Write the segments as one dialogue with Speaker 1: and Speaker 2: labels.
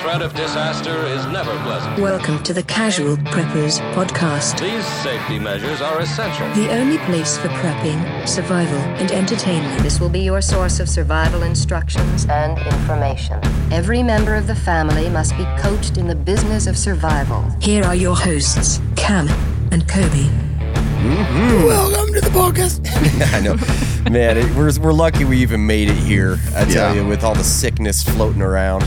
Speaker 1: threat of disaster is never pleasant.
Speaker 2: Welcome to the Casual Preppers Podcast,
Speaker 1: These safety measures are essential.
Speaker 2: the only place for prepping, survival, and entertainment.
Speaker 3: This will be your source of survival instructions and information. Every member of the family must be coached in the business of survival.
Speaker 2: Here are your hosts, Cam and Kobe.
Speaker 4: Welcome to the podcast.
Speaker 5: I know, man. It, we're we're lucky we even made it here. I tell
Speaker 4: Yeah.
Speaker 5: you, with all the sickness floating around,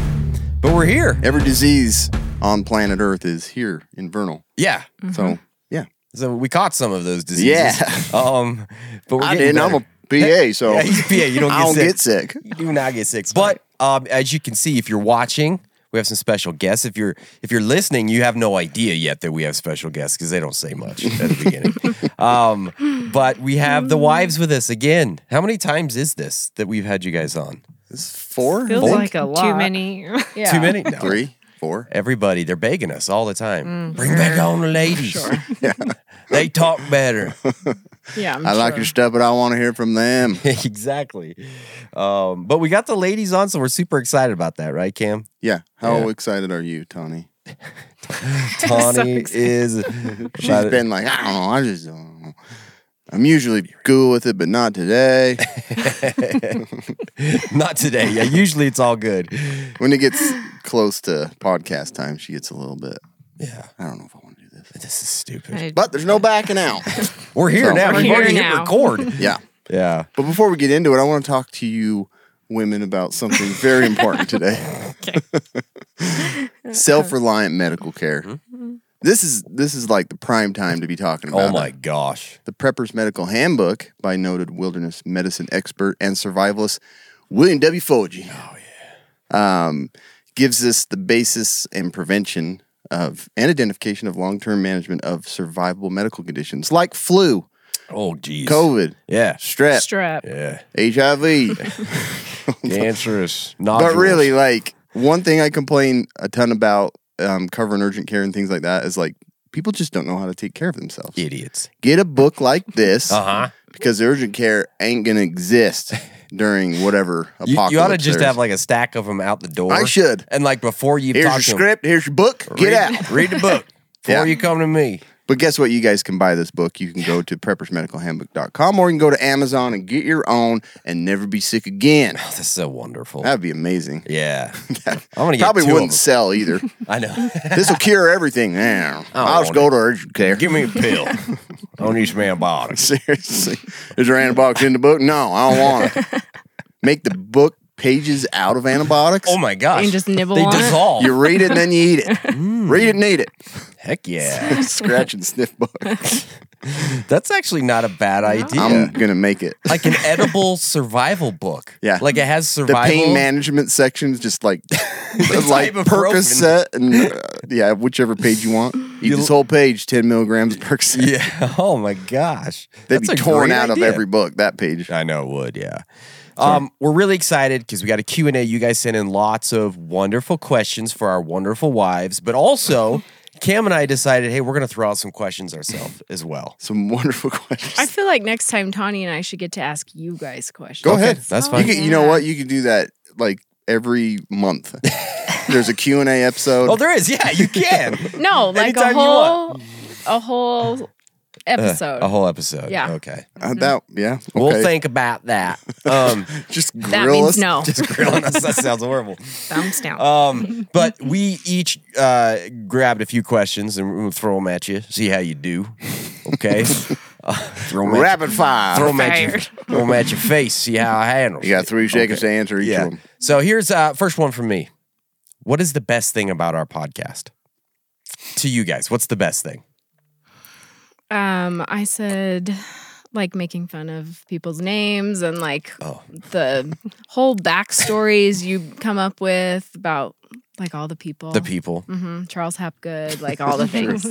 Speaker 5: but we're here.
Speaker 4: Every disease on planet Earth is here in Vernal.
Speaker 5: Yeah.
Speaker 4: So yeah,
Speaker 5: So we caught some of those diseases.
Speaker 4: Yeah.
Speaker 5: Um, but we're
Speaker 4: I
Speaker 5: getting
Speaker 4: didn't. I'm a
Speaker 5: better.
Speaker 4: PA, so
Speaker 5: yeah, you- yeah, you don't get
Speaker 4: I don't
Speaker 5: sick.
Speaker 4: get sick.
Speaker 5: You do not get sick. But um, as you can see, if you're watching, we have some special guests. If you're if you're listening, you have no idea yet that we have special guests because they don't say much at the beginning. um, but we have the wives with us again. How many times is this that we've had you guys on?
Speaker 4: Four,
Speaker 6: Feels
Speaker 4: Four?
Speaker 6: like a lot.
Speaker 7: Too many.
Speaker 6: Yeah.
Speaker 5: Too many? No.
Speaker 4: three, four.
Speaker 5: Everybody, they're begging us all the
Speaker 4: Mm,
Speaker 5: time. Bring back on the ladies. they talk better.
Speaker 6: Yeah. I'm
Speaker 4: I like
Speaker 6: sure.
Speaker 4: your stuff, but I want to hear from them.
Speaker 5: exactly. Um, but we got the ladies on, so we're super excited about that, right, Cam?
Speaker 4: Yeah. How excited are you, Tony?
Speaker 5: Tawny is.
Speaker 4: She's been like, I don't know. I just don't know. I'm usually cool with it, but not today.
Speaker 5: Not today. Yeah, usually it's all good.
Speaker 4: when it gets close to podcast time, she gets a little bit.
Speaker 5: Yeah,
Speaker 4: I don't know if I want to do this,
Speaker 5: this is stupid.
Speaker 7: I-
Speaker 4: but there's no backing out.
Speaker 5: We're here
Speaker 4: So-
Speaker 5: now.
Speaker 4: We're
Speaker 5: We've
Speaker 7: here
Speaker 5: already hit
Speaker 7: now.
Speaker 5: record.
Speaker 4: yeah.
Speaker 5: yeah.
Speaker 4: But before we get into it, I want to talk to you women about something very important today. Self-reliant medical care. This is this is like the prime time to be talking about.
Speaker 5: Oh my
Speaker 4: it.
Speaker 5: gosh.
Speaker 4: The Prepper's Medical Handbook by noted wilderness medicine expert and survivalist William W. Fogy. Oh yeah. Um, gives us the basis and prevention of and identification of long-term management of survivable medical conditions like flu,
Speaker 5: Oh geez.
Speaker 4: COVID,
Speaker 5: Yeah.
Speaker 4: strep,
Speaker 6: strap.
Speaker 5: Yeah.
Speaker 4: HIV.
Speaker 5: Cancerous.
Speaker 4: but
Speaker 5: nodules.
Speaker 4: really, like one thing I complain a ton about um, covering urgent care and things like that is like people just don't know how to take care of themselves.
Speaker 5: idiots.
Speaker 4: Get a book like this
Speaker 5: Uh huh.
Speaker 4: because urgent care ain't gonna exist during whatever
Speaker 5: You,
Speaker 4: apocalypse.
Speaker 5: you ought to just
Speaker 4: there is.
Speaker 5: have like a stack of them out the door.
Speaker 4: I should.
Speaker 5: And like before you
Speaker 4: Here's
Speaker 5: talk
Speaker 4: your
Speaker 5: to 'em,
Speaker 4: script. Here's your book. Get
Speaker 5: read,
Speaker 4: out.
Speaker 5: Read the book before
Speaker 4: Yeah.
Speaker 5: you come to me.
Speaker 4: But guess what? You guys can buy this book. You can go to preppersmedicalhandbook.com or you can go to Amazon and get your own and never be sick again.
Speaker 5: This is so wonderful.
Speaker 4: That'd be amazing.
Speaker 5: yeah. I'm gonna get
Speaker 4: Probably
Speaker 5: two of
Speaker 4: wouldn't
Speaker 5: them.
Speaker 4: sell either.
Speaker 5: I know.
Speaker 4: this will cure everything. Yeah.
Speaker 5: don't
Speaker 4: I'll
Speaker 5: want
Speaker 4: just go to urgent care.
Speaker 5: Give me a pill. I don't need some antibiotics.
Speaker 4: Seriously. Is there antibiotics in the book? No, I don't want it. Make the book pages out of antibiotics.
Speaker 5: Oh my gosh.
Speaker 6: You can just nibble
Speaker 5: They
Speaker 6: on it.
Speaker 5: dissolve.
Speaker 4: You read it and then you eat it.
Speaker 5: Mm.
Speaker 4: Read it and eat it.
Speaker 5: Heck yeah.
Speaker 4: Scratch and sniff book.
Speaker 5: That's actually not a bad idea.
Speaker 4: I'm going to make it.
Speaker 5: like an edible survival book.
Speaker 4: Yeah.
Speaker 5: Like it has
Speaker 4: The
Speaker 5: survival.
Speaker 4: pain management section is just like, like
Speaker 5: Ibuprofen.
Speaker 4: Percocet and uh, yeah, whichever page you want. Eat this whole page, 10 milligrams of Percocet.
Speaker 5: Yeah. Oh my gosh.
Speaker 4: They'd
Speaker 5: That's
Speaker 4: be
Speaker 5: a
Speaker 4: torn
Speaker 5: great
Speaker 4: out
Speaker 5: idea.
Speaker 4: of every book, that page.
Speaker 5: I know it would, yeah. Um, we're really excited because we got a Q&A. You guys sent in lots of wonderful questions for our wonderful wives, but also Cam and I decided, hey, we're going to throw out some questions ourselves as well.
Speaker 4: Some wonderful questions.
Speaker 6: I feel like next time Tawny and I should get to ask you guys questions.
Speaker 4: Go
Speaker 5: Okay, Oh,
Speaker 4: ahead.
Speaker 5: that's
Speaker 4: You,
Speaker 5: fine.
Speaker 4: can, you know what? You can do that like every month. There's a Q and A episode.
Speaker 5: Oh, there is. Yeah, you can.
Speaker 6: No, like
Speaker 5: Anytime
Speaker 6: a
Speaker 5: you
Speaker 6: whole,
Speaker 5: want.
Speaker 6: a whole episode.
Speaker 5: a whole episode.
Speaker 6: Yeah.
Speaker 5: Okay.
Speaker 4: Uh, that yeah. Okay.
Speaker 5: We'll think about that. Um,
Speaker 4: Just grill
Speaker 6: that means
Speaker 4: us.
Speaker 6: no.
Speaker 5: just grilling us. That sounds horrible.
Speaker 6: Thumbs down.
Speaker 5: Um, but we each uh, grabbed a few questions and we'll throw them at you. See how you do. Okay. Uh, throw 'em at
Speaker 4: Rapid
Speaker 5: you-
Speaker 4: fire.
Speaker 5: Throw 'em at you.
Speaker 6: Fired.
Speaker 5: Throw 'em at your face. See how I handle.
Speaker 4: you got three seconds to answer each
Speaker 5: Yeah.
Speaker 4: of them.
Speaker 5: So here's uh, first one from me. What is the best thing about our podcast? To you guys, what's the best thing?
Speaker 6: Um, I said like making fun of people's names and like the whole backstories you come up with about like all the people.
Speaker 5: The people.
Speaker 6: hmm Charles Hapgood, like all the things.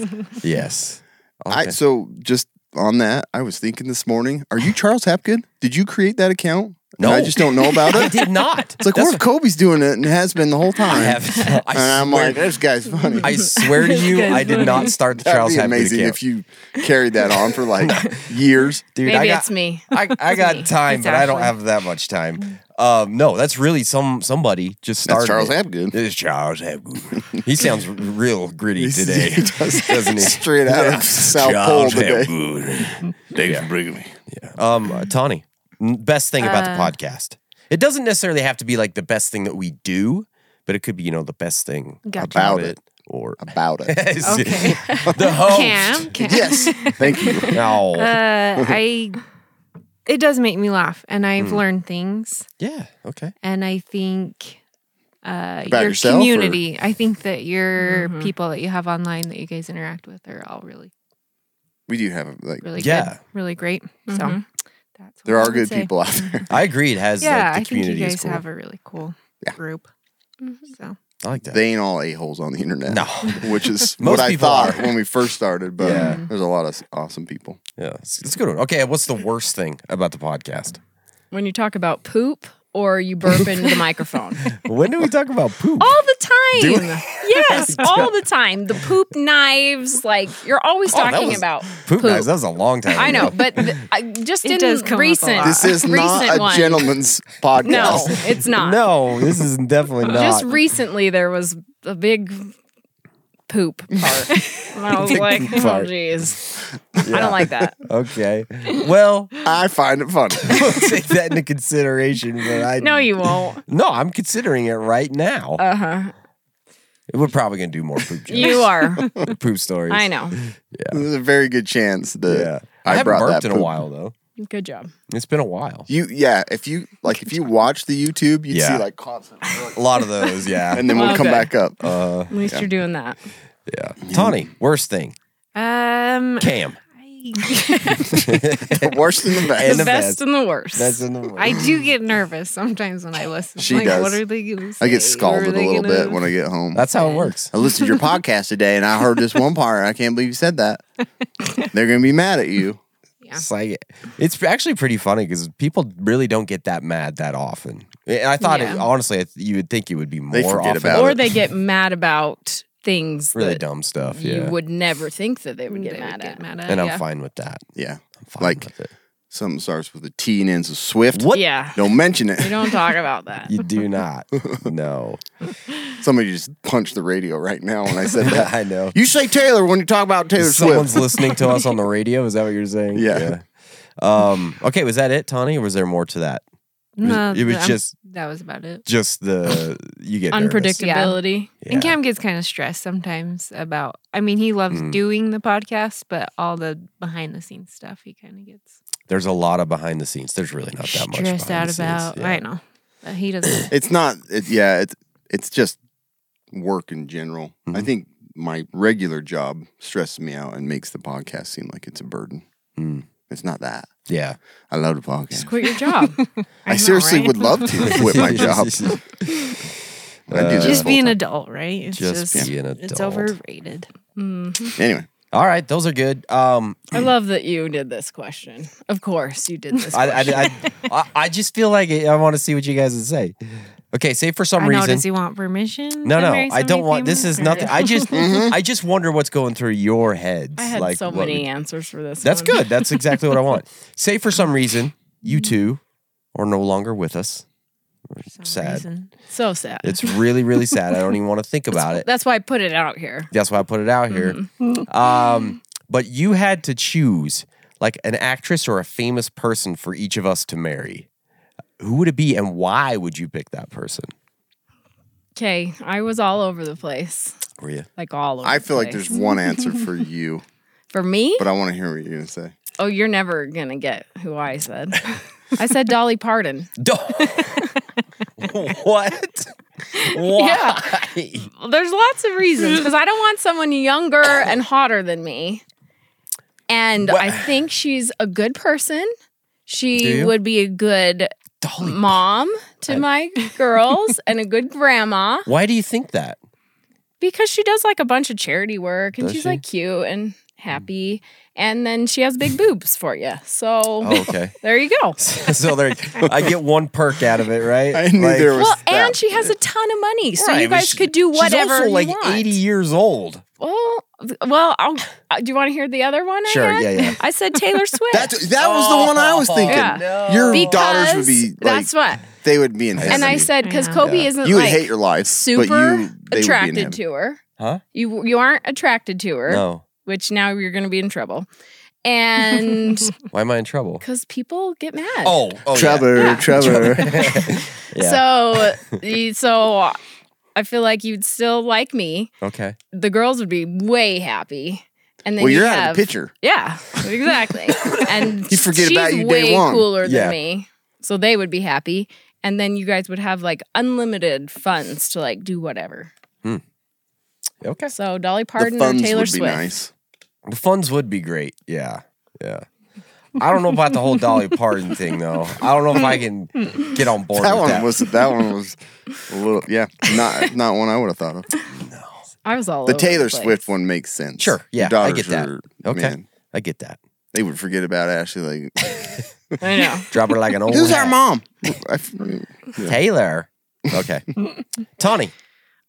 Speaker 5: Yes.
Speaker 4: I, so just on that, I was thinking this morning. Are you Charles Hapgood? Did you create that account? And
Speaker 5: No.
Speaker 4: I just don't know about
Speaker 5: I
Speaker 4: it.
Speaker 5: did not.
Speaker 4: It's like
Speaker 5: That's
Speaker 4: what if Kobe's doing it and has been the whole time?
Speaker 5: I have. I
Speaker 4: and I'm
Speaker 5: swear-
Speaker 4: like, this guy's funny.
Speaker 5: I swear to you, I did not start the
Speaker 4: That'd
Speaker 5: Charles
Speaker 4: be
Speaker 5: Happy
Speaker 4: amazing
Speaker 5: account.
Speaker 4: if you carried that on for like years.
Speaker 5: Dude,
Speaker 6: Maybe
Speaker 5: I got,
Speaker 6: it's me.
Speaker 5: I, I got
Speaker 6: me.
Speaker 5: time,
Speaker 6: It's
Speaker 5: but I don't
Speaker 6: Ashley. Mm-hmm.
Speaker 5: have that much time. Um, no, that's really some somebody just
Speaker 4: That's
Speaker 5: started.
Speaker 4: Charles
Speaker 5: it.
Speaker 4: Hapgood.
Speaker 5: This is Charles Hapgood. he sounds r- real gritty
Speaker 4: He's-
Speaker 5: today,
Speaker 4: he does.
Speaker 5: not he?
Speaker 4: Straight out of South Pole
Speaker 5: Charles
Speaker 4: today.
Speaker 5: Hapgood.
Speaker 4: Thanks for bringing me.
Speaker 5: Um, uh, Tawny, n- best thing about
Speaker 6: Uh.
Speaker 5: the podcast. It doesn't necessarily have to be like the best thing that we do, but it could be you know the best thing
Speaker 6: Gotcha.
Speaker 5: about
Speaker 4: About
Speaker 5: it or
Speaker 4: About it.
Speaker 6: Okay.
Speaker 5: the host.
Speaker 7: Cam, Cam.
Speaker 4: yes. Thank you.
Speaker 5: No.
Speaker 7: Uh, I. It does make me laugh, and I've
Speaker 5: Hmm.
Speaker 7: learned things,
Speaker 5: yeah. Okay.
Speaker 7: and I think. Uh,
Speaker 4: About
Speaker 7: your
Speaker 4: yourself, or-
Speaker 7: community. I think that your
Speaker 6: Mm-hmm.
Speaker 7: people that you have online that you guys interact with are all really,
Speaker 4: We do have like
Speaker 7: really
Speaker 5: Yeah.
Speaker 7: good, really great.
Speaker 6: Mm-hmm.
Speaker 7: So that's what
Speaker 4: there
Speaker 7: I
Speaker 4: are
Speaker 7: would
Speaker 4: good
Speaker 7: say.
Speaker 4: people out there.
Speaker 5: I agree. It has
Speaker 7: Yeah,
Speaker 5: like
Speaker 7: I
Speaker 5: the
Speaker 7: think you
Speaker 5: community
Speaker 7: guys
Speaker 5: is cool.
Speaker 7: have a really cool group.
Speaker 6: Mm-hmm.
Speaker 7: So
Speaker 5: I like that.
Speaker 4: They ain't all a holes on the internet.
Speaker 5: No.
Speaker 4: Which is
Speaker 5: Most
Speaker 4: what I
Speaker 5: people
Speaker 4: thought
Speaker 5: are.
Speaker 4: when we first started, but
Speaker 5: Yeah.
Speaker 4: there's a lot of awesome people.
Speaker 5: yeah, it's, it's a good one. Okay, what's the worst thing about the podcast?
Speaker 6: when you talk about poop or you burp into the microphone.
Speaker 5: when do we talk about poop?
Speaker 6: All the time. Yes, all the time. The poop knives, like you're always
Speaker 5: Oh, that
Speaker 6: talking
Speaker 5: was-
Speaker 6: about
Speaker 5: poop, guys. That was a long time.
Speaker 6: I know,
Speaker 5: ago.
Speaker 6: but th- I- just
Speaker 7: It
Speaker 6: in
Speaker 7: does come up a
Speaker 6: recent
Speaker 7: lot.
Speaker 4: This is
Speaker 6: recent
Speaker 4: not a
Speaker 6: ones.
Speaker 4: gentleman's
Speaker 6: No,
Speaker 4: podcast.
Speaker 6: it's not.
Speaker 5: No, this is definitely not.
Speaker 6: Just recently there was a big poop part. and I was
Speaker 5: Big
Speaker 6: like,
Speaker 5: poop
Speaker 6: oh
Speaker 5: part.
Speaker 6: geez. I don't like that.
Speaker 5: okay. Well,
Speaker 4: I find it funny.
Speaker 5: we'll take that into consideration. But I
Speaker 6: No, you won't.
Speaker 5: No, I'm considering it right now.
Speaker 6: Uh huh.
Speaker 5: We're probably gonna do more poop. jokes,
Speaker 6: You are.
Speaker 5: poop stories.
Speaker 6: I know.
Speaker 4: There's a very good chance that
Speaker 5: Yeah.
Speaker 4: I,
Speaker 5: haven't
Speaker 4: brought
Speaker 5: burped
Speaker 4: that
Speaker 5: in a
Speaker 4: poop.
Speaker 5: while though.
Speaker 6: Good job.
Speaker 5: It's been a while.
Speaker 4: You yeah, if you like if you watch the YouTube, you'd
Speaker 5: Yeah.
Speaker 4: see like constant
Speaker 5: A lot of those, yeah.
Speaker 4: and then we'll
Speaker 6: Oh,
Speaker 4: come
Speaker 6: good.
Speaker 4: back up.
Speaker 5: uh,
Speaker 6: At least you're doing that.
Speaker 5: yeah. Tawny, worst thing.
Speaker 7: Um,
Speaker 5: Cam.
Speaker 4: The worst in the
Speaker 5: And
Speaker 4: best.
Speaker 6: the
Speaker 5: the
Speaker 6: best
Speaker 5: best.
Speaker 6: and the worst.
Speaker 5: That's in the worst.
Speaker 7: I do get nervous sometimes when I listen.
Speaker 4: She
Speaker 7: like,
Speaker 4: does.
Speaker 7: What are they gonna say?
Speaker 4: I get
Speaker 7: What are
Speaker 4: scalded a
Speaker 7: they
Speaker 4: little
Speaker 7: gonna-
Speaker 4: bit when I get home.
Speaker 5: That's how it works.
Speaker 4: I listened to your podcast today and I heard this one part. and I can't believe you said that. They're gonna be mad at you.
Speaker 5: It's like it's actually pretty funny because people really don't get that mad that often. And I thought it,
Speaker 7: Yeah.
Speaker 5: honestly, I th- you would think it would be more
Speaker 4: They
Speaker 5: often.
Speaker 4: forget about
Speaker 6: or
Speaker 4: it.
Speaker 6: they get mad about things
Speaker 5: really
Speaker 6: that
Speaker 5: dumb stuff.
Speaker 6: you
Speaker 5: Yeah,
Speaker 6: would never think that they would get
Speaker 7: They
Speaker 6: mad
Speaker 7: would
Speaker 6: at.
Speaker 7: get mad at.
Speaker 5: and I'm
Speaker 6: yeah.
Speaker 5: fine with that.
Speaker 4: Yeah.
Speaker 5: I'm fine
Speaker 4: Like-
Speaker 5: with it.
Speaker 4: Something starts with a T and ends with Swift.
Speaker 5: What?
Speaker 6: Yeah.
Speaker 4: Don't mention
Speaker 6: We
Speaker 4: it.
Speaker 6: don't talk about that.
Speaker 5: You do not. no,
Speaker 4: Somebody just punched the radio right now when I said that.
Speaker 5: I know.
Speaker 4: You say Taylor when you talk about Taylor
Speaker 5: Someone's
Speaker 4: Swift.
Speaker 5: listening to us on the radio. Is that what you're saying?
Speaker 4: Yeah.
Speaker 5: Yeah. Um, okay, was that it, Tawny, or was there more to that?
Speaker 7: No,
Speaker 5: it was
Speaker 7: I'm-
Speaker 5: just
Speaker 7: that was about it.
Speaker 5: just the you get nervous.
Speaker 6: Unpredictability.
Speaker 5: Yeah.
Speaker 7: And Cam gets kind of stressed sometimes about. I mean, he loves
Speaker 5: Mm.
Speaker 7: doing the podcast, but all the behind the scenes stuff he kind of gets
Speaker 5: There's a lot of behind the scenes. There's really not that much
Speaker 7: stressed
Speaker 5: behind
Speaker 7: out
Speaker 5: the scenes.
Speaker 7: about.
Speaker 5: Yeah.
Speaker 7: I know, but he doesn't.
Speaker 4: It's not it, yeah, it's it's just work in general. I
Speaker 5: Mm-hmm.
Speaker 4: think my regular job stresses me out and makes the podcast seem like it's a burden.
Speaker 5: Mm.
Speaker 4: It's not that.
Speaker 5: Yeah.
Speaker 4: I love the podcast.
Speaker 6: Quit your job.
Speaker 4: I, seriously would love to quit my job. I do
Speaker 7: just
Speaker 4: that.
Speaker 7: be an adult, right? It's
Speaker 5: Just be an
Speaker 7: It's
Speaker 5: adult.
Speaker 7: overrated.
Speaker 4: Anyway,
Speaker 5: All right, those are good. Um,
Speaker 6: I love that you did this question. Of course, you did this.
Speaker 5: I, I, I, I, I just feel like I want to see what you guys would say. Okay, say for some
Speaker 7: I know.
Speaker 5: reason.
Speaker 7: Does he want permission?
Speaker 5: no,
Speaker 7: to
Speaker 5: no,
Speaker 7: marry
Speaker 5: I
Speaker 7: so
Speaker 5: don't
Speaker 7: many
Speaker 5: want. This
Speaker 7: people?
Speaker 5: is
Speaker 7: Or-
Speaker 5: nothing. I just, I just wonder what's going through your heads.
Speaker 6: Mm-hmm. I had
Speaker 5: like,
Speaker 6: so
Speaker 5: what-
Speaker 6: many answers for this.
Speaker 5: That's
Speaker 6: one.
Speaker 5: good. That's exactly what I want. Say for some reason you
Speaker 6: Mm-hmm.
Speaker 5: two are no longer with us.
Speaker 7: some
Speaker 5: sad.
Speaker 7: reason.
Speaker 6: So sad.
Speaker 5: It's really, really sad. I don't even want to think about it.
Speaker 6: That's why I put it out here.
Speaker 5: That's why I put it out here.
Speaker 6: Mm-hmm.
Speaker 5: Um, but you had to choose like an actress or a famous person for each of us to marry. Who would it be, and why would you pick that person?
Speaker 6: Okay, I was all over the place,
Speaker 5: Were you?
Speaker 6: like all over.
Speaker 4: I
Speaker 6: the
Speaker 4: feel like
Speaker 6: place.
Speaker 4: there's one answer for you,
Speaker 6: for me.
Speaker 4: but I want to hear what you're going to say.
Speaker 6: Oh, you're never gonna get who I said. I said Dolly Parton.
Speaker 5: what? Why?
Speaker 6: Well, there's lots of reasons because I don't want someone younger and hotter than me. And I think she's a good person.
Speaker 5: Do
Speaker 6: She
Speaker 5: you?
Speaker 6: would be a good mom to my girls and a good grandma
Speaker 5: Why do you think that?
Speaker 6: because she does like a bunch of charity work and
Speaker 5: Does she?
Speaker 6: she's
Speaker 5: Hmm.
Speaker 6: like cute and happy. And then she has big boobs for you. So
Speaker 5: Oh, okay.
Speaker 6: there you go.
Speaker 5: so there, I get one perk out of it, right?
Speaker 4: I knew
Speaker 5: Like-
Speaker 4: there was
Speaker 6: Well,
Speaker 4: that.
Speaker 6: and she has a ton of money, so
Speaker 5: Right,
Speaker 6: you
Speaker 5: but
Speaker 6: guys
Speaker 5: she-
Speaker 6: could do whatever
Speaker 5: She's also
Speaker 6: you
Speaker 5: like
Speaker 6: want.
Speaker 5: 80 years old.
Speaker 6: Well, th- well, I'll, uh, do you want to hear the other one? I
Speaker 5: Sure,
Speaker 6: had?
Speaker 5: yeah, yeah.
Speaker 6: I said Taylor Swift.
Speaker 4: That's, that was the one I was thinking.
Speaker 6: Yeah.
Speaker 4: Your
Speaker 6: because
Speaker 4: daughters would be like,
Speaker 6: that's what
Speaker 4: They would be in heaven.
Speaker 6: And I said, because
Speaker 7: Yeah.
Speaker 6: Kobe
Speaker 5: Yeah.
Speaker 6: isn't
Speaker 4: you would
Speaker 6: like
Speaker 4: hate your life,
Speaker 6: super
Speaker 4: but you, they would be in
Speaker 6: attracted
Speaker 4: heaven.
Speaker 6: to her.
Speaker 5: Huh?
Speaker 6: You you aren't attracted to her,
Speaker 5: No.
Speaker 6: which now you're going to be in trouble. And
Speaker 5: Why am I in trouble?
Speaker 6: because people get mad.
Speaker 5: Oh, oh yeah.
Speaker 4: Trevor,
Speaker 6: Yeah.
Speaker 4: Trevor.
Speaker 5: yeah.
Speaker 6: So y- so I feel like you'd still like me.
Speaker 5: okay.
Speaker 6: The girls would be way happy. And then
Speaker 4: well,
Speaker 6: you
Speaker 4: you're
Speaker 6: have,
Speaker 4: out of the picture.
Speaker 6: Yeah, exactly. and
Speaker 4: You forget
Speaker 6: she's
Speaker 4: about you day
Speaker 6: way
Speaker 4: one.
Speaker 6: cooler than
Speaker 5: Yeah.
Speaker 6: me, so they would be happy. And then you guys would have like unlimited funds to like do whatever.
Speaker 5: Okay.
Speaker 6: So Dolly
Speaker 4: Hmm. the
Speaker 6: Parton or
Speaker 4: funds
Speaker 6: Taylor
Speaker 4: would be
Speaker 6: Swift.
Speaker 4: nice.
Speaker 5: The funds would be great. Yeah. Yeah. I don't know about the whole Dolly Parton thing though. I don't know if I can get on board
Speaker 4: That
Speaker 5: with
Speaker 4: one
Speaker 5: that.
Speaker 4: was that one was a little yeah, not not one I would have thought of.
Speaker 6: I was all
Speaker 4: The
Speaker 6: over
Speaker 4: Taylor
Speaker 6: the place.
Speaker 4: Swift one makes sense.
Speaker 5: Sure, yeah,
Speaker 4: Your
Speaker 5: I
Speaker 4: daughters
Speaker 5: get that.
Speaker 4: Are,
Speaker 5: Okay.
Speaker 4: man,
Speaker 5: I get that.
Speaker 4: they would forget about Ashley. Like,
Speaker 6: I know.
Speaker 5: Drop her like an old
Speaker 4: who's
Speaker 5: hat.
Speaker 4: our mom? I f-
Speaker 5: Taylor. Okay. Tawny.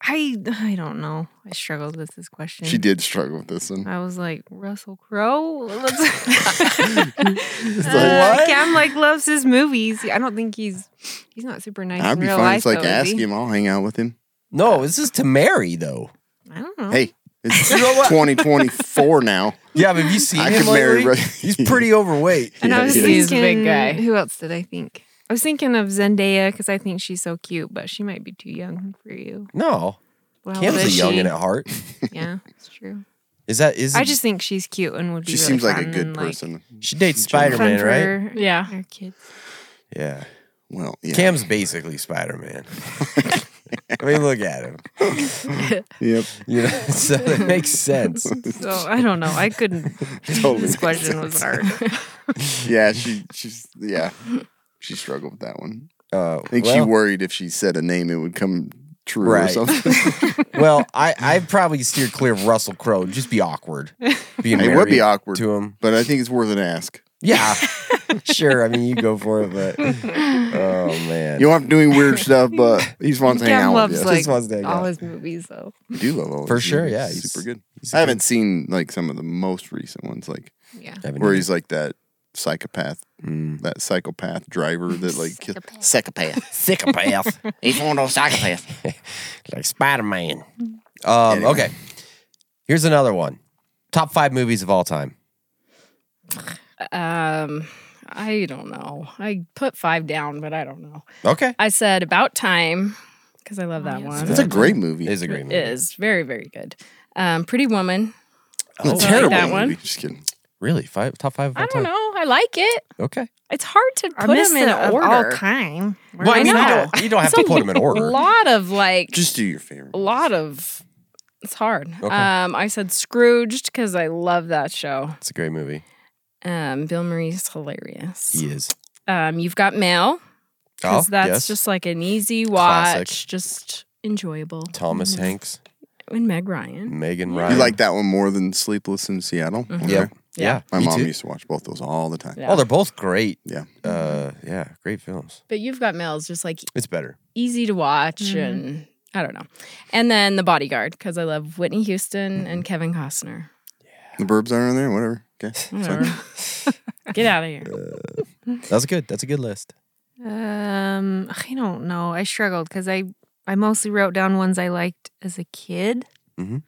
Speaker 7: I I don't know. I struggled with this question.
Speaker 4: she did struggle with this one.
Speaker 7: I was like Russell Crowe. Let's-
Speaker 5: What?
Speaker 7: Uh, Cam like loves his movies. I don't think he's he's not super nice
Speaker 4: I'd
Speaker 7: in
Speaker 4: be
Speaker 7: real
Speaker 4: fine.
Speaker 7: life.
Speaker 4: It's like
Speaker 7: though, is
Speaker 4: ask
Speaker 7: he?
Speaker 4: him. I'll hang out with him.
Speaker 5: No, this is to marry though.
Speaker 7: I don't know.
Speaker 4: Hey, it's
Speaker 5: You know what?
Speaker 4: 2024 now.
Speaker 5: Yeah, but have you seen
Speaker 4: I
Speaker 5: him
Speaker 4: could marry.
Speaker 5: lately?
Speaker 4: Ru-
Speaker 5: He's pretty overweight.
Speaker 7: and I was
Speaker 6: yeah.
Speaker 7: thinking,
Speaker 6: He's a big guy.
Speaker 7: who else did I think? I was thinking of Zendaya because I think she's so cute, but she might be too young for you.
Speaker 5: No.
Speaker 7: Well,
Speaker 5: Cam's a youngin' at heart.
Speaker 7: Yeah, it's true.
Speaker 5: I
Speaker 7: I just think she's cute and would be.
Speaker 4: She
Speaker 7: really
Speaker 4: seems like a
Speaker 7: fun
Speaker 4: good
Speaker 7: and,
Speaker 4: person.
Speaker 5: she dates Spider
Speaker 4: Fun
Speaker 7: Like, fun
Speaker 5: Man,
Speaker 7: for
Speaker 5: right?
Speaker 7: her-
Speaker 6: Yeah.
Speaker 7: her kids.
Speaker 5: Yeah.
Speaker 4: Well, yeah.
Speaker 5: Cam's basically Spider Man. I mean, look at him.
Speaker 4: Yep.
Speaker 5: You know, so it makes sense.
Speaker 7: So I don't know. I couldn't.
Speaker 4: Totally.
Speaker 7: this question was hard.
Speaker 4: Yeah, she she's yeah. She struggled with that one.
Speaker 5: Uh,
Speaker 4: I think she
Speaker 5: well-
Speaker 4: worried if she said a name it would come true or
Speaker 5: Right.
Speaker 4: something.
Speaker 5: Well, I I probably steer clear of Russell Crowe. It'd Just be awkward. Being
Speaker 4: It would be
Speaker 5: married
Speaker 4: awkward.
Speaker 5: to him.
Speaker 4: But I think it's worth an ask.
Speaker 5: Yeah, sure. I mean, you go for it, but oh man,
Speaker 4: You aren't doing weird stuff, but he just wants to hang
Speaker 7: Cam
Speaker 4: out with
Speaker 7: loves
Speaker 4: you.
Speaker 7: like
Speaker 5: wants to hang
Speaker 7: all
Speaker 5: out.
Speaker 7: his movies though.
Speaker 4: I do love all his
Speaker 5: For sure,
Speaker 4: movies.
Speaker 5: yeah, he's-
Speaker 4: Super good.
Speaker 5: He's a
Speaker 4: I haven't seen like some of the most recent ones, like
Speaker 7: Yeah.
Speaker 5: good- haven't
Speaker 4: where
Speaker 5: either.
Speaker 4: he's like that psychopath,
Speaker 5: Mm.
Speaker 4: that psychopath driver that like kill-
Speaker 5: psychopath.
Speaker 8: He's one of those psychopaths.
Speaker 5: like Spider Man. Um,
Speaker 4: Anyway.
Speaker 5: Okay, here's another one. Top five movies of all time.
Speaker 6: Um, I don't know. I put five down, but I don't know.
Speaker 5: Okay,
Speaker 6: I said about time because I love that
Speaker 7: Oh,
Speaker 6: one.
Speaker 4: That's a great movie.
Speaker 5: it is a great
Speaker 6: It
Speaker 5: movie.
Speaker 6: is very very good. Um, Pretty Woman.
Speaker 4: a
Speaker 5: Oh,
Speaker 4: terrible
Speaker 6: that
Speaker 4: movie.
Speaker 6: one.
Speaker 4: Just kidding.
Speaker 5: Really, five top five. Of all
Speaker 6: I don't
Speaker 5: time?
Speaker 6: know. I like it.
Speaker 5: Okay.
Speaker 6: It's hard to
Speaker 7: I
Speaker 6: put them in
Speaker 7: it
Speaker 6: order.
Speaker 7: all time. Where
Speaker 5: Well, I mean,
Speaker 7: was
Speaker 5: you
Speaker 7: that?
Speaker 6: know.
Speaker 5: don't, you don't have
Speaker 6: It's
Speaker 5: to put them in
Speaker 6: A
Speaker 5: order.
Speaker 6: lot of like
Speaker 4: Just do your favorite.
Speaker 6: a lot of it's hard.
Speaker 5: Okay.
Speaker 6: Um, I said Scrooged because I love that show.
Speaker 5: It's a great movie.
Speaker 6: Um, Bill Murray's hilarious.
Speaker 5: He is.
Speaker 6: Um, you've got Mail because
Speaker 5: Oh,
Speaker 6: that's
Speaker 5: yes.
Speaker 6: just like an easy watch,
Speaker 5: Classic.
Speaker 6: just enjoyable.
Speaker 5: Thomas
Speaker 6: Mm-hmm.
Speaker 5: Hanks,
Speaker 6: and Meg Ryan.
Speaker 5: Megan
Speaker 4: You
Speaker 5: Ryan.
Speaker 4: like that one more than Sleepless in Seattle? Okay.
Speaker 5: Yep. Yeah.
Speaker 4: My
Speaker 5: me
Speaker 4: mom
Speaker 5: too.
Speaker 4: used to watch both those all the time.
Speaker 6: Yeah.
Speaker 5: Oh, they're both great.
Speaker 4: Yeah.
Speaker 5: Uh, yeah, great films.
Speaker 6: But you've got Mail is just like
Speaker 5: It's better.
Speaker 6: easy to watch and I don't know. And then The Bodyguard because I love Whitney Houston
Speaker 5: Mm-hmm.
Speaker 6: and Kevin Costner.
Speaker 4: The burbs aren't in there, whatever. Okay.
Speaker 6: Whatever. Get out of here.
Speaker 5: That's good. That's a good list.
Speaker 7: Um, I don't know. I struggled because I I mostly wrote down ones I liked as a kid.
Speaker 5: Mhm.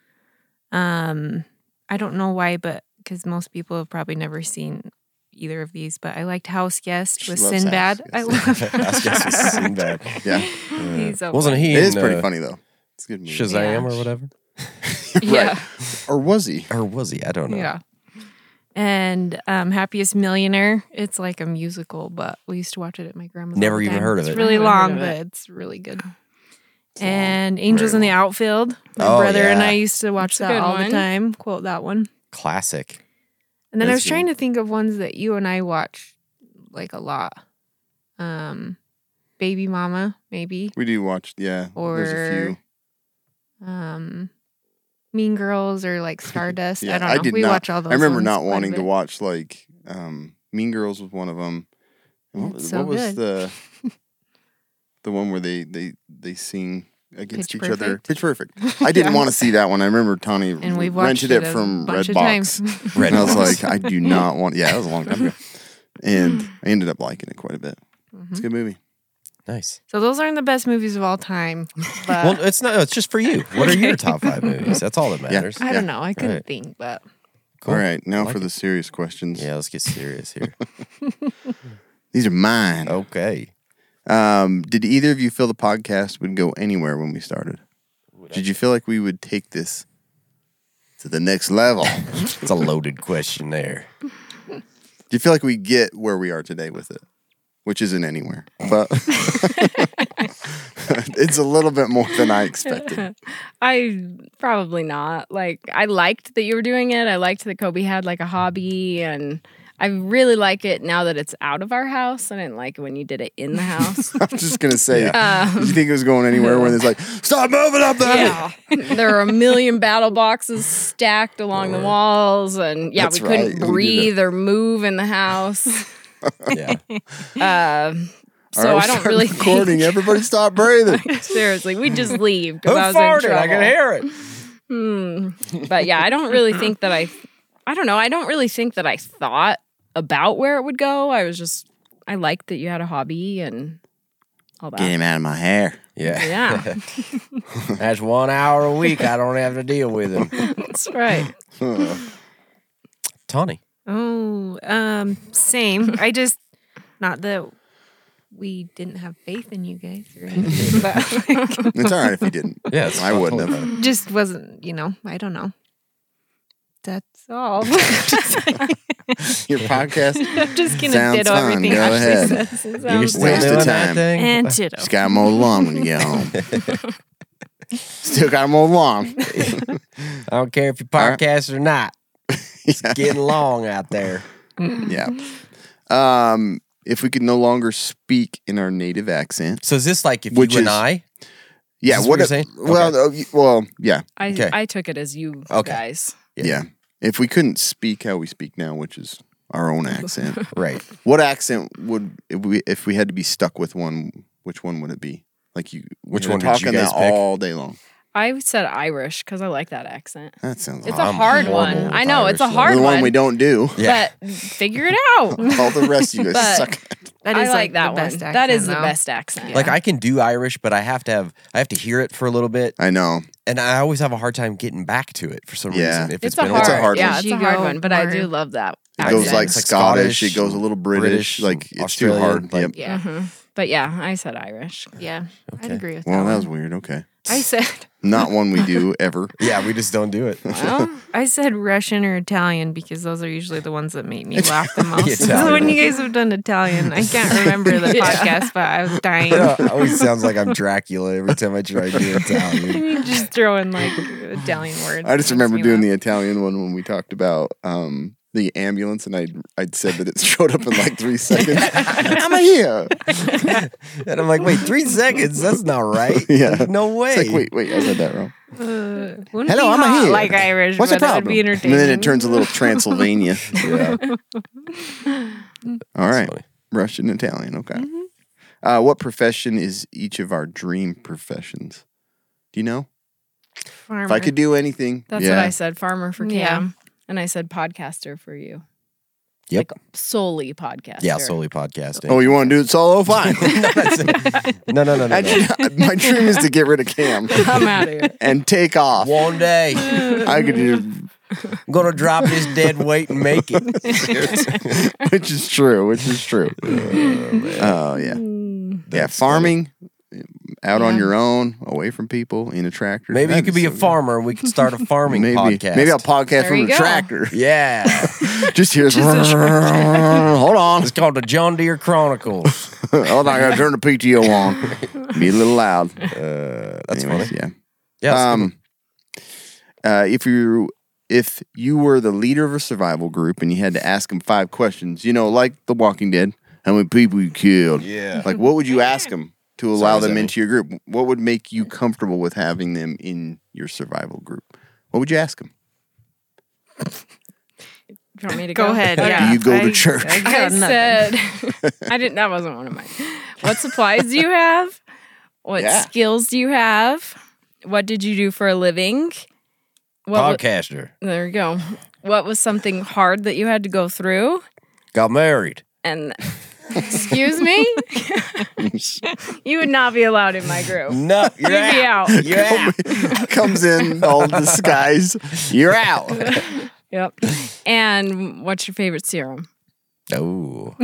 Speaker 7: Um, I don't know why, but because most people have probably never seen either of these, but I liked House Guest
Speaker 4: She
Speaker 7: with
Speaker 4: loves House
Speaker 7: Sinbad. I
Speaker 4: Guest.
Speaker 7: love.
Speaker 5: That's just Sinbad.
Speaker 4: Yeah.
Speaker 7: He's so
Speaker 5: Wasn't he?
Speaker 4: It is
Speaker 5: in,
Speaker 4: pretty
Speaker 5: uh,
Speaker 4: funny though. It's a good movie.
Speaker 5: Shazam or whatever,
Speaker 7: Yeah.
Speaker 4: Or was he?
Speaker 5: or was he? I don't know.
Speaker 7: Yeah. And um, Happiest Millionaire. It's like a musical, but we used to watch it at my grandma's. all
Speaker 5: Never
Speaker 7: the
Speaker 5: even
Speaker 7: time.
Speaker 5: heard of it.
Speaker 7: It's really
Speaker 6: Never heard
Speaker 7: long,
Speaker 6: of
Speaker 7: but
Speaker 6: it.
Speaker 7: it's really good. And Angels in the Outfield. My
Speaker 5: Oh,
Speaker 7: brother and
Speaker 5: yeah.
Speaker 7: I used to watch
Speaker 6: That's a
Speaker 7: that
Speaker 6: good
Speaker 7: all
Speaker 6: one.
Speaker 7: the time. Quote that one.
Speaker 5: Classic.
Speaker 7: And then I
Speaker 4: That's
Speaker 7: was trying to think of ones that you and I watch like a lot. Um, Baby Mama, maybe.
Speaker 4: We do watch, yeah. there's a
Speaker 7: Or
Speaker 4: few.
Speaker 7: Um, Mean Girls or like Stardust.
Speaker 4: Yeah,
Speaker 7: I don't know.
Speaker 4: I did
Speaker 7: we
Speaker 4: not-
Speaker 7: watch all those.
Speaker 4: I remember
Speaker 7: ones
Speaker 4: not
Speaker 7: quite a
Speaker 4: wanting to
Speaker 7: bit.
Speaker 4: watch like um, Mean Girls was one of them. What,
Speaker 7: It's so
Speaker 4: what was
Speaker 7: good.
Speaker 4: the the one where they they they sing against
Speaker 7: Pitch
Speaker 4: each other?
Speaker 7: Perfect.
Speaker 4: Pitch Perfect. I didn't
Speaker 7: Yeah.
Speaker 4: want to see that one. I remember Tawny
Speaker 7: and we've watched
Speaker 4: rented it,
Speaker 7: a
Speaker 4: from
Speaker 7: bunch
Speaker 4: Redbox.
Speaker 7: of times.
Speaker 5: Red.
Speaker 4: and I was
Speaker 5: Fox.
Speaker 4: like, I do
Speaker 7: Mm-hmm.
Speaker 4: not want. Yeah, that was a long time ago. And I ended up liking it quite a bit. It's a good movie.
Speaker 5: Nice.
Speaker 7: So those aren't the best movies of all time. But
Speaker 5: well, it's not. It's just for you. What are your top five movies? That's all that matters.
Speaker 7: I don't know. I couldn't
Speaker 5: Right.
Speaker 7: think, but
Speaker 5: Cool.
Speaker 4: All right, now
Speaker 5: like
Speaker 4: for the serious questions.
Speaker 5: Yeah, let's get serious here.
Speaker 4: These are mine.
Speaker 5: Okay.
Speaker 4: Um, did either of you feel the podcast would go anywhere when we started? Did you feel like we would take this to the next level? Do
Speaker 5: It's a loaded question there.
Speaker 4: you feel like we get where we are today with it? Which isn't anywhere, but it's a little bit more than I expected.
Speaker 6: I probably not. Like I liked that you were doing it. I liked that Kobe had like a hobby and I really like it now that it's out of our house. I didn't like it when you did it in the house.
Speaker 4: I'm just gonna say, did you think it was going anywhere when it's like, stop moving up there?
Speaker 6: there are a million battle boxes stacked along the walls and yeah,
Speaker 4: That's
Speaker 6: we couldn't
Speaker 4: right. We did
Speaker 6: breathe or move in the house.
Speaker 5: Yeah.
Speaker 6: Um
Speaker 4: All
Speaker 6: so
Speaker 4: we're
Speaker 6: I don't
Speaker 4: starting
Speaker 6: really
Speaker 4: recording.
Speaker 6: think
Speaker 4: Everybody, stop breathing.
Speaker 6: seriously, we just leave
Speaker 5: Who
Speaker 6: because I was in
Speaker 5: farted?
Speaker 6: trouble.
Speaker 5: I can hear it.
Speaker 6: Hmm. But yeah, I don't really think that I, I don't know. I don't really think that I thought about where it would go. I was just, I liked that you had a hobby and all that.
Speaker 4: out of my hair.
Speaker 5: Yeah.
Speaker 6: Yeah,
Speaker 5: That's one hour a week. I don't have to deal with him.
Speaker 6: that's right.
Speaker 5: Tawny.
Speaker 7: oh, um, same. I just not that we didn't have faith in you guys or anything, but like,
Speaker 4: It's all right if you didn't.
Speaker 5: Yeah, it's
Speaker 4: I
Speaker 5: fun.
Speaker 4: wouldn't have.
Speaker 7: just wasn't. You know, I don't know. That's all.
Speaker 4: Your podcast
Speaker 7: I'm just gonna
Speaker 4: Sounds
Speaker 7: ditto
Speaker 4: fun.
Speaker 7: everything
Speaker 4: Go
Speaker 7: Ashley
Speaker 4: ahead.
Speaker 7: says. It
Speaker 5: You're
Speaker 7: sounds
Speaker 5: still
Speaker 4: Waste of
Speaker 5: doing that
Speaker 4: time.
Speaker 5: thing?
Speaker 7: and ditto.
Speaker 4: just gotta mow the lawn when you get home. Still gotta mow the lawn.
Speaker 5: I don't care if you
Speaker 4: All right.
Speaker 5: podcast or not. It's getting long out there.
Speaker 4: yeah. Um, if we could no longer speak in our native accent,
Speaker 5: So is this like if
Speaker 4: Which
Speaker 5: you and
Speaker 4: is-
Speaker 5: I?
Speaker 4: yeah.
Speaker 5: this
Speaker 4: What?
Speaker 5: what you're
Speaker 4: if-
Speaker 5: saying?
Speaker 4: Well, uh, y- well, yeah,
Speaker 6: I
Speaker 5: Okay.
Speaker 6: I took it as you
Speaker 5: Okay.
Speaker 6: guys.
Speaker 4: yeah, If we couldn't speak how we speak now, which is our own accent,
Speaker 5: Right.
Speaker 4: what accent would if we if we had to be stuck with one? Which one would it be? Like you,
Speaker 5: Which
Speaker 4: you're
Speaker 5: one did you
Speaker 4: talking
Speaker 5: guys
Speaker 4: that
Speaker 5: pick?
Speaker 4: all day long.
Speaker 6: I said Irish because I like that accent.
Speaker 4: That sounds.
Speaker 6: It's
Speaker 4: awful.
Speaker 6: a hard
Speaker 5: horrible
Speaker 6: one.
Speaker 5: with
Speaker 6: I know it's a
Speaker 5: Irish, though.
Speaker 6: hard
Speaker 4: the
Speaker 6: one.
Speaker 4: one we don't do.
Speaker 5: Yeah.
Speaker 6: But figure it out.
Speaker 4: All the rest of you guys
Speaker 6: But-
Speaker 4: suck.
Speaker 7: That
Speaker 6: I
Speaker 7: is
Speaker 6: like, that
Speaker 7: the
Speaker 6: one.
Speaker 7: Best
Speaker 6: that is
Speaker 7: accent,
Speaker 6: the
Speaker 7: though.
Speaker 6: best accent.
Speaker 5: Like I can do Irish, but I have to have I have to hear it for a little bit,
Speaker 4: I know.
Speaker 5: and I always have a hard time getting back to it for some
Speaker 4: Yeah.
Speaker 5: reason. If
Speaker 6: it's,
Speaker 5: it's
Speaker 6: a
Speaker 5: been
Speaker 6: hard,
Speaker 4: It's
Speaker 5: a
Speaker 4: a hard
Speaker 6: yeah,
Speaker 4: one.
Speaker 6: it's
Speaker 7: You
Speaker 6: a hard
Speaker 7: go
Speaker 6: one. But I
Speaker 7: more-
Speaker 6: do love that.
Speaker 4: It goes
Speaker 6: accent.
Speaker 4: like,
Speaker 5: It's like
Speaker 4: Scottish. It
Speaker 5: Scottish,
Speaker 4: goes a little
Speaker 5: British,
Speaker 4: British. like it's
Speaker 5: Australian,
Speaker 4: too hard.
Speaker 5: like-
Speaker 4: yep.
Speaker 7: Yeah,
Speaker 6: But yeah, I said Irish.
Speaker 7: Mm-hmm. yeah. Um, I'd
Speaker 5: Okay.
Speaker 7: agree with
Speaker 4: Well,
Speaker 7: that.
Speaker 4: that
Speaker 7: one.
Speaker 4: was weird. Okay.
Speaker 7: I said
Speaker 4: Not one we do ever.
Speaker 5: Yeah, we just don't do it.
Speaker 6: Well,
Speaker 7: I said Russian or Italian because those are usually the ones that make me laugh the most.
Speaker 5: Italian.
Speaker 7: so when you guys have done Italian, I can't remember the podcast, but I was dying.
Speaker 5: it always sounds like I'm Dracula every time I try to do Italian.
Speaker 7: You just throw in like Italian words.
Speaker 4: I just remember doing the Italian one when we talked about um, the ambulance, and I I'd said that it showed up in like three seconds. I'm here.
Speaker 5: And I'm like, wait, three seconds? That's not right.
Speaker 4: Yeah.
Speaker 5: No way.
Speaker 4: It's like wait, wait, I said that wrong.
Speaker 7: the. Uh,
Speaker 4: Hello,
Speaker 7: Hello,
Speaker 4: I'm
Speaker 7: I'm
Speaker 4: a
Speaker 7: hot
Speaker 4: here.
Speaker 7: like Irish.
Speaker 4: What's the
Speaker 7: but it would
Speaker 4: problem?
Speaker 7: Be
Speaker 4: And
Speaker 7: entertaining.
Speaker 4: then it turns a little Transylvania.
Speaker 5: Yeah.
Speaker 4: All right,
Speaker 5: funny.
Speaker 4: Russian Italian. Okay.
Speaker 6: Mm-hmm.
Speaker 4: Uh, what profession is each of our dream professions? Do you know? If I
Speaker 7: Farmer.
Speaker 4: could do anything,
Speaker 6: That's
Speaker 4: yeah.
Speaker 6: what I said, farmer for Cam.
Speaker 7: Yeah.
Speaker 6: And I said podcaster for you.
Speaker 5: Yep.
Speaker 6: Like solely podcaster.
Speaker 5: Yeah, solely podcasting.
Speaker 4: Oh, you want to do it solo? Fine.
Speaker 5: no, no, no, no. no.
Speaker 4: I ju- my dream is to get rid of Cam
Speaker 6: I'm out of here.
Speaker 4: and take off.
Speaker 5: One day,
Speaker 4: I could just,
Speaker 5: I'm gonna drop this dead weight and make it.
Speaker 4: which is true, which is true. Oh yeah,
Speaker 6: Mm.
Speaker 4: yeah. Farming eh, out on your own, away from people, in a tractor.
Speaker 5: Maybe you
Speaker 4: That'd
Speaker 5: could be a
Speaker 4: so
Speaker 5: farmer and we could start a
Speaker 4: good.
Speaker 5: farming
Speaker 4: Maybe
Speaker 5: podcast.
Speaker 4: maybe I'll podcast
Speaker 6: There
Speaker 4: from
Speaker 6: you
Speaker 4: a
Speaker 6: go.
Speaker 4: tractor.
Speaker 5: Yeah.
Speaker 4: Just hear us. Hold on,
Speaker 5: It's called the John Deere Chronicles.
Speaker 4: hold on. I gotta turn the PTO on. Be a little loud.
Speaker 5: Uh, that's
Speaker 4: Anyways,
Speaker 5: funny.
Speaker 4: Yeah.
Speaker 5: Yeah. that's good.
Speaker 4: Um, uh, if you if you were the leader of a survival group and you had to ask them five questions, you know, like The Walking Dead, how many people you killed,
Speaker 5: Yeah.
Speaker 4: like what would you ask them to allow
Speaker 5: was that
Speaker 4: them
Speaker 5: me?
Speaker 4: into your group? What would make you comfortable with having them in your survival group? What would you ask them?
Speaker 6: Do you want me to go?
Speaker 7: Go ahead.
Speaker 6: Okay.
Speaker 7: Yeah.
Speaker 4: you go to
Speaker 7: I-
Speaker 4: church?
Speaker 7: I,
Speaker 6: I
Speaker 7: got nothing.
Speaker 6: said I didn't that wasn't one of mine. What supplies do you have? What
Speaker 4: Yeah.
Speaker 6: skills do you have? What did you do for a living? What wa-
Speaker 5: Podcaster.
Speaker 6: there you go. What was something hard that you had to go through?
Speaker 5: Got married.
Speaker 6: And Excuse me? you would not be allowed in my group.
Speaker 5: No, you're
Speaker 6: You'd be
Speaker 5: out.
Speaker 6: out.
Speaker 5: You're out.
Speaker 4: Comes in all disguised. You're out.
Speaker 6: Yep. And what's your favorite serum?
Speaker 5: Oh,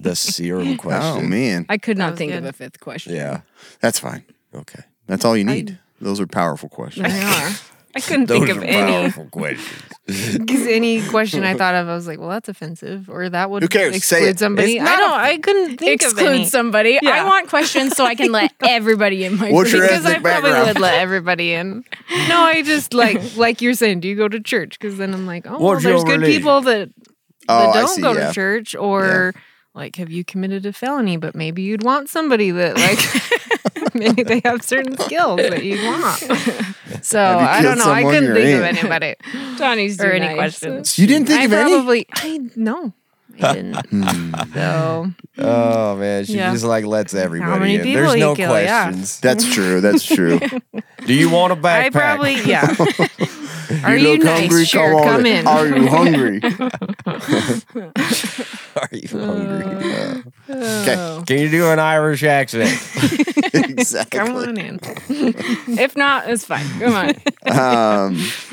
Speaker 5: the serum
Speaker 4: Oh
Speaker 5: question.
Speaker 4: man,
Speaker 6: I could not
Speaker 7: was
Speaker 6: think of
Speaker 7: good.
Speaker 6: a fifth question.
Speaker 5: yeah.
Speaker 4: that's fine.
Speaker 5: Okay.
Speaker 4: That's all you need. Those are powerful questions.
Speaker 6: They are.
Speaker 7: I couldn't
Speaker 5: Those
Speaker 7: think
Speaker 5: are
Speaker 7: of any
Speaker 5: powerful questions.
Speaker 7: because any question I thought of, I was like, well, that's offensive, or that would
Speaker 4: Who cares? Say
Speaker 7: exclude
Speaker 4: it.
Speaker 7: somebody.
Speaker 4: It's
Speaker 7: I don't. I couldn't think of any.
Speaker 6: Exclude somebody. I
Speaker 7: Yeah.
Speaker 6: want questions so I can let everybody in my
Speaker 4: What's
Speaker 6: group.
Speaker 4: your
Speaker 7: because I
Speaker 4: ethnic
Speaker 7: probably
Speaker 4: background?
Speaker 7: would let everybody in. No, I just like like you're saying, do you go to church? Because then I'm like, oh, well,
Speaker 5: What's your
Speaker 7: there's good
Speaker 5: religion?
Speaker 7: people that
Speaker 4: Oh,
Speaker 7: that
Speaker 4: I
Speaker 7: don't
Speaker 4: see,
Speaker 7: go
Speaker 4: yeah.
Speaker 7: to church or like have you committed a felony but maybe you'd want somebody that like maybe they have certain skills that you want so
Speaker 4: Have you
Speaker 7: i don't
Speaker 4: killed
Speaker 7: know i
Speaker 4: someone
Speaker 7: couldn't
Speaker 4: you're
Speaker 7: think of
Speaker 4: in?
Speaker 7: anybody
Speaker 6: Donnie's
Speaker 7: or
Speaker 6: too
Speaker 7: any
Speaker 6: nice.
Speaker 7: questions
Speaker 4: You didn't think
Speaker 7: i
Speaker 4: of any. Hmm.
Speaker 7: probably i no i didn't so
Speaker 5: Oh man, she
Speaker 7: Yeah.
Speaker 5: just like lets everybody
Speaker 7: many
Speaker 5: in.
Speaker 7: people
Speaker 5: There's
Speaker 7: you
Speaker 5: no
Speaker 7: kill, yeah.
Speaker 5: questions.
Speaker 4: That's true. That's true.
Speaker 5: Do you want a backpack?
Speaker 7: i probably yeah are
Speaker 4: You
Speaker 7: you
Speaker 4: look
Speaker 7: nice
Speaker 4: hungry.
Speaker 7: sure
Speaker 4: come on
Speaker 7: come
Speaker 4: in.
Speaker 7: in
Speaker 4: Are you hungry? Uh,
Speaker 5: Are you hungry?
Speaker 4: Okay.
Speaker 5: Can you do an Irish accent?
Speaker 7: Oh. come
Speaker 4: exactly.
Speaker 7: on in
Speaker 6: If not, it's fine. Come on.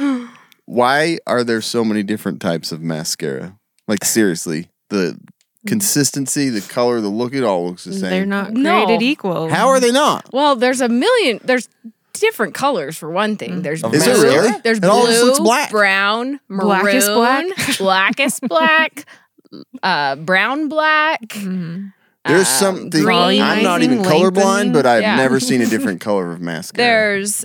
Speaker 4: Um, why are there so many different types of mascara? Like seriously, the consistency, the color, the look, it all looks the same.
Speaker 7: Mm. they're not
Speaker 6: No.
Speaker 7: created equal
Speaker 4: How are they not?
Speaker 6: Well, there's a million. There's different colors for one thing.
Speaker 7: Mm.
Speaker 6: There's blue.
Speaker 4: Is there really?
Speaker 6: There's
Speaker 4: It
Speaker 6: blue,
Speaker 4: all just looks black.
Speaker 6: brown, maroon,
Speaker 7: Blackest black.
Speaker 6: blackest black, uh, brown black.
Speaker 7: Mm-hmm.
Speaker 4: There's
Speaker 7: Uh,
Speaker 6: Um,
Speaker 4: something.
Speaker 6: green,
Speaker 4: I'm not even
Speaker 7: lengthening.
Speaker 4: colorblind, but I've
Speaker 6: Yeah.
Speaker 4: never seen a different color of mascara.
Speaker 6: There's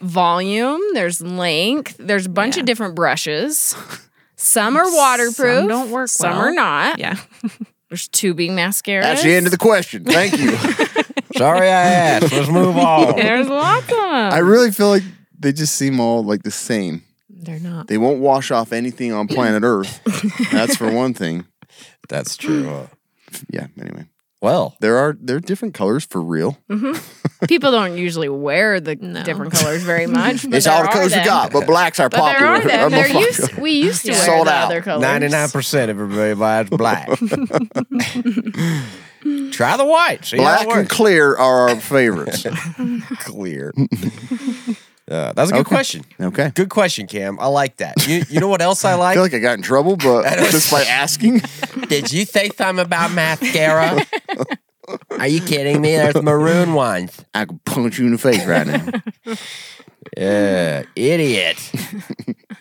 Speaker 6: volume. There's length. There's a bunch of different brushes. Some are waterproof.
Speaker 7: Some don't work
Speaker 6: Some
Speaker 7: well.
Speaker 6: are not.
Speaker 7: yeah
Speaker 6: There's tubing mascaras.
Speaker 4: That's the end of the question. Thank you.
Speaker 5: Sorry, I asked. Let's move on.
Speaker 6: There's lots of them.
Speaker 4: I really feel like they just seem all like the same.
Speaker 7: they're not
Speaker 4: They won't wash off anything on planet Earth. That's for one thing.
Speaker 5: That's true. huh?
Speaker 4: Yeah. Anyway,
Speaker 5: Well,
Speaker 4: there are there are different colors for real.
Speaker 6: People don't usually wear the
Speaker 7: No.
Speaker 6: different colors very much. But
Speaker 4: It's
Speaker 6: there
Speaker 4: all the
Speaker 6: are
Speaker 4: colors we
Speaker 6: them.
Speaker 4: got, but blacks are
Speaker 6: But there
Speaker 4: popular.
Speaker 6: are them. They're
Speaker 4: Motherfucker.
Speaker 6: used, we used to
Speaker 4: Yeah.
Speaker 6: wear
Speaker 4: Sold
Speaker 6: the
Speaker 4: out.
Speaker 6: other colors.
Speaker 5: 99% of everybody buys black. Try the white. See how it
Speaker 4: Black and
Speaker 5: works.
Speaker 4: clear are our favorites.
Speaker 5: clear. Uh, that's a good question.
Speaker 4: Okay.
Speaker 5: Good question, Cam. I like that. You, you know what else I
Speaker 4: I
Speaker 5: like?
Speaker 4: feel like I got in trouble, but just by asking,
Speaker 5: Did you say something about mascara? Are you kidding me? There's maroon ones.
Speaker 4: I could punch you in the face right now.
Speaker 5: Yeah, idiot.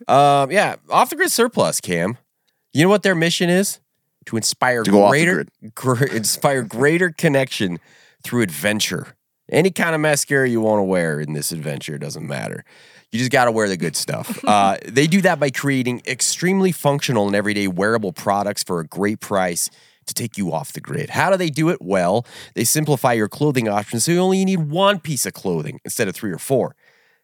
Speaker 5: um, yeah, off the grid surplus, Cam. You know what their mission is? To inspire
Speaker 4: To go off the
Speaker 5: greater, gr- inspire greater connection through adventure. Any kind of mascara you want to wear in this adventure doesn't matter. You just got to wear the good stuff. Uh, they do that by creating extremely functional and everyday wearable products for a great price to take you off the grid. How do they do it? Well, they simplify your clothing options so you only need one piece of clothing instead of three or four.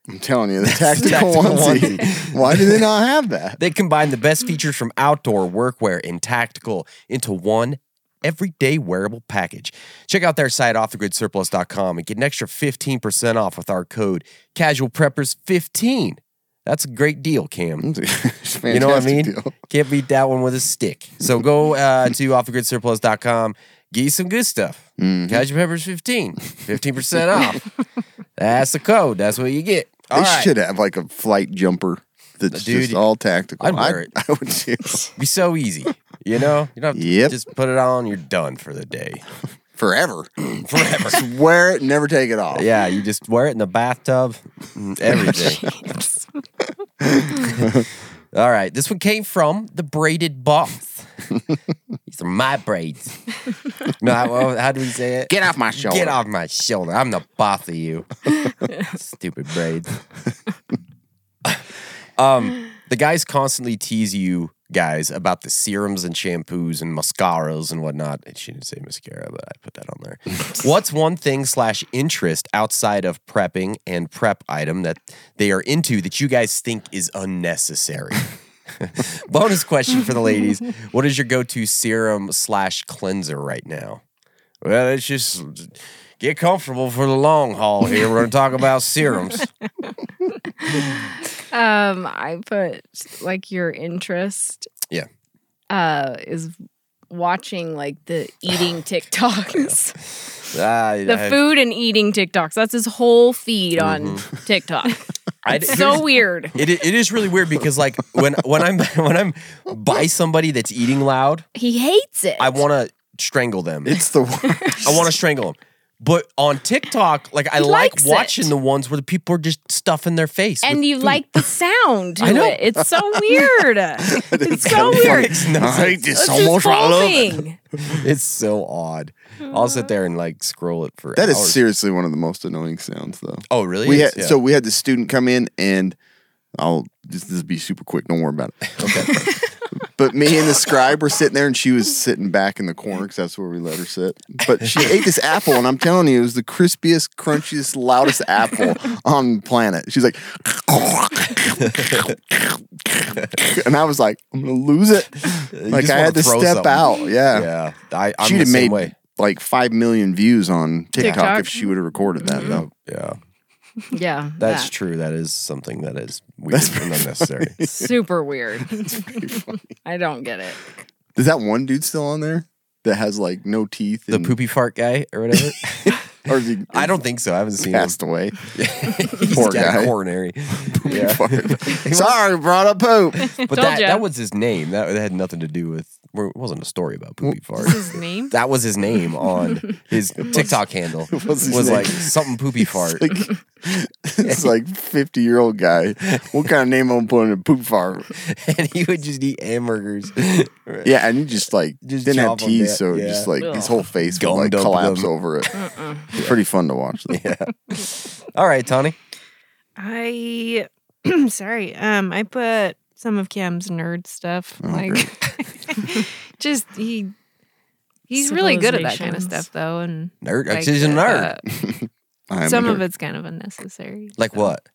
Speaker 4: I'm telling you, the tactical,
Speaker 5: Tactical
Speaker 4: onesie. Why do they not have that?
Speaker 5: They combine the best features from outdoor, workwear, and tactical into one everyday wearable package. Check out their site offthegridsurplus.com and get an extra 15% off with our code casualpreppers15. That's a great deal, Cam.
Speaker 4: It's a
Speaker 5: You know what I mean?
Speaker 4: Mm, fantastic deal.
Speaker 5: Can't beat that one with a stick. So go uh, to offthegridsurplus.com, get you some good stuff.
Speaker 4: Mm-hmm.
Speaker 5: Casual Peppers 15, 15% off. That's the code. That's what you get. All
Speaker 4: They
Speaker 5: right.
Speaker 4: should have like a flight jumper that's
Speaker 5: Dude,
Speaker 4: just all tactical.
Speaker 5: I'd wear it.
Speaker 4: I, I would too.
Speaker 5: be so easy. You know, you don't have to
Speaker 4: Yep.
Speaker 5: just put it on. You're done for the day,
Speaker 4: Forever.
Speaker 5: forever.
Speaker 4: Just wear it, never take it off.
Speaker 5: yeah, you just wear it in the bathtub, mm, everything. All right, this one came from the braided boss. These are my braids. No, how, well, how do we say it?
Speaker 4: Get off my shoulder.
Speaker 5: Get off my shoulder. I'm the boss of you. Stupid braids. um, the guys constantly tease you guys about the serums and shampoos and mascaras and whatnot. And she didn't say mascara, but I put that on there. What's one thing slash interest outside of prepping and prep item that they are into that you guys think is unnecessary? Bonus question for the ladies: What is your go-to serum slash cleanser right now? Well, it's just get comfortable for the long haul here. We're going to talk about serums.
Speaker 6: Um, I put like your interest.
Speaker 5: Yeah.
Speaker 6: Uh, is watching like the eating TikToks.
Speaker 5: Ah,
Speaker 6: the
Speaker 5: I-
Speaker 6: food and eating TikToks. That's his whole feed on
Speaker 4: Mm-hmm.
Speaker 6: TikTok.
Speaker 5: I-
Speaker 6: It's so weird.
Speaker 5: It, it is really weird because like when when I'm when I'm by somebody that's eating loud,
Speaker 6: He hates it.
Speaker 5: I want to strangle them.
Speaker 4: It's the worst.
Speaker 5: I want to strangle them. But on TikTok, like I
Speaker 6: He
Speaker 5: like
Speaker 6: likes
Speaker 5: watching
Speaker 6: it.
Speaker 5: the ones where the people are just stuffing their face.
Speaker 6: and
Speaker 5: with
Speaker 6: you like the sound to
Speaker 5: I know.
Speaker 6: it. It's so weird. it's so weird.
Speaker 5: It's no
Speaker 4: I hate
Speaker 5: sense.
Speaker 4: this
Speaker 6: It's
Speaker 4: so
Speaker 6: his
Speaker 4: much. I
Speaker 6: whole
Speaker 4: love it.
Speaker 6: thing.
Speaker 5: It's so odd. I'll sit there and like scroll it for
Speaker 4: That is
Speaker 5: hours.
Speaker 4: seriously one of the most annoying sounds, though.
Speaker 5: Oh, really?
Speaker 4: We
Speaker 5: It's-
Speaker 4: had
Speaker 5: yeah.
Speaker 4: so we had the student come in, and I'll this, this will be super quick. Don't worry about it.
Speaker 5: Okay.
Speaker 4: But me and the scribe were sitting there, and she was sitting back in the corner because that's where we let her sit. But she ate this apple, and I'm telling you, it was the crispiest, crunchiest, loudest apple on the planet. She's like, and I was like, I'm gonna lose it. Like
Speaker 5: just
Speaker 4: I
Speaker 5: wanna
Speaker 4: had to
Speaker 5: throw
Speaker 4: step
Speaker 5: something.
Speaker 4: out. Yeah,
Speaker 5: yeah. I, I'm
Speaker 4: she'd
Speaker 5: the
Speaker 4: have
Speaker 5: same
Speaker 4: made
Speaker 5: way.
Speaker 4: like five million views on TikTok,
Speaker 6: TikTok?
Speaker 4: if she would have recorded that though.
Speaker 5: Yeah.
Speaker 6: Yeah.
Speaker 5: That's
Speaker 6: that.
Speaker 5: true. That is something that is weird and unnecessary.
Speaker 6: Super weird. I don't get it.
Speaker 4: Is that one dude still on there that has like no teeth?
Speaker 5: the
Speaker 4: and-
Speaker 5: poopy fart guy or whatever.
Speaker 4: Or is he,
Speaker 5: I don't think so. I haven't seen him.
Speaker 4: passed away.
Speaker 5: He's
Speaker 4: Poor
Speaker 5: got
Speaker 4: guy.
Speaker 5: Coronary. Yeah.
Speaker 4: Sorry, brought up poop.
Speaker 5: But
Speaker 6: Told
Speaker 5: that,
Speaker 6: ya.
Speaker 5: that was his name. That, that had nothing to do with. well, It wasn't a story about poopy fart.
Speaker 7: His name?
Speaker 5: That was his name on his TikTok handle.
Speaker 4: was
Speaker 5: was
Speaker 4: his
Speaker 5: like
Speaker 4: name.
Speaker 5: something poopy fart.
Speaker 4: Like, it's like fifty year old guy. What kind of name I'm putting a poop farm?
Speaker 5: and he would just eat hamburgers.
Speaker 4: Yeah, and he just like
Speaker 5: Just
Speaker 4: didn't have
Speaker 5: chop 'em
Speaker 4: teeth,
Speaker 5: down,
Speaker 4: so
Speaker 5: yeah.
Speaker 4: just like his
Speaker 6: Ugh.
Speaker 4: whole face would
Speaker 5: Gum
Speaker 4: like
Speaker 5: dump
Speaker 4: collapse
Speaker 5: them.
Speaker 4: over it. It's pretty fun to watch. Though.
Speaker 5: All right, Tony.
Speaker 7: I sorry. Um, I put some of Cam's nerd stuff.
Speaker 4: Oh,
Speaker 7: like, just he he's really good at that kind of
Speaker 6: Civilizations.
Speaker 7: stuff, though, and
Speaker 5: Nerd.
Speaker 7: like,
Speaker 5: he's a nerd.
Speaker 7: uh,
Speaker 4: I am
Speaker 7: some
Speaker 4: a
Speaker 7: of
Speaker 4: nerd.
Speaker 7: it's kind of unnecessary.
Speaker 5: like what?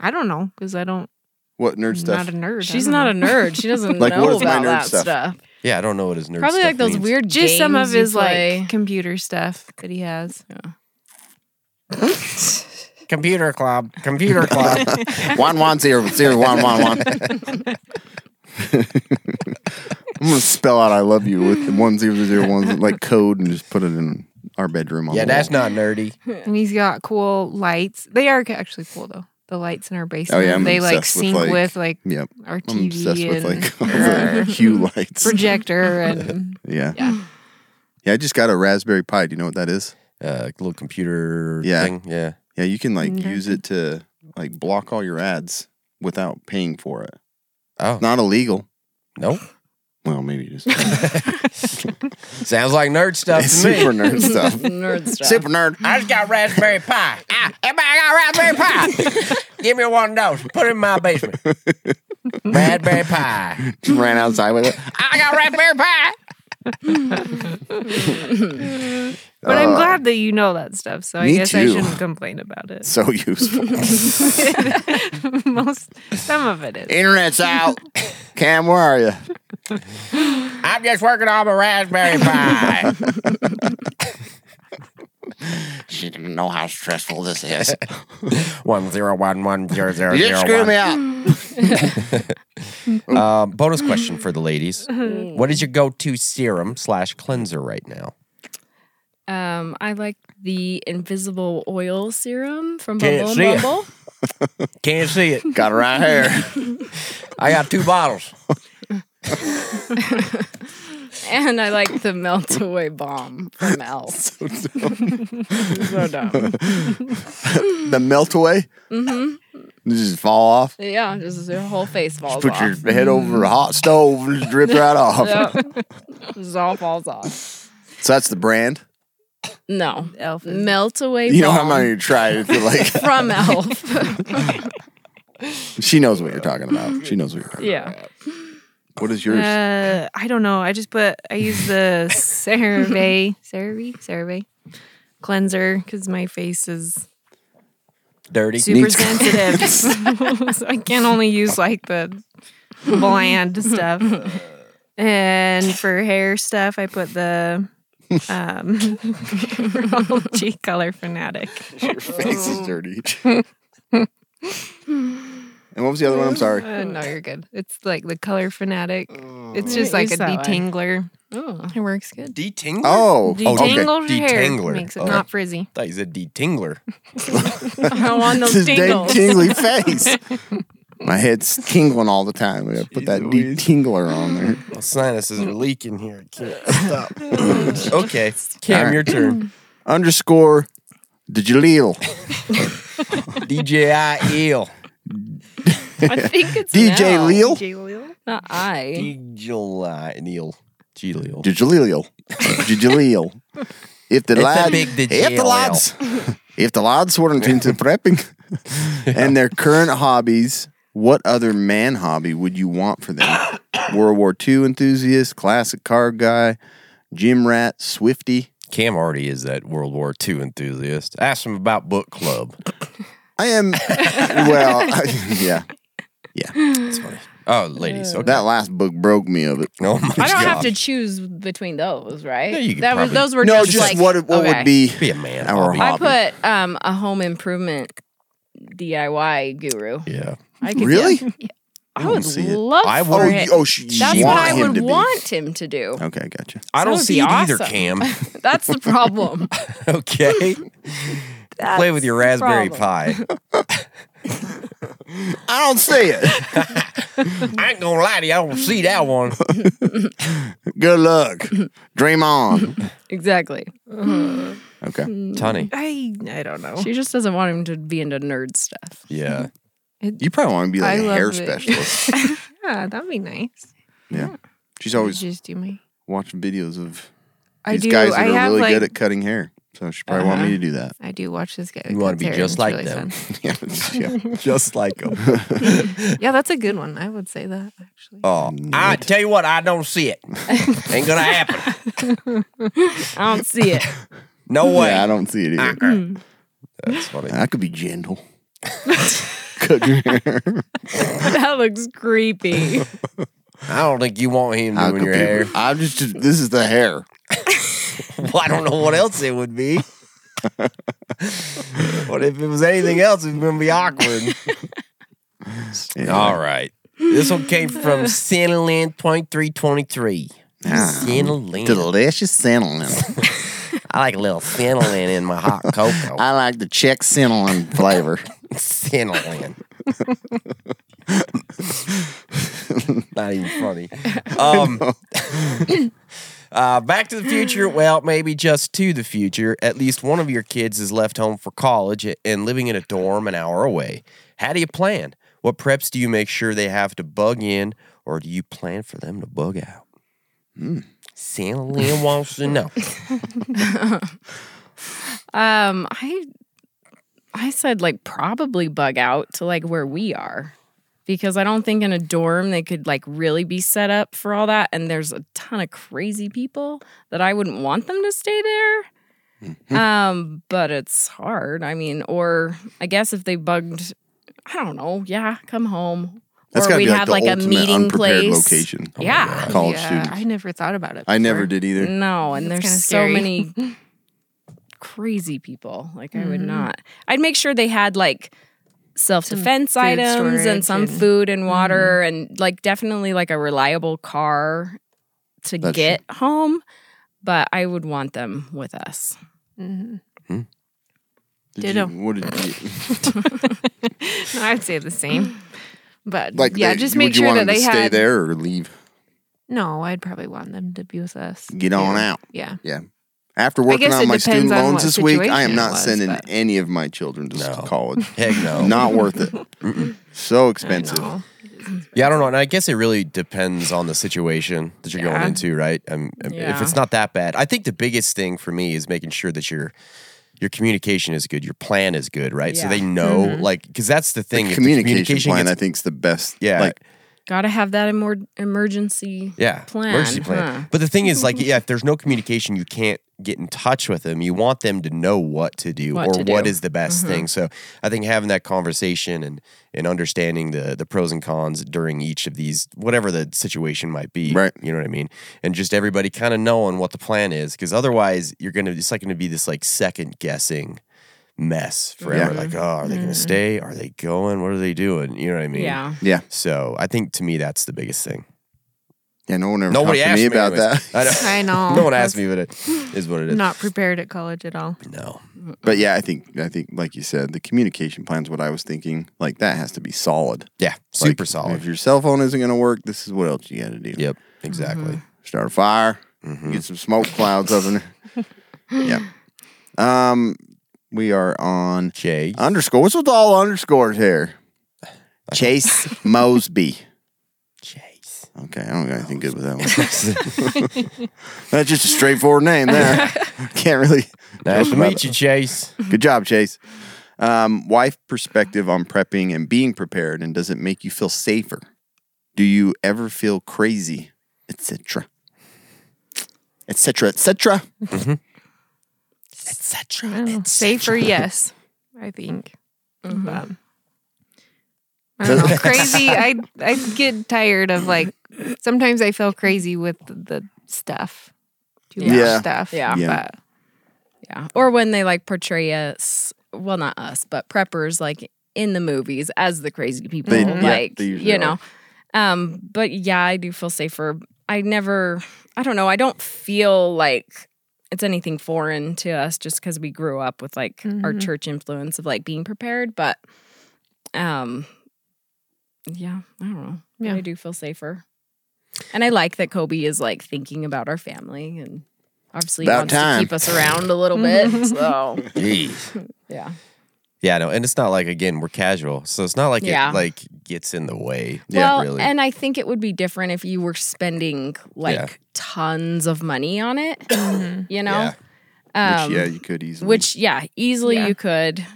Speaker 7: I don't know because I don't.
Speaker 4: What nerd
Speaker 7: I'm
Speaker 4: stuff?
Speaker 7: Not a nerd. I
Speaker 6: She's
Speaker 7: don't
Speaker 6: not a
Speaker 7: know.
Speaker 6: nerd. She doesn't
Speaker 4: Like,
Speaker 6: know
Speaker 4: what is my
Speaker 6: about
Speaker 4: nerd
Speaker 6: that
Speaker 4: stuff?
Speaker 6: stuff.
Speaker 5: Yeah, I don't know what his nerd
Speaker 6: Probably
Speaker 5: stuff
Speaker 6: like those
Speaker 5: means.
Speaker 6: weird
Speaker 7: Just some of
Speaker 6: games you
Speaker 7: his
Speaker 6: play.
Speaker 7: like computer stuff that he has.
Speaker 5: computer club. Computer club.
Speaker 4: one one zero zero one one one. I'm gonna spell out "I love you" with one zero zero one like code and just put it in our bedroom. On
Speaker 5: yeah,
Speaker 4: the
Speaker 5: that's
Speaker 4: wall.
Speaker 5: not nerdy.
Speaker 7: And he's got cool lights. They are actually cool though. The lights in our basement.
Speaker 4: Oh, yeah, I'm
Speaker 7: they like
Speaker 4: obsessed with,
Speaker 7: sync
Speaker 4: like-
Speaker 7: with like
Speaker 4: Yep,
Speaker 7: our
Speaker 4: I'm obsessed
Speaker 7: TV
Speaker 4: with
Speaker 7: and
Speaker 4: like all
Speaker 7: our
Speaker 4: the hue lights.
Speaker 7: projector and
Speaker 4: yeah. yeah,
Speaker 7: yeah.
Speaker 4: I just got a Raspberry Pi. Do you know what that is?
Speaker 5: Uh, little computer
Speaker 4: Yeah.
Speaker 5: thing. Yeah.
Speaker 4: Yeah, you can like
Speaker 7: Okay.
Speaker 4: use it to like block all your ads without paying for it.
Speaker 5: Oh
Speaker 4: Not illegal.
Speaker 5: no.
Speaker 4: Well, maybe just
Speaker 5: Sounds like nerd stuff to me.
Speaker 4: super nerd stuff.
Speaker 6: Nerd stuff.
Speaker 4: Super nerd.
Speaker 5: I just got Raspberry Pi. Ah, everybody got Raspberry Pi. Give me one of those. Put it in my basement. Raspberry Pi.
Speaker 4: Ran outside with it.
Speaker 5: I got Raspberry Pi.
Speaker 7: But I'm glad that you know that stuff, so I
Speaker 4: Uh, me
Speaker 7: guess I
Speaker 4: too.
Speaker 7: shouldn't complain about it.
Speaker 4: So useful.
Speaker 7: Most some of it is.
Speaker 4: Internet's out. Cam, where are you?
Speaker 5: I'm just working on my Raspberry Pi.
Speaker 8: She didn't know how stressful this is.
Speaker 5: one zero one one zero zero
Speaker 4: You
Speaker 5: zero
Speaker 4: didn't screw
Speaker 5: one.
Speaker 4: me out.
Speaker 5: Um, bonus question for the ladies: What is your go-to serum slash cleanser right now?
Speaker 6: Um, I like the invisible oil serum from
Speaker 5: Can't
Speaker 6: Bumble
Speaker 5: see it.
Speaker 6: and Bumble.
Speaker 5: Can't see it.
Speaker 4: Got it right here.
Speaker 5: I got two bottles.
Speaker 6: And I like the melt away bomb from Elf. so dumb.
Speaker 4: The melt away. Mm-hmm. Just fall off.
Speaker 6: Yeah, just your whole face falls
Speaker 4: Put
Speaker 6: off.
Speaker 4: your head over a hot stove and just drip right off.
Speaker 6: Yep. just all falls off.
Speaker 4: So that's the brand.
Speaker 6: No.
Speaker 7: Elf is-
Speaker 6: Melt away
Speaker 4: You know,
Speaker 6: bomb
Speaker 4: I'm not even trying it. Feel like
Speaker 6: from Elf.
Speaker 4: she knows what you're talking about. She knows what you're talking
Speaker 6: yeah.
Speaker 4: about. What is yours?
Speaker 7: Uh, I don't know. I just put I use the CeraVe, CeraVe, CeraVe cleanser because my face is
Speaker 5: Dirty.
Speaker 7: super
Speaker 4: Needs-
Speaker 7: sensitive, so I can only use like the bland stuff. And for hair stuff, I put the um, cheek color fanatic.
Speaker 4: Your face is dirty. And what was the other one? I'm sorry.
Speaker 7: Uh, no, you're good. It's like the color fanatic. It's
Speaker 6: What
Speaker 7: just like a
Speaker 6: is that one?
Speaker 7: detangler.
Speaker 6: Oh,
Speaker 7: It works good.
Speaker 5: Detingler?
Speaker 4: Oh, okay.
Speaker 7: Detangles your hair.
Speaker 5: Detangler.
Speaker 7: Makes it
Speaker 5: Okay.
Speaker 7: not frizzy.
Speaker 5: thought you said detingler.
Speaker 6: I want those
Speaker 4: This dang
Speaker 6: tingles.
Speaker 4: tingly face. My head's tingling all the time. I gotta put that
Speaker 5: Jeez Louise.
Speaker 4: detingler on there.
Speaker 5: My sinuses are leaking here. I can't stop. okay. Cam,
Speaker 4: All
Speaker 5: your turn.
Speaker 4: Underscore Djalil.
Speaker 5: DJI eel.
Speaker 6: I think it's
Speaker 4: DJ
Speaker 6: an L,
Speaker 4: Leal.
Speaker 6: Not I.
Speaker 5: DJI eel. G-Leal.
Speaker 4: Djalil. Djalil. If the
Speaker 5: It's a
Speaker 4: lad,
Speaker 5: big
Speaker 4: if the
Speaker 5: Djalil.
Speaker 4: lads, if the lads weren't into prepping and their current hobbies, what other man hobby would you want for them? World War II enthusiast, classic car guy, gym rat, Swifty.
Speaker 5: Cam already is that World War II enthusiast. Ask him about book club.
Speaker 4: I am. well, I- yeah.
Speaker 5: That's funny. Oh, ladies. Okay.
Speaker 4: That last book broke me of it.
Speaker 5: oh my
Speaker 6: Uh, I don't have
Speaker 5: God.
Speaker 6: to choose between those, right?
Speaker 5: Yeah, you could
Speaker 6: that was
Speaker 5: probably-
Speaker 6: those were
Speaker 4: no,
Speaker 6: just,
Speaker 4: just,
Speaker 6: like,
Speaker 4: what what
Speaker 6: okay.
Speaker 4: would be
Speaker 5: be a man.
Speaker 4: our
Speaker 5: hobby.
Speaker 4: hobby?
Speaker 6: I put um, a home improvement DIY guru.
Speaker 5: Yeah.
Speaker 6: I could
Speaker 4: Really?
Speaker 6: get- Yeah. I
Speaker 4: don't
Speaker 6: would
Speaker 4: see it.
Speaker 6: love
Speaker 5: I
Speaker 6: for
Speaker 4: Oh,
Speaker 5: would-
Speaker 4: you-
Speaker 6: it.
Speaker 4: oh, sh- you
Speaker 6: That's
Speaker 5: you
Speaker 6: what
Speaker 4: want
Speaker 6: I
Speaker 4: him
Speaker 6: would
Speaker 4: to be.
Speaker 6: want him to do.
Speaker 4: Okay, gotcha.
Speaker 5: I
Speaker 6: That
Speaker 5: don't
Speaker 6: would
Speaker 5: see
Speaker 6: be
Speaker 5: it either,
Speaker 6: awesome.
Speaker 5: Cam.
Speaker 6: That's the problem.
Speaker 5: okay. Play with your
Speaker 6: That's the
Speaker 5: Raspberry
Speaker 6: problem.
Speaker 5: Pi.
Speaker 4: I don't say it.
Speaker 5: I ain't gonna lie to you. I don't see that one.
Speaker 4: Good luck. Dream on.
Speaker 6: exactly.
Speaker 4: Okay.
Speaker 5: Tony.
Speaker 7: I I don't know.
Speaker 6: She just doesn't want him to be into nerd stuff.
Speaker 5: Yeah.
Speaker 4: You probably want to be like a
Speaker 7: I love
Speaker 4: hair
Speaker 7: it.
Speaker 4: specialist.
Speaker 7: Yeah, that'd be nice.
Speaker 4: Yeah. She's
Speaker 7: I
Speaker 4: always
Speaker 7: Just do my.
Speaker 4: watching videos of
Speaker 7: I
Speaker 4: these
Speaker 7: do.
Speaker 4: guys that
Speaker 7: I
Speaker 4: are
Speaker 7: have
Speaker 4: really
Speaker 7: like. Uh-huh.
Speaker 4: good at cutting hair. So she probably want me to do that.
Speaker 7: I do watch this guy.
Speaker 5: You wanna
Speaker 7: cuts
Speaker 5: be
Speaker 7: hair,
Speaker 5: just
Speaker 7: it's
Speaker 5: like
Speaker 7: really
Speaker 5: them.
Speaker 7: fun.
Speaker 4: yeah, it's- yeah.
Speaker 5: Just like him.
Speaker 7: Yeah, that's a good one. I would say that actually.
Speaker 5: Oh, I tell you what, I don't see it. Ain't gonna happen.
Speaker 6: I don't see it.
Speaker 5: No way.
Speaker 4: Yeah, I don't see it either.
Speaker 5: That's funny.
Speaker 4: I could be gentle. Cut your hair.
Speaker 6: that looks creepy.
Speaker 5: I don't think you want him
Speaker 4: I
Speaker 5: doing
Speaker 4: could
Speaker 5: your hair.
Speaker 4: be. I'm just. This is the hair.
Speaker 5: Well, I don't know what else it would be. what if it was anything else? It's gonna be awkward. All right. This one came from Cinnalin point three twenty three.
Speaker 4: Ah,
Speaker 5: Cinnalin.
Speaker 4: Delicious cinnamon.
Speaker 5: I like a little cinnalin in my hot cocoa.
Speaker 4: I like the Czech cinnamon flavor.
Speaker 5: Cinnalin. Not even funny. Um, uh, back to the future. Well, maybe just to the future. At least one of your kids is left home for college and living in a dorm an hour away. How do you plan? What preps do you make sure they have to bug in, or do you plan for them to bug out? Santa Lynn wants to know.
Speaker 6: Um, I I said like probably bug out to like where we are because I don't think in a dorm they could like really be set up for all that and there's a ton of crazy people that I wouldn't want them to stay there.
Speaker 4: Mm-hmm.
Speaker 6: um, but it's hard. I mean, or I guess if they bugged I don't know, yeah, come home.
Speaker 4: That's
Speaker 6: or
Speaker 4: gotta
Speaker 6: we'd
Speaker 4: be like
Speaker 6: have
Speaker 4: the
Speaker 6: like a
Speaker 4: ultimate
Speaker 6: meeting
Speaker 4: unprepared
Speaker 6: place.
Speaker 4: location. Oh my
Speaker 6: yeah.
Speaker 4: God. college
Speaker 7: yeah,
Speaker 4: students.
Speaker 7: I Mm, never thought about it.
Speaker 4: I never
Speaker 7: before.
Speaker 4: did either.
Speaker 6: No, and
Speaker 7: That's
Speaker 6: there's so
Speaker 7: kinda scary.
Speaker 6: many crazy people. Like I
Speaker 7: Mm-hmm.
Speaker 6: would not. I'd make sure they had like self defense
Speaker 7: food
Speaker 6: items and
Speaker 7: storage
Speaker 6: some
Speaker 7: and- Mm-hmm.
Speaker 6: food and water and like definitely like a reliable car to
Speaker 4: That's
Speaker 6: get home. But I would want them with us.
Speaker 7: Mhm.
Speaker 4: Did
Speaker 7: Ditto.
Speaker 4: you- what did you?
Speaker 7: No, I'd say the same. But
Speaker 4: Like,
Speaker 7: yeah,
Speaker 4: they-
Speaker 7: just
Speaker 4: would
Speaker 7: make
Speaker 4: you
Speaker 7: sure
Speaker 4: want
Speaker 7: that
Speaker 4: them
Speaker 7: they
Speaker 4: to stay
Speaker 7: had.
Speaker 4: there or leave.
Speaker 7: No, I'd probably want them to be with us.
Speaker 4: Get on
Speaker 7: yeah.
Speaker 4: out.
Speaker 7: Yeah.
Speaker 4: After
Speaker 7: I
Speaker 4: working
Speaker 7: guess
Speaker 4: on
Speaker 7: it
Speaker 4: my student
Speaker 7: depends on
Speaker 4: loans
Speaker 7: what
Speaker 4: this week, I am
Speaker 7: situation
Speaker 4: not
Speaker 7: it was,
Speaker 4: sending
Speaker 7: but-
Speaker 4: any of my children to s-
Speaker 5: No.
Speaker 4: college.
Speaker 5: Heck no.
Speaker 4: Not worth it. so expensive.
Speaker 7: No.
Speaker 5: Yeah, I don't know. And I guess it really depends on the situation that you're
Speaker 7: Yeah.
Speaker 5: going into, right? Um, if- If
Speaker 6: Yeah.
Speaker 5: it's not that bad, I think the biggest thing for me is making sure that your your communication is good, your plan is good, right? So
Speaker 6: Yeah.
Speaker 5: they know, like, because that's the thing. if the
Speaker 4: Mm-hmm. Communication, plan,
Speaker 5: gets-
Speaker 4: I think, is the best.
Speaker 5: yeah,
Speaker 4: Like,
Speaker 6: Got to have that emer- emergency.
Speaker 5: yeah,
Speaker 6: plan,
Speaker 5: emergency plan.
Speaker 6: huh?
Speaker 5: But the thing is, like, yeah, if there's no communication, you can't get in touch with them. You want them to know what to do
Speaker 6: What
Speaker 5: or
Speaker 6: to
Speaker 5: what
Speaker 6: do. Mm-hmm.
Speaker 5: is the best thing. So I think having that conversation and and understanding the the pros and cons during each of these, whatever the situation might be,
Speaker 4: Right.
Speaker 5: You know what I mean? And just everybody kind of knowing what the plan is, because otherwise you're gonna it's like gonna be this like second guessing mess forever.
Speaker 4: Yeah.
Speaker 5: Like, oh, are they going to stay? Are they going? What are they doing? You know what I mean?
Speaker 6: Mm-hmm. Yeah.
Speaker 4: Yeah.
Speaker 5: So I think to me that's the biggest thing.
Speaker 4: Yeah, no one ever
Speaker 5: Nobody
Speaker 4: talked
Speaker 5: asked
Speaker 4: to me about
Speaker 5: anyways.
Speaker 4: that.
Speaker 7: I know.
Speaker 5: no one asked me, but it is what it is.
Speaker 7: Not prepared at college at all.
Speaker 5: No.
Speaker 4: But yeah, I think I think like you said, the communication plan's what I was thinking. Like that has to be solid.
Speaker 5: Yeah.
Speaker 4: Like,
Speaker 5: Super solid.
Speaker 4: If your cell phone isn't gonna work, this is what else you gotta do.
Speaker 5: Yep. Mm-hmm. Exactly.
Speaker 4: Start a fire, get some smoke clouds up in there. Yep. Um we are on
Speaker 5: Jay.
Speaker 4: underscore. What's with all underscores here? Chase Mosby.
Speaker 5: Chase.
Speaker 4: Okay, I don't got anything good with that one. That's just a straightforward name there. Can't really.
Speaker 5: Nice to
Speaker 4: about
Speaker 5: meet you, Chase.
Speaker 4: Good job, Chase. Um, wife perspective on prepping and being prepared, and does it make you feel safer? Do you ever feel crazy, etc., etc., etc.?
Speaker 7: I don't know. Safer, yes, I think. But I don't know. crazy. I I get tired of like. Sometimes I feel crazy with the stuff. Too much
Speaker 4: Yeah.
Speaker 7: stuff.
Speaker 6: Yeah.
Speaker 4: Yeah.
Speaker 7: But
Speaker 6: Yeah. Or when they like portray us, well, not us, but preppers like in the movies as the crazy people.
Speaker 4: They- yeah,
Speaker 6: like,
Speaker 4: they usually
Speaker 6: you know. Um, but yeah, I do feel safer. I never, I don't know, I don't feel like it's anything foreign to us just because we grew up with like our
Speaker 7: Mhm.
Speaker 6: church influence of like being prepared. But um, yeah, I don't know.
Speaker 7: Yeah.
Speaker 6: I do feel safer. And I like that Kobe is like thinking about our family and obviously
Speaker 4: About
Speaker 6: wants
Speaker 4: time.
Speaker 6: to keep us around a little bit. So
Speaker 5: Jeez.
Speaker 6: yeah.
Speaker 5: Yeah, no, and it's not like again we're casual, so it's not like
Speaker 6: Yeah.
Speaker 5: it like gets in the way.
Speaker 6: well,
Speaker 5: really.
Speaker 6: and I think it would be different if you were spending like
Speaker 5: Yeah.
Speaker 6: tons of money on it. You know,
Speaker 5: Yeah.
Speaker 6: Um,
Speaker 4: which yeah, you could
Speaker 5: Mm.
Speaker 4: easily.
Speaker 6: which yeah, easily
Speaker 7: Yeah.
Speaker 6: you could.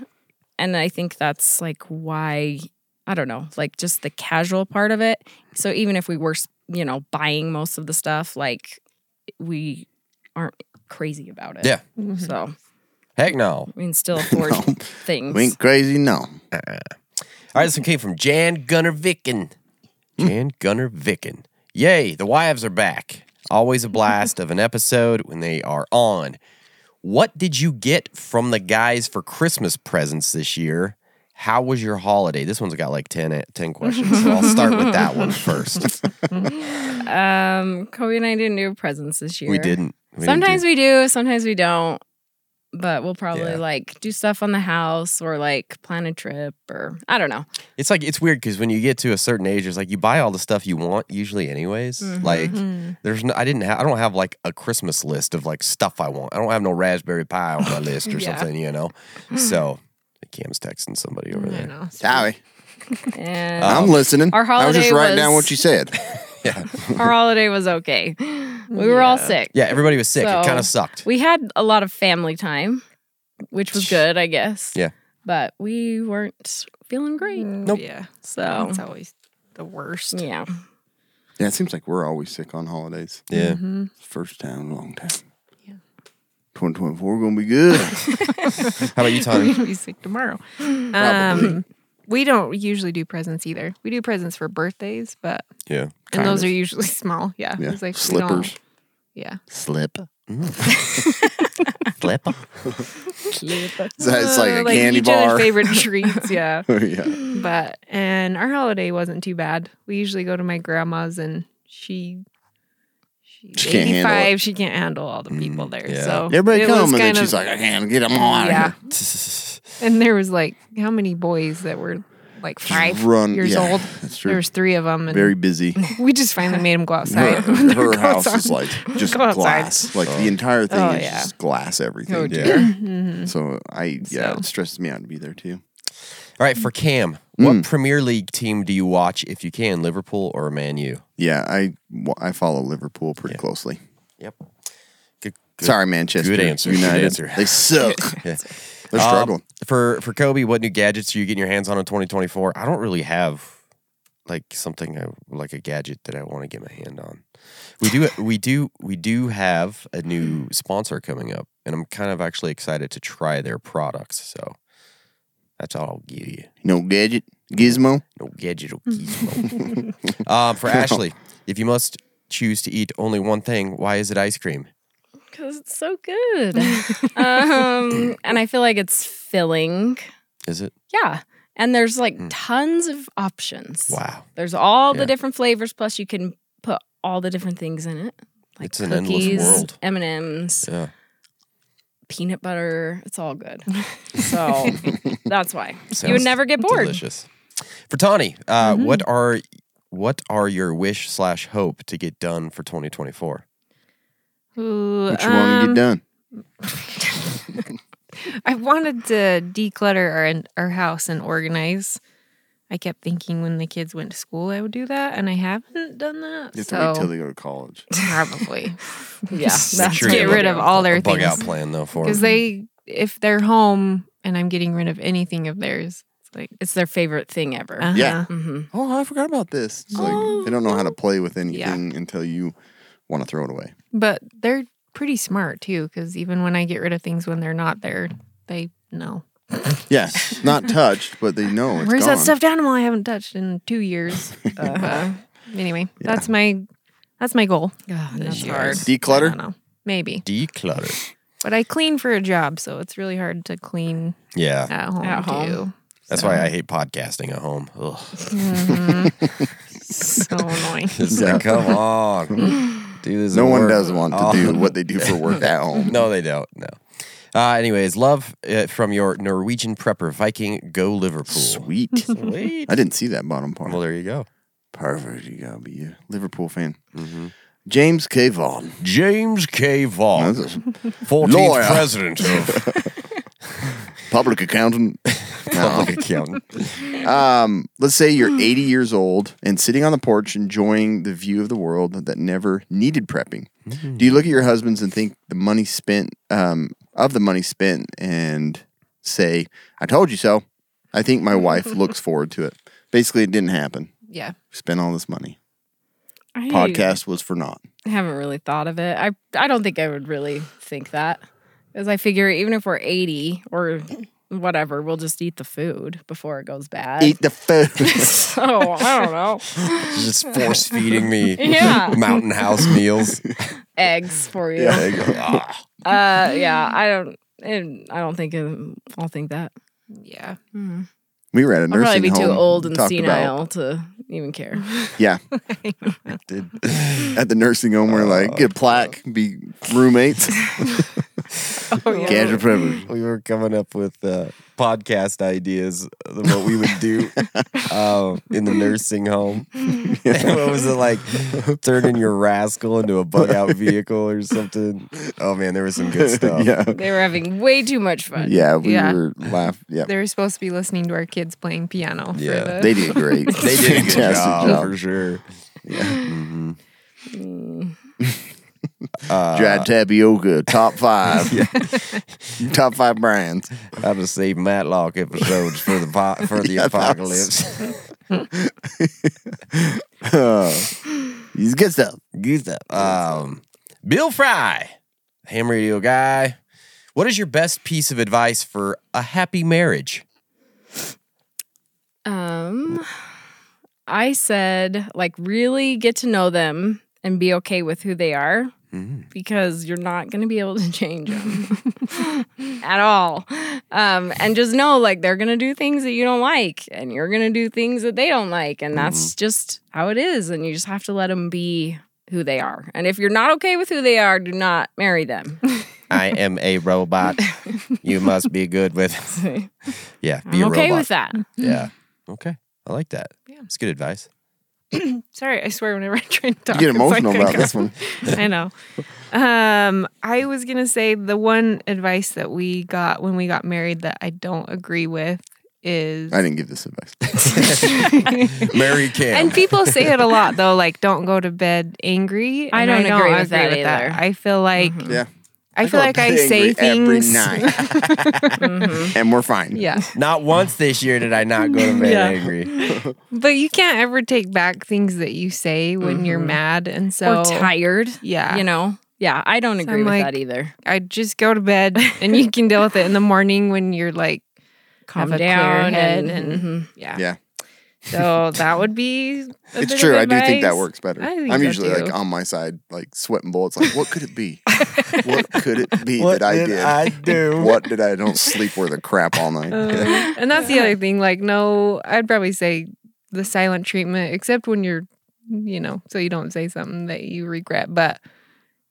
Speaker 6: And I think that's like why I don't know, like just the casual part of it. So even if we were, you know, buying most of the stuff, like we aren't crazy about it.
Speaker 5: Yeah.
Speaker 6: So
Speaker 5: Heck no.
Speaker 6: we can still afford things.
Speaker 4: we ain't crazy, no.
Speaker 5: All right, this one came from Jan Gunnar Vicken. Jan Gunnar Vicken. Yay, the wives are back. Always a blast of an episode when they are on. What did you get from the guys for Christmas presents this year? How was your holiday? This one's got like 10, a- 10 questions, so I'll start with that one first.
Speaker 6: Um, Kobe and I didn't do presents this year.
Speaker 5: We didn't. we didn't do-
Speaker 6: sometimes we do, sometimes we don't. But we'll probably
Speaker 5: Yeah.
Speaker 6: like do stuff on the house or like plan a trip or I don't know.
Speaker 5: It's like it's weird because when you get to a certain age, it's like you buy all the stuff you want usually, anyways. Like there's no, I didn't have, I don't have like a Christmas list of like stuff I want. I don't have no raspberry pie on my list or
Speaker 7: Yeah.
Speaker 5: something, you know. So Cam's texting somebody over
Speaker 7: I
Speaker 5: there.
Speaker 7: know.
Speaker 4: Sorry,
Speaker 5: Uh,
Speaker 6: And
Speaker 4: I'm listening.
Speaker 6: our
Speaker 4: I was just
Speaker 6: holiday
Speaker 4: writing down
Speaker 6: was-
Speaker 4: what you said.
Speaker 6: our holiday was okay. We were all sick.
Speaker 5: Yeah, everybody was sick. it
Speaker 6: So-
Speaker 5: kind of sucked.
Speaker 6: We had a lot of family time, which was good, I guess.
Speaker 5: Yeah. Mm.
Speaker 6: But we weren't feeling great.
Speaker 7: Nope. Yeah.
Speaker 6: So
Speaker 7: It's always the worst.
Speaker 6: yeah.
Speaker 4: Yeah, it seems like we're always sick on holidays.
Speaker 5: yeah,
Speaker 4: First time, in a long time. 2024 gonna be good.
Speaker 5: how about you, Tony?
Speaker 7: be sick tomorrow. Um, we don't usually do presents either. We do presents for birthdays, but
Speaker 5: yeah,
Speaker 4: Kind
Speaker 7: and those
Speaker 4: of.
Speaker 7: are usually small. Yeah,
Speaker 4: yeah,
Speaker 7: It's like we don't-
Speaker 4: slippers.
Speaker 7: Yeah,
Speaker 4: Slip.
Speaker 5: flip.
Speaker 4: So it's like a
Speaker 7: Uh, like
Speaker 4: candy
Speaker 7: each
Speaker 4: bar.
Speaker 7: other's favorite treats. Yeah,
Speaker 4: yeah.
Speaker 7: but and our holiday wasn't too bad. We usually go to my grandma's, and she. She's
Speaker 4: She can't handle it. Mm,
Speaker 7: 85. She can't handle all the people there.
Speaker 5: yeah.
Speaker 7: So
Speaker 4: Everybody
Speaker 7: Oh, it
Speaker 4: come,
Speaker 7: was
Speaker 4: and then
Speaker 7: kind
Speaker 4: she's
Speaker 7: of-
Speaker 4: like, I can't get them all out of
Speaker 7: yeah.
Speaker 4: here.
Speaker 7: And there was like how many boys that were like five
Speaker 4: run-
Speaker 7: years
Speaker 4: yeah,
Speaker 7: old.
Speaker 4: that's true.
Speaker 7: There was three of them, and
Speaker 4: Very busy.
Speaker 7: we just finally made them go
Speaker 4: Her,
Speaker 7: outside. with their
Speaker 4: her house
Speaker 7: coats
Speaker 4: is
Speaker 7: on.
Speaker 4: like just
Speaker 7: Go outside.
Speaker 4: glass. Like the entire thing
Speaker 7: Oh,
Speaker 4: is
Speaker 7: yeah. Oh, Mm-hmm.
Speaker 4: just glass everything.
Speaker 5: Yeah.
Speaker 4: So I yeah,
Speaker 7: So.
Speaker 4: it stresses me out to be there too.
Speaker 5: All right, for Cam, what Premier League team do you watch if you can, Liverpool or Man U?
Speaker 4: Yeah, I wa- I follow Liverpool pretty closely.
Speaker 5: Yep. Good, good.
Speaker 4: Sorry, Manchester.
Speaker 5: good answer, good
Speaker 4: United.
Speaker 5: answer.
Speaker 4: They suck.
Speaker 5: Yeah.
Speaker 4: They're
Speaker 5: Um,
Speaker 4: struggling.
Speaker 5: for for Kobe, what new gadgets are you getting your hands on in 2024? I don't really have like something I, like a gadget that I want to get my hand on. We do we do we do have a new sponsor coming up, and I'm kind of actually excited to try their products. So that's all I'll give you.
Speaker 4: no gadget. Gizmo.
Speaker 5: No gadget or gizmo. um, for Ashley, if you must choose to eat only one thing, why is it ice cream?
Speaker 6: Because it's so good. um, and I feel like it's filling.
Speaker 5: Is it?
Speaker 6: Yeah. And there's like tons of options.
Speaker 5: Mm. Wow.
Speaker 6: There's all
Speaker 5: Yeah.
Speaker 6: the different flavors, plus you can put all the different things in it. Like
Speaker 5: It's an endless world.
Speaker 6: M&Ms,
Speaker 5: Yeah.
Speaker 6: peanut butter. It's all good. So that's why. you would
Speaker 5: Sounds
Speaker 6: never get bored.
Speaker 5: Delicious. For Tawny, uh, what are what are your wish slash hope to get done for 2024?
Speaker 7: Ooh,
Speaker 4: What you want to
Speaker 7: um,
Speaker 4: get done?
Speaker 7: I wanted to declutter our our house and organize. I kept thinking when the kids went to school I would do that, and I haven't done that.
Speaker 4: You have to
Speaker 7: so
Speaker 4: wait till they go to college.
Speaker 7: probably
Speaker 6: Yeah. That's
Speaker 5: sure you
Speaker 7: get
Speaker 5: have
Speaker 7: rid
Speaker 5: a-
Speaker 7: of all their
Speaker 5: a bug out
Speaker 7: things
Speaker 5: plan though for
Speaker 7: because they if they're home and I'm getting rid of anything of theirs, it's like
Speaker 6: It's their favorite thing ever.
Speaker 7: uh-huh.
Speaker 4: Yeah.
Speaker 6: hmm
Speaker 4: Oh, I forgot about this. It's like
Speaker 7: Oh,
Speaker 4: they don't know how to play with anything until you want to throw it away.
Speaker 7: But they're pretty smart too, because even when I get rid of things when they're not there, they know.
Speaker 4: Yeah, not touched, but they know it's
Speaker 7: Where's
Speaker 4: gone.
Speaker 7: that stuffed animal I haven't touched in two years? Uh, anyway, that's my that's my goal.
Speaker 6: Oh, that's
Speaker 7: year.
Speaker 6: hard.
Speaker 7: I don't
Speaker 4: Declutter.
Speaker 7: know. Maybe.
Speaker 5: declutter.
Speaker 7: But I clean for a job, so it's really hard to clean
Speaker 5: Yeah.
Speaker 7: at home.
Speaker 6: At home.
Speaker 5: That's why I hate podcasting at home. Ugh.
Speaker 7: Too. So annoying.
Speaker 5: It's like,
Speaker 4: oh,
Speaker 5: come on. Do this.
Speaker 4: No
Speaker 5: at
Speaker 4: one
Speaker 5: work.
Speaker 4: does want to
Speaker 5: Oh.
Speaker 4: do what they do for work at home.
Speaker 5: No, they don't. No. Uh, anyways, love uh, from your Norwegian prepper Viking. Go Liverpool.
Speaker 4: Sweet.
Speaker 5: Sweet.
Speaker 4: I didn't see that bottom part.
Speaker 5: Well, there you go.
Speaker 4: Perfect. You gotta be a Liverpool fan. James K. Vaughan.
Speaker 5: James K. Vaughan,
Speaker 4: That's a
Speaker 5: 14th
Speaker 4: Lawyer.
Speaker 5: president of
Speaker 4: public accountant. No.
Speaker 5: public accountant.
Speaker 4: Um, let's say
Speaker 6: Hmm.
Speaker 4: you're 80 years old and sitting on the porch enjoying the view of the world that never needed prepping. Do you
Speaker 6: Hmm.
Speaker 4: look at your husband's and think the money spent um, of the money spent and say, "I told you so"? I think my wife looks forward to it. Basically, it didn't happen.
Speaker 7: Yeah.
Speaker 4: We spent all this money.
Speaker 6: I
Speaker 4: Podcast was for naught.
Speaker 6: haven't really thought of it. I I don't think I would really think that because I figure even if we're eighty or whatever, we'll just eat the food before it goes bad.
Speaker 4: Eat the food.
Speaker 6: so I don't know.
Speaker 5: Just force feeding me
Speaker 6: Yeah.
Speaker 5: mountain house meals.
Speaker 6: Eggs for you.
Speaker 5: There you go. Ah.
Speaker 6: Uh, yeah. I don't. and I don't think um, I'll think that.
Speaker 7: Yeah.
Speaker 6: Mm.
Speaker 4: we were at a
Speaker 6: I'll
Speaker 4: nursing
Speaker 6: probably be
Speaker 4: home.
Speaker 6: too old and
Speaker 4: talked
Speaker 6: senile to even care.
Speaker 4: About, yeah. At the nursing home, we're like, get a plaque, be roommates.
Speaker 7: Oh, yeah.
Speaker 4: Gadget privilege.
Speaker 5: we were coming up with uh, podcast ideas of what we would do uh, in the nursing home. what was it like? Turning your rascal into a bug out vehicle or something. Oh man, there was some good stuff.
Speaker 4: Yeah.
Speaker 6: They were having way too much fun.
Speaker 4: Yeah, we
Speaker 7: Yeah.
Speaker 4: were laughing. Yeah,
Speaker 7: They were supposed to be listening to our kids playing piano.
Speaker 5: Yeah.
Speaker 7: For the,
Speaker 4: they did great.
Speaker 5: They did a good
Speaker 4: Fantastic
Speaker 5: job, for sure.
Speaker 4: Dried tapioca, top five. top five brands.
Speaker 5: How to save Matlock episodes for the po- for the
Speaker 4: Yeah, that was-
Speaker 5: apocalypse.
Speaker 4: It's good stuff.
Speaker 5: Good stuff. Um, Bill Fry, ham radio guy. What is your best piece of advice for a happy marriage?
Speaker 6: Um, I said like really get to know them and be okay with who they are because you're not going to be able to change them at all. Um, and just know like they're going to do things that you don't like and you're going to do things that they don't like and that's just how it is and you just have to let them be who they are. And if you're not okay with who they are, do not marry them.
Speaker 5: I am a robot. You must be good with.
Speaker 6: I'm
Speaker 5: Yeah, be a
Speaker 6: okay
Speaker 5: robot.
Speaker 6: with that.
Speaker 5: Yeah. Okay. I like that. Yeah. It's good advice.
Speaker 7: Sorry, I swear whenever I try to talk.
Speaker 4: You get
Speaker 7: it's like
Speaker 4: emotional
Speaker 7: I
Speaker 4: about
Speaker 7: go-
Speaker 4: this one.
Speaker 7: I know. Um, I was gonna say the one advice that we got when we got married that I don't agree with is
Speaker 4: I didn't give this advice.
Speaker 5: Mary Kim.
Speaker 7: and people say it a lot though, like don't go to bed angry.
Speaker 6: I
Speaker 7: and
Speaker 6: don't agree with that either.
Speaker 7: I feel like
Speaker 4: yeah.
Speaker 7: I feel
Speaker 4: go
Speaker 7: like I
Speaker 4: angry
Speaker 7: say
Speaker 4: every
Speaker 7: things. Mm-hmm.
Speaker 4: night, and we're fine.
Speaker 7: Yeah,
Speaker 5: not once this year did I not go to bed
Speaker 7: Yeah.
Speaker 5: angry.
Speaker 7: but you can't ever take back things that you say when you're
Speaker 4: Mm-hmm.
Speaker 7: mad, and so
Speaker 6: or tired.
Speaker 7: Yeah.
Speaker 6: You know? Yeah, I don't agree
Speaker 7: I'm
Speaker 6: with
Speaker 7: like,
Speaker 6: that either.
Speaker 7: I just go to bed, and you can deal with it in the morning when you're like
Speaker 6: Calm
Speaker 7: have a
Speaker 6: down
Speaker 7: clear head, Mm-hmm.
Speaker 6: and-
Speaker 7: and,
Speaker 6: mhm.
Speaker 7: yeah,
Speaker 4: Yeah.
Speaker 7: So that would be. a bit
Speaker 4: It's
Speaker 7: of
Speaker 4: true. I do think that
Speaker 7: advice.
Speaker 4: works better.
Speaker 7: I think
Speaker 4: I'm
Speaker 7: so,
Speaker 4: usually
Speaker 7: too.
Speaker 4: like on my side, like sweating bullets. Like, what could it be? what could it be that I did?
Speaker 5: do?
Speaker 4: what did I don't sleep worth a crap all night?
Speaker 7: Oh,
Speaker 4: Yeah.
Speaker 7: Um, and that's the other thing. Like, no, I'd probably say the silent treatment, except when you're, you know, so you don't say something that you regret, but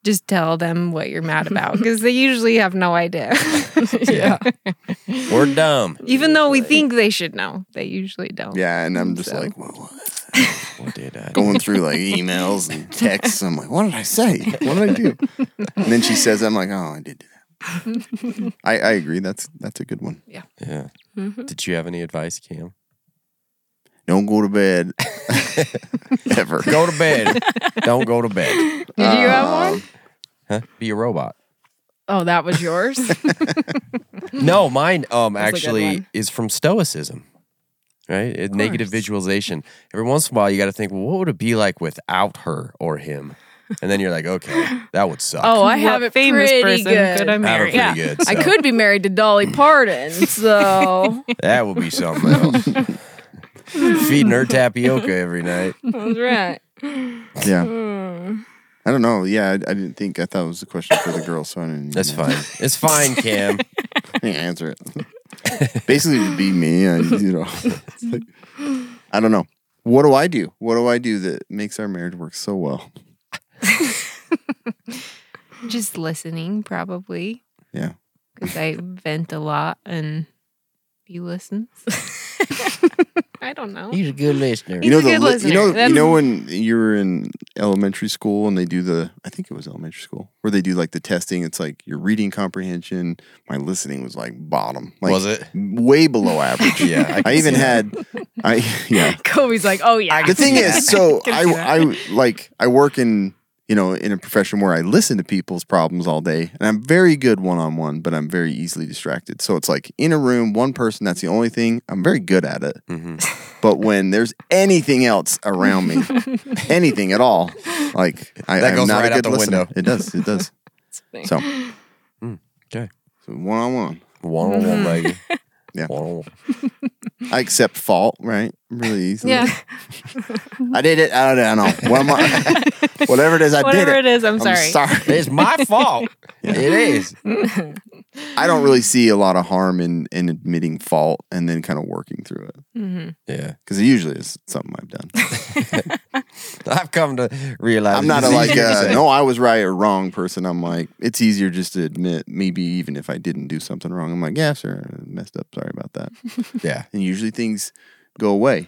Speaker 7: just tell them what you're mad about because they usually have no idea. yeah.
Speaker 5: We're dumb.
Speaker 7: Even though we think they should know, they usually don't.
Speaker 4: Yeah, and I'm just
Speaker 7: So.
Speaker 4: like well, what?
Speaker 5: What did I?
Speaker 4: going through like emails and texts. I'm like, what did I say? What did I do? And then she says, I'm like, oh, I did do that. I, I agree. That's that's a good one.
Speaker 5: Yeah. Did you have any advice, Cam?
Speaker 4: Don't go to bed ever. Um,
Speaker 5: Go to bed. Don't go to bed.
Speaker 7: Did you
Speaker 4: Oh.
Speaker 7: have one?
Speaker 5: Huh? Be a robot.
Speaker 6: Oh, that was yours?
Speaker 5: No, mine um
Speaker 6: That's a good
Speaker 5: actually
Speaker 6: one.
Speaker 5: is from Stoicism. Right? It- Negative visualization. Every once in a while you gotta think, well, what would it be like without her or him? And then you're like, okay, that would suck.
Speaker 6: Oh, I
Speaker 7: What
Speaker 6: have it
Speaker 7: famous
Speaker 6: pretty
Speaker 7: person
Speaker 6: good.
Speaker 7: could I
Speaker 5: I have it
Speaker 7: marry?
Speaker 5: pretty
Speaker 6: yeah.
Speaker 5: good.
Speaker 6: I
Speaker 5: so
Speaker 6: could be married to Dolly Parton, so
Speaker 5: that would be something else. Feeding her tapioca every night.
Speaker 6: that's right.
Speaker 4: Yeah.
Speaker 5: Hmm.
Speaker 4: I don't know. Yeah, I, I didn't think. I thought it was a question for the girl, so I didn't.
Speaker 5: That's fine. It's fine, Cam.
Speaker 4: I didn't answer it. Basically, to be me, I, you know. it's like- I don't know. What do I do? What do I do that makes our marriage work so well?
Speaker 7: Just listening, probably,
Speaker 4: Yeah.
Speaker 7: because I vent a lot and he listens. I don't know.
Speaker 5: He's a good listener.
Speaker 4: you
Speaker 7: He's
Speaker 4: know
Speaker 7: a
Speaker 4: the
Speaker 7: good
Speaker 4: li- you know
Speaker 7: listener.
Speaker 4: you know when you were in elementary school and they do the I think it was elementary school where they do like the testing. It's like your reading comprehension. My listening was like bottom. Like,
Speaker 5: Was it?
Speaker 4: way below average?
Speaker 5: Yeah, I
Speaker 4: I, even had I yeah.
Speaker 6: Kobe's like, oh yeah.
Speaker 4: The thing is, so I I like I work in you know in a profession where I listen to people's problems all day, and I'm very good one on one, but I'm very easily distracted. So it's like in a room, one person. That's the only thing I'm very good at it.
Speaker 5: Mm-hmm.
Speaker 4: But when there's anything else around me, anything at all, like I,
Speaker 5: That
Speaker 4: I'm
Speaker 5: goes
Speaker 4: not
Speaker 5: right
Speaker 4: a
Speaker 5: out
Speaker 4: good
Speaker 5: the
Speaker 4: listener.
Speaker 5: window. Hmm,
Speaker 4: It does. It does. so
Speaker 5: Okay.
Speaker 4: one on one,
Speaker 5: One on one, baby.
Speaker 4: Yeah.
Speaker 5: One-on-one.
Speaker 4: I accept fault. Right, really easily.
Speaker 7: Yeah.
Speaker 4: I did it. I don't know. What am I- whatever it is, I
Speaker 7: Whatever
Speaker 4: did
Speaker 7: it
Speaker 4: it.
Speaker 7: is, I'm
Speaker 4: I'm
Speaker 7: sorry.
Speaker 4: sorry.
Speaker 5: It's my fault. It is.
Speaker 4: I don't really see a lot of harm in in admitting fault and then kind of working through it
Speaker 5: Yeah.
Speaker 4: because it usually is something I've done.
Speaker 5: I've come to realize
Speaker 4: I'm not a,
Speaker 5: it's
Speaker 4: like
Speaker 5: easier to
Speaker 4: uh
Speaker 5: say.
Speaker 4: no, I was right or wrong person. I'm like it's easier just to admit maybe even if I didn't do something wrong. I'm like yeah, sure, I messed up. Sorry about that.
Speaker 5: Yeah.
Speaker 4: And usually things go away.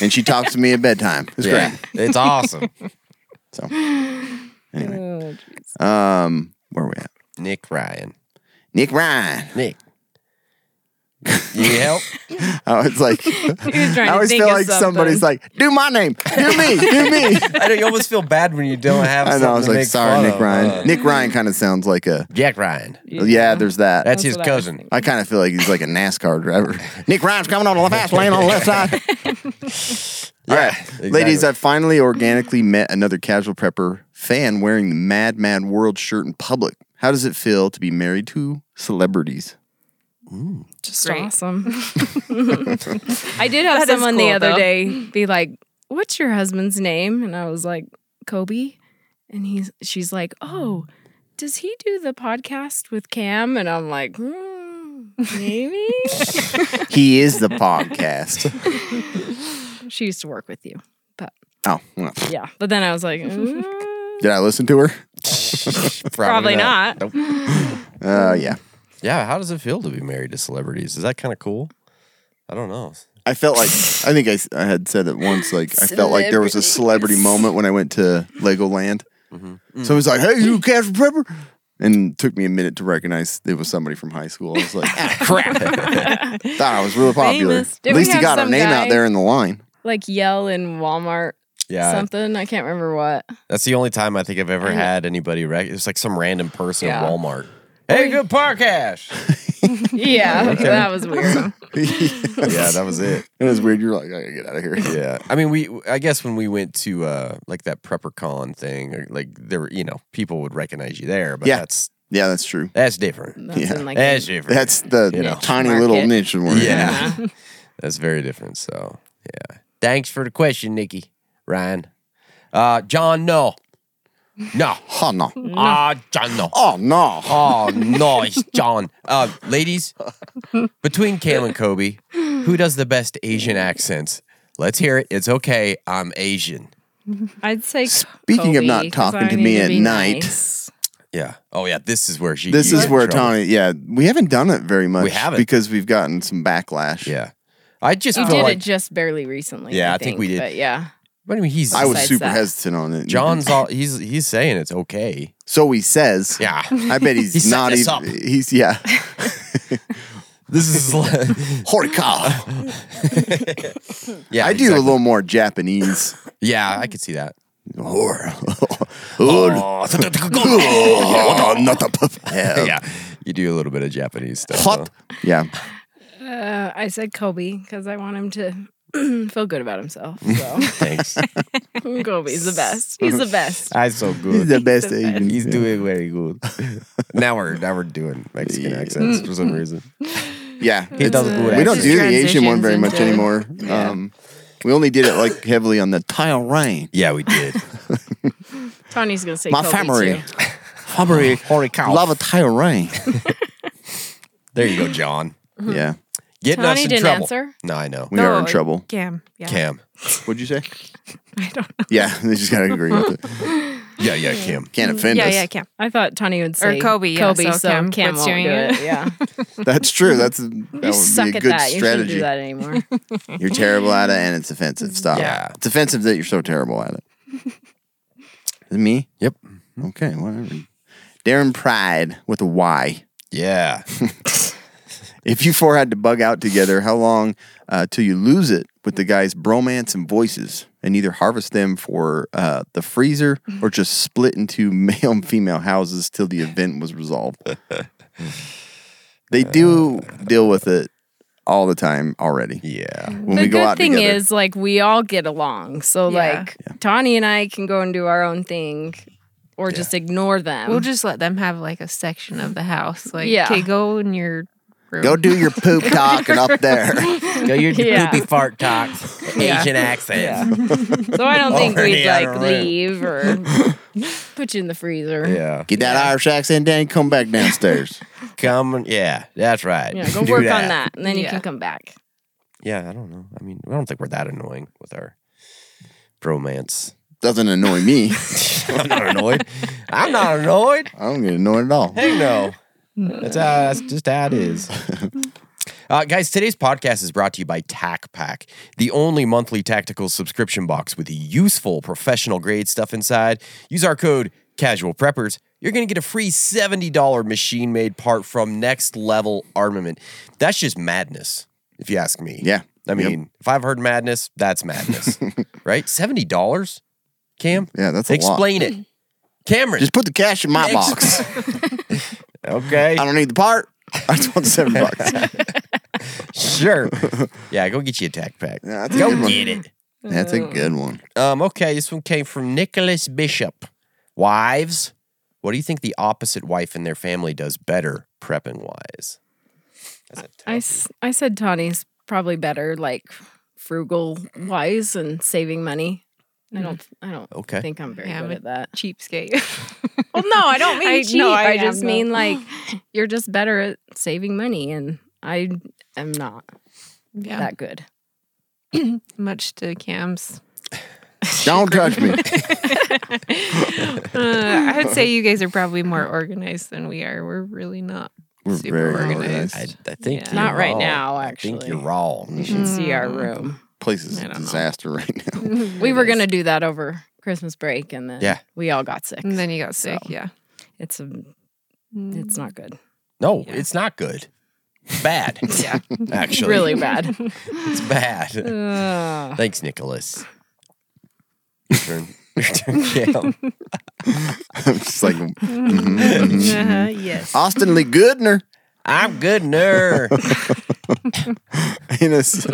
Speaker 4: and she talks to me at bedtime. It's
Speaker 5: yeah.
Speaker 4: great.
Speaker 5: It's awesome.
Speaker 4: So anyway,
Speaker 7: Oh,
Speaker 4: um, where are we at?
Speaker 5: Nick Ryan.
Speaker 4: Nick Ryan.
Speaker 5: Nick. You help?
Speaker 4: I was like,
Speaker 7: was trying
Speaker 4: I
Speaker 7: to
Speaker 4: always
Speaker 7: think
Speaker 4: feel
Speaker 7: of
Speaker 4: like somebody's
Speaker 7: something.
Speaker 4: like, do my name, do me, do me.
Speaker 5: I know you almost feel bad when you don't have
Speaker 4: I
Speaker 5: something
Speaker 4: know. I was
Speaker 5: to
Speaker 4: like,
Speaker 5: make
Speaker 4: sorry,
Speaker 5: fun
Speaker 4: Nick
Speaker 5: of,
Speaker 4: Ryan.
Speaker 5: uh,
Speaker 4: Nick Ryan kind of sounds like a,
Speaker 5: Jack Ryan.
Speaker 4: yeah, there's that.
Speaker 5: That's, his
Speaker 6: what I was
Speaker 5: cousin.
Speaker 4: I kind of feel like he's like a NASCAR driver. Nick Ryan's coming on the fast lane on the left side. All right,
Speaker 5: exactly.
Speaker 4: ladies, I finally organically met another casual prepper fan wearing the Mad Mad World shirt in public. How does it feel to be married to celebrities?
Speaker 6: Just
Speaker 7: Great.
Speaker 6: awesome. I did have
Speaker 7: That is
Speaker 6: someone the
Speaker 7: cool,
Speaker 6: other
Speaker 7: though.
Speaker 6: day be like, "What's your husband's name?" And I was like, "Kobe," and he's she's like, "Oh, does he do the podcast with Cam?" And I'm like, hmm, "Maybe."
Speaker 4: He is the podcast.
Speaker 6: she used to work with you, but
Speaker 4: Oh, well.
Speaker 6: yeah. But then I was like, "Mm,
Speaker 4: did I listen to her?
Speaker 7: Probably not.
Speaker 5: Nope.
Speaker 4: Uh, yeah.
Speaker 5: Yeah. How does it feel to be married to celebrities? Is that kind of cool? I don't know.
Speaker 4: I felt like I think I, s- I had said it once. Like I felt like there was a celebrity moment when I went to Legoland.
Speaker 5: Mm-hmm.
Speaker 4: So was like, "Hey, you Cash Pepper," and it took me a minute to recognize it was somebody from high school. I was like, ah, "Crap!" Thought I was real popular.
Speaker 7: Famous.
Speaker 4: At
Speaker 6: Didn't
Speaker 4: least
Speaker 6: we
Speaker 4: he
Speaker 6: have
Speaker 4: got our
Speaker 6: some
Speaker 4: name
Speaker 6: guy-
Speaker 4: out there in the line.
Speaker 6: like yell in Walmart
Speaker 5: Yeah.
Speaker 6: something. I can't remember what.
Speaker 5: That's the only time I think I've ever had anybody. Rec- it's like some random person
Speaker 6: Yeah.
Speaker 5: at Walmart. Hey, good podcast.
Speaker 6: Yeah, that was weird.
Speaker 5: yeah, that was it.
Speaker 4: It was weird. You're like, "I gotta get out of here."
Speaker 5: Yeah, I mean, we. I guess when we went to uh like that PrepperCon thing, or, like there, were, you know, people would recognize you there, but
Speaker 4: Yeah.
Speaker 5: that's
Speaker 4: Yeah, that's true.
Speaker 5: that's different.
Speaker 6: That's
Speaker 4: Yeah.
Speaker 6: in like
Speaker 5: That's different.
Speaker 4: That's the
Speaker 5: You know.
Speaker 4: tiny
Speaker 6: Market.
Speaker 4: little niche. We're in.
Speaker 5: yeah, that's very different. So Thanks for the question, Nikki. Ryan. Uh, John, no. No.
Speaker 4: Oh, no.
Speaker 5: Ah, John, no.
Speaker 4: Oh, no.
Speaker 5: Oh, nice, John. Uh, ladies, between Cam and Kobe, who does the best Asian accents? Let's hear it. It's okay. I'm Asian.
Speaker 6: I'd say
Speaker 4: Speaking of not
Speaker 6: Kobe, 'cause
Speaker 4: talking
Speaker 6: I
Speaker 4: to
Speaker 6: need
Speaker 4: me at
Speaker 6: be
Speaker 4: night.
Speaker 6: nice.
Speaker 5: Yeah. Oh, yeah. This is where she.
Speaker 4: This
Speaker 5: you
Speaker 4: is
Speaker 5: get
Speaker 4: where
Speaker 5: in trouble.
Speaker 4: Tony, yeah, we haven't done it very much
Speaker 5: haven't.
Speaker 4: because we've gotten some backlash.
Speaker 5: Yeah. I just
Speaker 6: You
Speaker 5: feel
Speaker 6: did
Speaker 5: like.
Speaker 6: it just barely recently.
Speaker 5: Yeah,
Speaker 6: I
Speaker 5: I think
Speaker 6: think
Speaker 5: we did.
Speaker 6: But yeah,
Speaker 5: But I mean, he's.
Speaker 4: I was
Speaker 6: Besides
Speaker 4: super
Speaker 6: that.
Speaker 4: hesitant on it.
Speaker 5: John's all. He's he's saying it's okay.
Speaker 4: so he says,
Speaker 5: Yeah.
Speaker 4: I bet he's,
Speaker 5: He set
Speaker 4: not
Speaker 5: this
Speaker 4: even.
Speaker 5: up.
Speaker 4: He's yeah.
Speaker 5: This is. li-
Speaker 4: Horika.
Speaker 5: yeah.
Speaker 4: I do a
Speaker 5: exactly.
Speaker 4: little more Japanese. Oh,
Speaker 5: Yeah, I could see that.
Speaker 4: Hor-
Speaker 5: Oh.
Speaker 4: Hor- Oh, not a puff.
Speaker 5: yeah, you do a little bit of Japanese stuff.
Speaker 4: Hot. Yeah.
Speaker 6: uh, I said Kobe because I want him to feel good about himself. So
Speaker 5: huh? Thanks.
Speaker 6: Kobe's the best. He's the best.
Speaker 5: I'm so
Speaker 4: He's
Speaker 5: good.
Speaker 4: the best Asian.
Speaker 5: He's
Speaker 4: Yeah.
Speaker 5: doing very good. now we're now we're doing Mexican accents for some reason.
Speaker 4: Yeah.
Speaker 5: He does a good
Speaker 4: We don't
Speaker 5: accent.
Speaker 4: do the Asian one
Speaker 7: transitions
Speaker 4: very much
Speaker 7: into-
Speaker 4: anymore. Um, we only did it like heavily on the tile rain.
Speaker 5: Yeah, we did.
Speaker 6: Tony's gonna say
Speaker 4: My
Speaker 6: Kobe
Speaker 4: family.
Speaker 6: too.
Speaker 4: Family.
Speaker 5: Holy cow.
Speaker 4: Love a tile rain.
Speaker 5: There you go, John.
Speaker 4: Yeah.
Speaker 5: Getting
Speaker 6: Tony
Speaker 5: us in
Speaker 6: didn't
Speaker 5: trouble.
Speaker 6: answer.
Speaker 5: No, I know.
Speaker 4: We are in trouble.
Speaker 7: Cam. Yeah.
Speaker 5: Cam.
Speaker 4: What'd you say? I don't know. Yeah. They just got to agree with it.
Speaker 5: Yeah, yeah, Cam.
Speaker 4: Can't offend
Speaker 7: Yeah,
Speaker 4: us.
Speaker 7: yeah, Cam.
Speaker 6: I thought Tony would say
Speaker 7: Kobe, yeah,
Speaker 6: Kobe,
Speaker 7: so
Speaker 6: so
Speaker 7: Cam
Speaker 6: Cam,
Speaker 7: quits
Speaker 6: won't
Speaker 7: doing
Speaker 6: do
Speaker 7: it.
Speaker 6: it. Yeah,
Speaker 4: That's true. That's that
Speaker 6: you
Speaker 4: would
Speaker 6: suck
Speaker 4: be a
Speaker 6: at
Speaker 4: good
Speaker 6: that. You shouldn't
Speaker 4: strategy.
Speaker 6: do that anymore.
Speaker 4: You're terrible at it and it's offensive. Stop.
Speaker 5: Yeah.
Speaker 4: It's offensive that you're so terrible at it. Is it me?
Speaker 5: Yep.
Speaker 4: Okay, whatever. Darren Pride with a Y.
Speaker 5: Yeah.
Speaker 4: If you four had to bug out together, how long uh, till you lose it with the guys' bromance and voices and either harvest them for uh, the freezer or just split into male and female houses till the event was resolved? they do deal with it all the time already.
Speaker 5: Yeah.
Speaker 4: When
Speaker 6: the
Speaker 4: we go
Speaker 6: good
Speaker 4: out
Speaker 6: thing
Speaker 4: together.
Speaker 6: is, like, we all get along. So,
Speaker 7: Yeah.
Speaker 6: like, Tawny and I can go and do our own thing, or just ignore them.
Speaker 7: We'll just let them have like a section of the house. Like,
Speaker 6: Yeah.
Speaker 7: okay, go in your room.
Speaker 4: Go do your poop talking up there.
Speaker 5: Go your
Speaker 6: Yeah.
Speaker 5: poopy fart talks. Asian accents.
Speaker 6: so I don't think
Speaker 5: Already
Speaker 6: we'd
Speaker 5: out of
Speaker 6: like
Speaker 5: the room.
Speaker 6: leave or put you in the freezer.
Speaker 5: Yeah.
Speaker 4: Get that Irish accent down, come back downstairs.
Speaker 5: Come. Yeah, that's right.
Speaker 6: Yeah, go
Speaker 5: Do
Speaker 6: work on that, and then you
Speaker 7: Yeah.
Speaker 6: can come back.
Speaker 5: Yeah, I don't know. I mean, I don't think we're that annoying with our bromance.
Speaker 4: Doesn't annoy me.
Speaker 5: I'm not annoyed. I'm not annoyed.
Speaker 4: I don't get annoyed at all.
Speaker 5: Hey, no. That's, how, that's just how it is. Uh, guys, today's podcast is brought to you by Tac Pack, the only monthly tactical subscription box with useful professional grade stuff inside. Use our code Casual Preppers. You're going to get a free $70 machine made part from Next Level Armament. That's just madness, if you ask me.
Speaker 4: Yeah.
Speaker 5: I
Speaker 4: Yep.
Speaker 5: mean, if I've heard madness, that's madness, right? $70, Cam?
Speaker 4: Yeah, that's a lot.
Speaker 5: Explain it. Cameron.
Speaker 4: Just put the cash in my
Speaker 5: Ex-
Speaker 4: box.
Speaker 5: okay.
Speaker 4: I don't need the part. I just want the seven bucks.
Speaker 5: Sure. yeah, go get you a tack pack.
Speaker 4: Yeah, that's a good
Speaker 5: go
Speaker 4: one.
Speaker 5: get it.
Speaker 4: That's a good one.
Speaker 5: Um, okay, this one came from Nicholas Bishop. Wives, what do you think the opposite wife in their family does better prepping wise?
Speaker 6: I, s- I said Tawny's probably better, like frugal wise and saving money. I don't. I don't
Speaker 5: Okay.
Speaker 6: think I'm very
Speaker 7: Yeah,
Speaker 6: good
Speaker 7: but-
Speaker 6: at that.
Speaker 7: cheapskate.
Speaker 6: Well, no, I don't mean
Speaker 7: I- no,
Speaker 6: cheap.
Speaker 7: I
Speaker 6: I,
Speaker 7: am,
Speaker 6: just
Speaker 7: though.
Speaker 6: mean like you're just better at saving money, and I am not
Speaker 7: yeah.
Speaker 6: that good.
Speaker 7: Much to Cam's.
Speaker 4: Don't touch me.
Speaker 7: Uh, I'd say you guys are probably more organized than we are. We're really not.
Speaker 4: We're
Speaker 7: Super
Speaker 4: very
Speaker 7: organized.
Speaker 4: organized.
Speaker 5: I, I think
Speaker 7: Yeah.
Speaker 5: you're
Speaker 6: Not right
Speaker 5: wrong.
Speaker 6: now,
Speaker 5: I think
Speaker 6: actually.
Speaker 5: you're wrong.
Speaker 6: You should see our room.
Speaker 4: Place is
Speaker 7: I
Speaker 4: a
Speaker 7: don't know.
Speaker 4: disaster right now.
Speaker 6: Mm. We were gonna do that over Christmas break, and then
Speaker 5: Yeah.
Speaker 6: we all got sick.
Speaker 7: And then you got sick.
Speaker 6: So.
Speaker 7: Yeah.
Speaker 6: It's a, it's not good.
Speaker 5: No, it's not good. Bad. yeah. Actually.
Speaker 6: Really Uh. bad.
Speaker 5: It's bad.
Speaker 6: Ugh.
Speaker 5: Thanks, Nicholas. Your turn. Your turn, Cam.
Speaker 4: I'm just like, mhm, mhm.
Speaker 7: yes.
Speaker 4: Austin Lee Goodner
Speaker 5: I'm good ner.
Speaker 4: in a, s-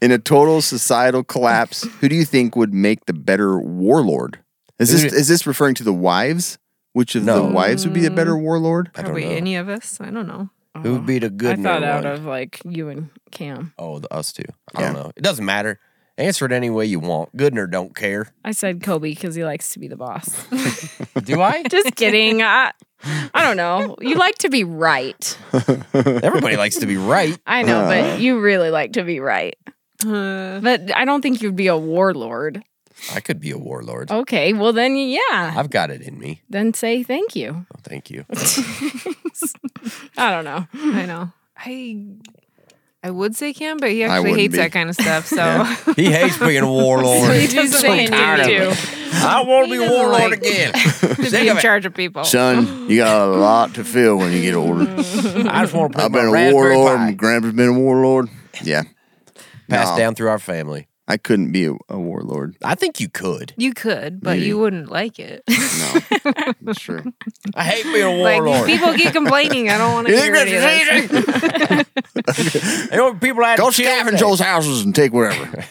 Speaker 4: in a total societal collapse. Who do you think would make the better warlord? Is this
Speaker 5: Who-
Speaker 4: is this referring to the wives? Which of
Speaker 5: No.
Speaker 4: the wives would be the better warlord?
Speaker 5: I don't
Speaker 7: Probably
Speaker 5: know.
Speaker 7: any of us. I don't know.
Speaker 5: Who would be the good
Speaker 6: I thought
Speaker 5: ner
Speaker 6: out
Speaker 5: one?
Speaker 6: of like you and Cam.
Speaker 5: Oh, the us two. I
Speaker 4: Yeah.
Speaker 5: don't know. It doesn't matter. Answer it any way you want. Goodner don't care.
Speaker 6: I said Kobe because he likes to be the boss.
Speaker 5: Do I?
Speaker 6: Just kidding. I, I don't know. You like to be right.
Speaker 5: Everybody likes to be right.
Speaker 6: I know, but you really like to be right. But I don't think you'd be a warlord.
Speaker 5: I could be a warlord.
Speaker 6: Okay, well then, yeah.
Speaker 5: I've got it in me.
Speaker 6: Then say thank you.
Speaker 5: Oh, thank you.
Speaker 6: I don't know.
Speaker 7: I know. I I would say Cam, but he
Speaker 4: I
Speaker 7: actually
Speaker 4: wouldn't
Speaker 7: hates
Speaker 4: be.
Speaker 7: that kind of stuff. So
Speaker 5: He hates being a warlord.
Speaker 6: Just
Speaker 7: doesn't
Speaker 6: say
Speaker 7: want
Speaker 6: thank
Speaker 7: to.
Speaker 6: you.
Speaker 5: I won't be
Speaker 7: He doesn't
Speaker 5: warlord
Speaker 7: like-
Speaker 5: again.
Speaker 7: to
Speaker 5: Sick
Speaker 7: be
Speaker 5: of
Speaker 7: in
Speaker 5: it.
Speaker 7: charge of people.
Speaker 4: Son, you got a lot to feel when you get older.
Speaker 5: I just want to put
Speaker 4: I've
Speaker 5: my
Speaker 4: been a
Speaker 5: raspberry
Speaker 4: warlord.
Speaker 5: pie
Speaker 4: And grandpa's been a warlord. Yeah,
Speaker 5: passed
Speaker 4: No.
Speaker 5: down through our family.
Speaker 4: I couldn't be a, a warlord.
Speaker 5: I think you could.
Speaker 7: You could, but
Speaker 4: Maybe.
Speaker 7: you wouldn't like it.
Speaker 4: No, that's true.
Speaker 5: I hate being a
Speaker 7: like
Speaker 5: warlord.
Speaker 7: people keep complaining. I don't want to
Speaker 4: You
Speaker 7: hear
Speaker 4: think
Speaker 7: any of
Speaker 4: that's
Speaker 7: this.
Speaker 4: easy?
Speaker 5: You know, people had
Speaker 4: Go
Speaker 5: to kill
Speaker 4: scavenge
Speaker 5: things.
Speaker 4: those houses and take whatever.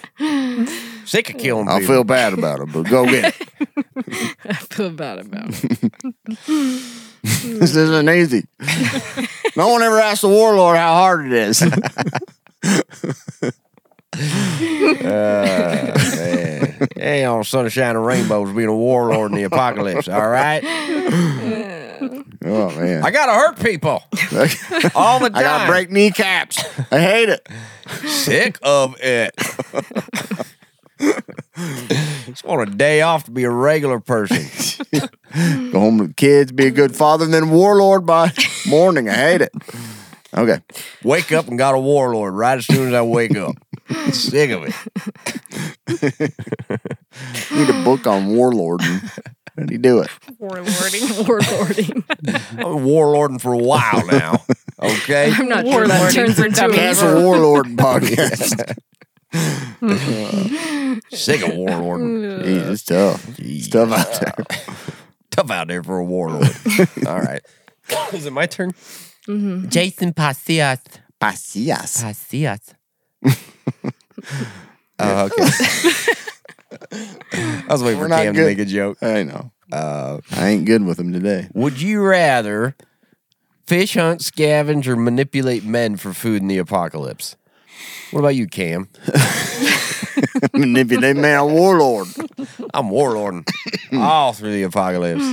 Speaker 5: Sick of killing
Speaker 4: I'll
Speaker 5: people.
Speaker 4: feel bad about it, but go get it.
Speaker 6: I feel bad about it.
Speaker 4: This isn't easy. No one ever asked the warlord how hard it is.
Speaker 5: Oh, man. Ain't all sunshine and rainbows being a warlord in the apocalypse, all right?
Speaker 4: Oh man,
Speaker 5: I gotta hurt people all the time.
Speaker 4: I gotta break kneecaps. I hate it.
Speaker 5: sick of it. Just want a day off to be a regular person.
Speaker 4: Go home with the kids, be a good father, and then warlord by morning. I hate it. Okay.
Speaker 5: Wake up and got a warlord right as soon as I wake up. sick of it.
Speaker 4: Need a book on warlord. and How do you do it?
Speaker 7: Warlording.
Speaker 6: Warlording.
Speaker 5: I've been warlording for a while now. Okay.
Speaker 6: I'm not sure that turns into
Speaker 4: Castle
Speaker 6: a
Speaker 4: Warlord podcast.
Speaker 5: Sick of warlording.
Speaker 4: Jeez, it's tough. It's tough out there.
Speaker 5: Tough out there for a warlord. All right. Is it my turn?
Speaker 4: Mm-hmm.
Speaker 5: Jason Pacias.
Speaker 4: Pasillas.
Speaker 5: Pacias. Oh, okay. I was waiting
Speaker 4: We're
Speaker 5: for
Speaker 4: not
Speaker 5: Cam
Speaker 4: good.
Speaker 5: to make a joke.
Speaker 4: I know.
Speaker 7: Uh,
Speaker 4: I ain't good with them today.
Speaker 5: Would you rather fish hunt, scavenge, or manipulate men for food in the apocalypse? What about you, Cam?
Speaker 4: Manipulate man, a warlord.
Speaker 5: I'm warlording all through the apocalypse.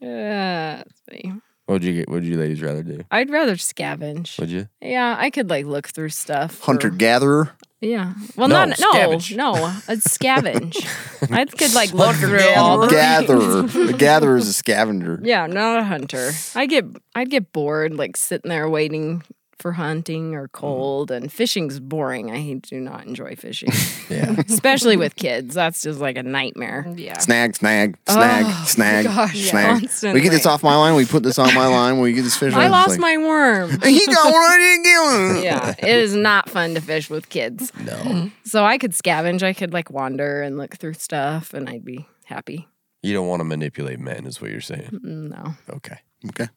Speaker 6: Yeah, Uh, let's see.
Speaker 5: What would you get? What would you ladies rather do?
Speaker 6: I'd rather scavenge.
Speaker 5: Would you?
Speaker 6: Yeah, I could like look through stuff. or-
Speaker 4: Hunter gatherer.
Speaker 6: Yeah. Well,
Speaker 5: No,
Speaker 6: not no,
Speaker 5: scavenge.
Speaker 6: no. A scavenge. I could like look through all the
Speaker 4: Gatherer. The gatherer is a scavenger.
Speaker 6: Yeah, not a hunter. I get I'd get bored like sitting there waiting for hunting or cold and fishing's boring. I do not enjoy fishing.
Speaker 5: Yeah.
Speaker 6: Especially with kids. That's just like a nightmare.
Speaker 7: Yeah.
Speaker 4: Snag, snag, snag, snag,
Speaker 6: Oh, gosh,
Speaker 4: snag.
Speaker 6: constantly.
Speaker 4: We get this off my line. We put this on my line. We get this fish.
Speaker 6: I
Speaker 4: line, it's
Speaker 6: lost
Speaker 4: like,
Speaker 6: my worm.
Speaker 4: He got one. I didn't get one.
Speaker 6: yeah, it is not fun to fish with kids.
Speaker 5: No.
Speaker 6: So I could scavenge, I could like wander and look through stuff and I'd be happy.
Speaker 5: You don't want to manipulate men, is what you're saying.
Speaker 4: Mm-hmm.
Speaker 6: No.
Speaker 5: Okay.
Speaker 4: Okay.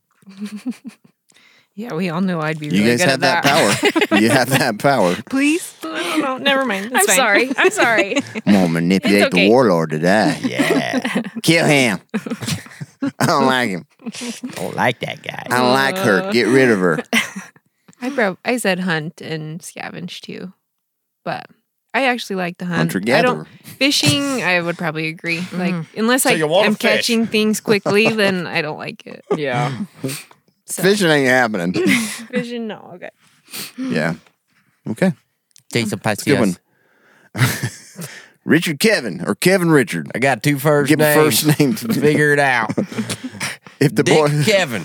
Speaker 7: Yeah, we all knew I'd be really
Speaker 4: You guys
Speaker 7: good
Speaker 4: have
Speaker 7: at
Speaker 4: that power. You have that power.
Speaker 7: Please? No, no, never mind.
Speaker 6: I'm
Speaker 7: That's fine.
Speaker 6: sorry. I'm sorry.
Speaker 4: I'm gonna manipulate
Speaker 6: okay.
Speaker 4: the warlord today.
Speaker 5: Yeah.
Speaker 4: Kill him. I don't like him.
Speaker 5: don't like that guy.
Speaker 4: I don't like her. Get rid of her.
Speaker 7: I bro- I said hunt and scavenge too, but I actually like the hunt.
Speaker 4: Hunter
Speaker 7: I don't
Speaker 4: gatherer.
Speaker 7: fishing. I would probably agree.
Speaker 6: Mm-hmm.
Speaker 7: Like unless
Speaker 5: So
Speaker 7: I
Speaker 5: you wanna
Speaker 7: am
Speaker 5: fish.
Speaker 7: catching things quickly, then I don't like it.
Speaker 6: yeah.
Speaker 7: So,
Speaker 4: Fishing ain't happening.
Speaker 7: Fishing, no. Okay.
Speaker 4: yeah. Okay.
Speaker 5: Jason Pacias.
Speaker 4: Good one. Richard Kevin or Kevin Richard.
Speaker 5: I got two first
Speaker 4: Give me
Speaker 5: names.
Speaker 4: first name.
Speaker 5: Figure it out.
Speaker 4: If the
Speaker 5: Dick
Speaker 4: boy,
Speaker 5: Kevin.